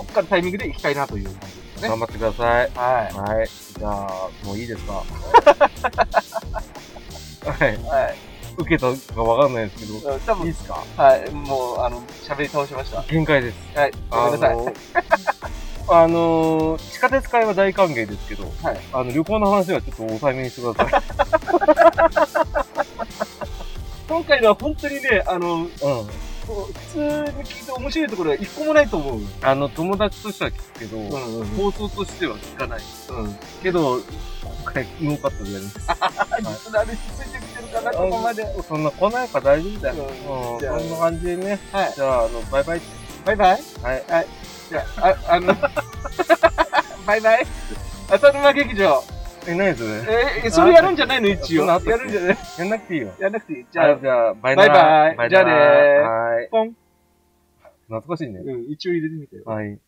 Speaker 2: っかのタイミングで行きたいなという感じですね
Speaker 1: 頑。張ってください。
Speaker 2: は
Speaker 1: はい。じゃあ、もういいです *laughs* かはい
Speaker 2: い。。はい。
Speaker 1: 受けたかわかんないですけど。
Speaker 2: うん多
Speaker 1: いい
Speaker 2: 分
Speaker 1: で、すか
Speaker 2: はい、もう、あの、喋り倒しました。
Speaker 1: 限界です。
Speaker 2: はい、ごめんなさい。
Speaker 1: の、あのー、地下鉄会は大歓迎ですけど、
Speaker 2: はい
Speaker 1: あの、旅行の話はちょっと抑えめにしてください。
Speaker 2: 今回のは本当にね、あの、
Speaker 1: うん。
Speaker 2: こ *laughs* う普通に聞いて面白いところは一個もないと思う。
Speaker 1: あの、友達としては聞くけど、
Speaker 2: んうん
Speaker 1: 放送としては聞かない。
Speaker 2: うん。
Speaker 1: けど、今回、儲かったじゃないですか。
Speaker 2: リスナーでついてきてるかな、ここまで。
Speaker 1: そんな来ないから大丈夫だよ。
Speaker 2: う
Speaker 1: うんん、
Speaker 2: じゃ
Speaker 1: そ
Speaker 2: あ
Speaker 1: んな感じでね。
Speaker 2: はい。
Speaker 1: じゃあ、あの、バイバイ。
Speaker 2: バイバイ。
Speaker 1: はい。
Speaker 2: じゃあ、あ、あの、 *laughs* バイバイ。浅沼劇場。
Speaker 1: え、何それ
Speaker 2: えー、それやるんじゃないの一応。
Speaker 1: そんなあ
Speaker 2: や
Speaker 1: ったっけ
Speaker 2: るんじゃない
Speaker 1: やんなくていいよ。
Speaker 2: やんなくていい。じ
Speaker 1: じゃ
Speaker 2: ゃあ
Speaker 1: あ、、じゃあ、バイナラ
Speaker 2: バイバイ
Speaker 1: なら
Speaker 2: じゃあねー
Speaker 1: はーい。
Speaker 2: ポン。
Speaker 1: 懐かしいね。
Speaker 2: うん、一応入れてみてよ。
Speaker 1: はい。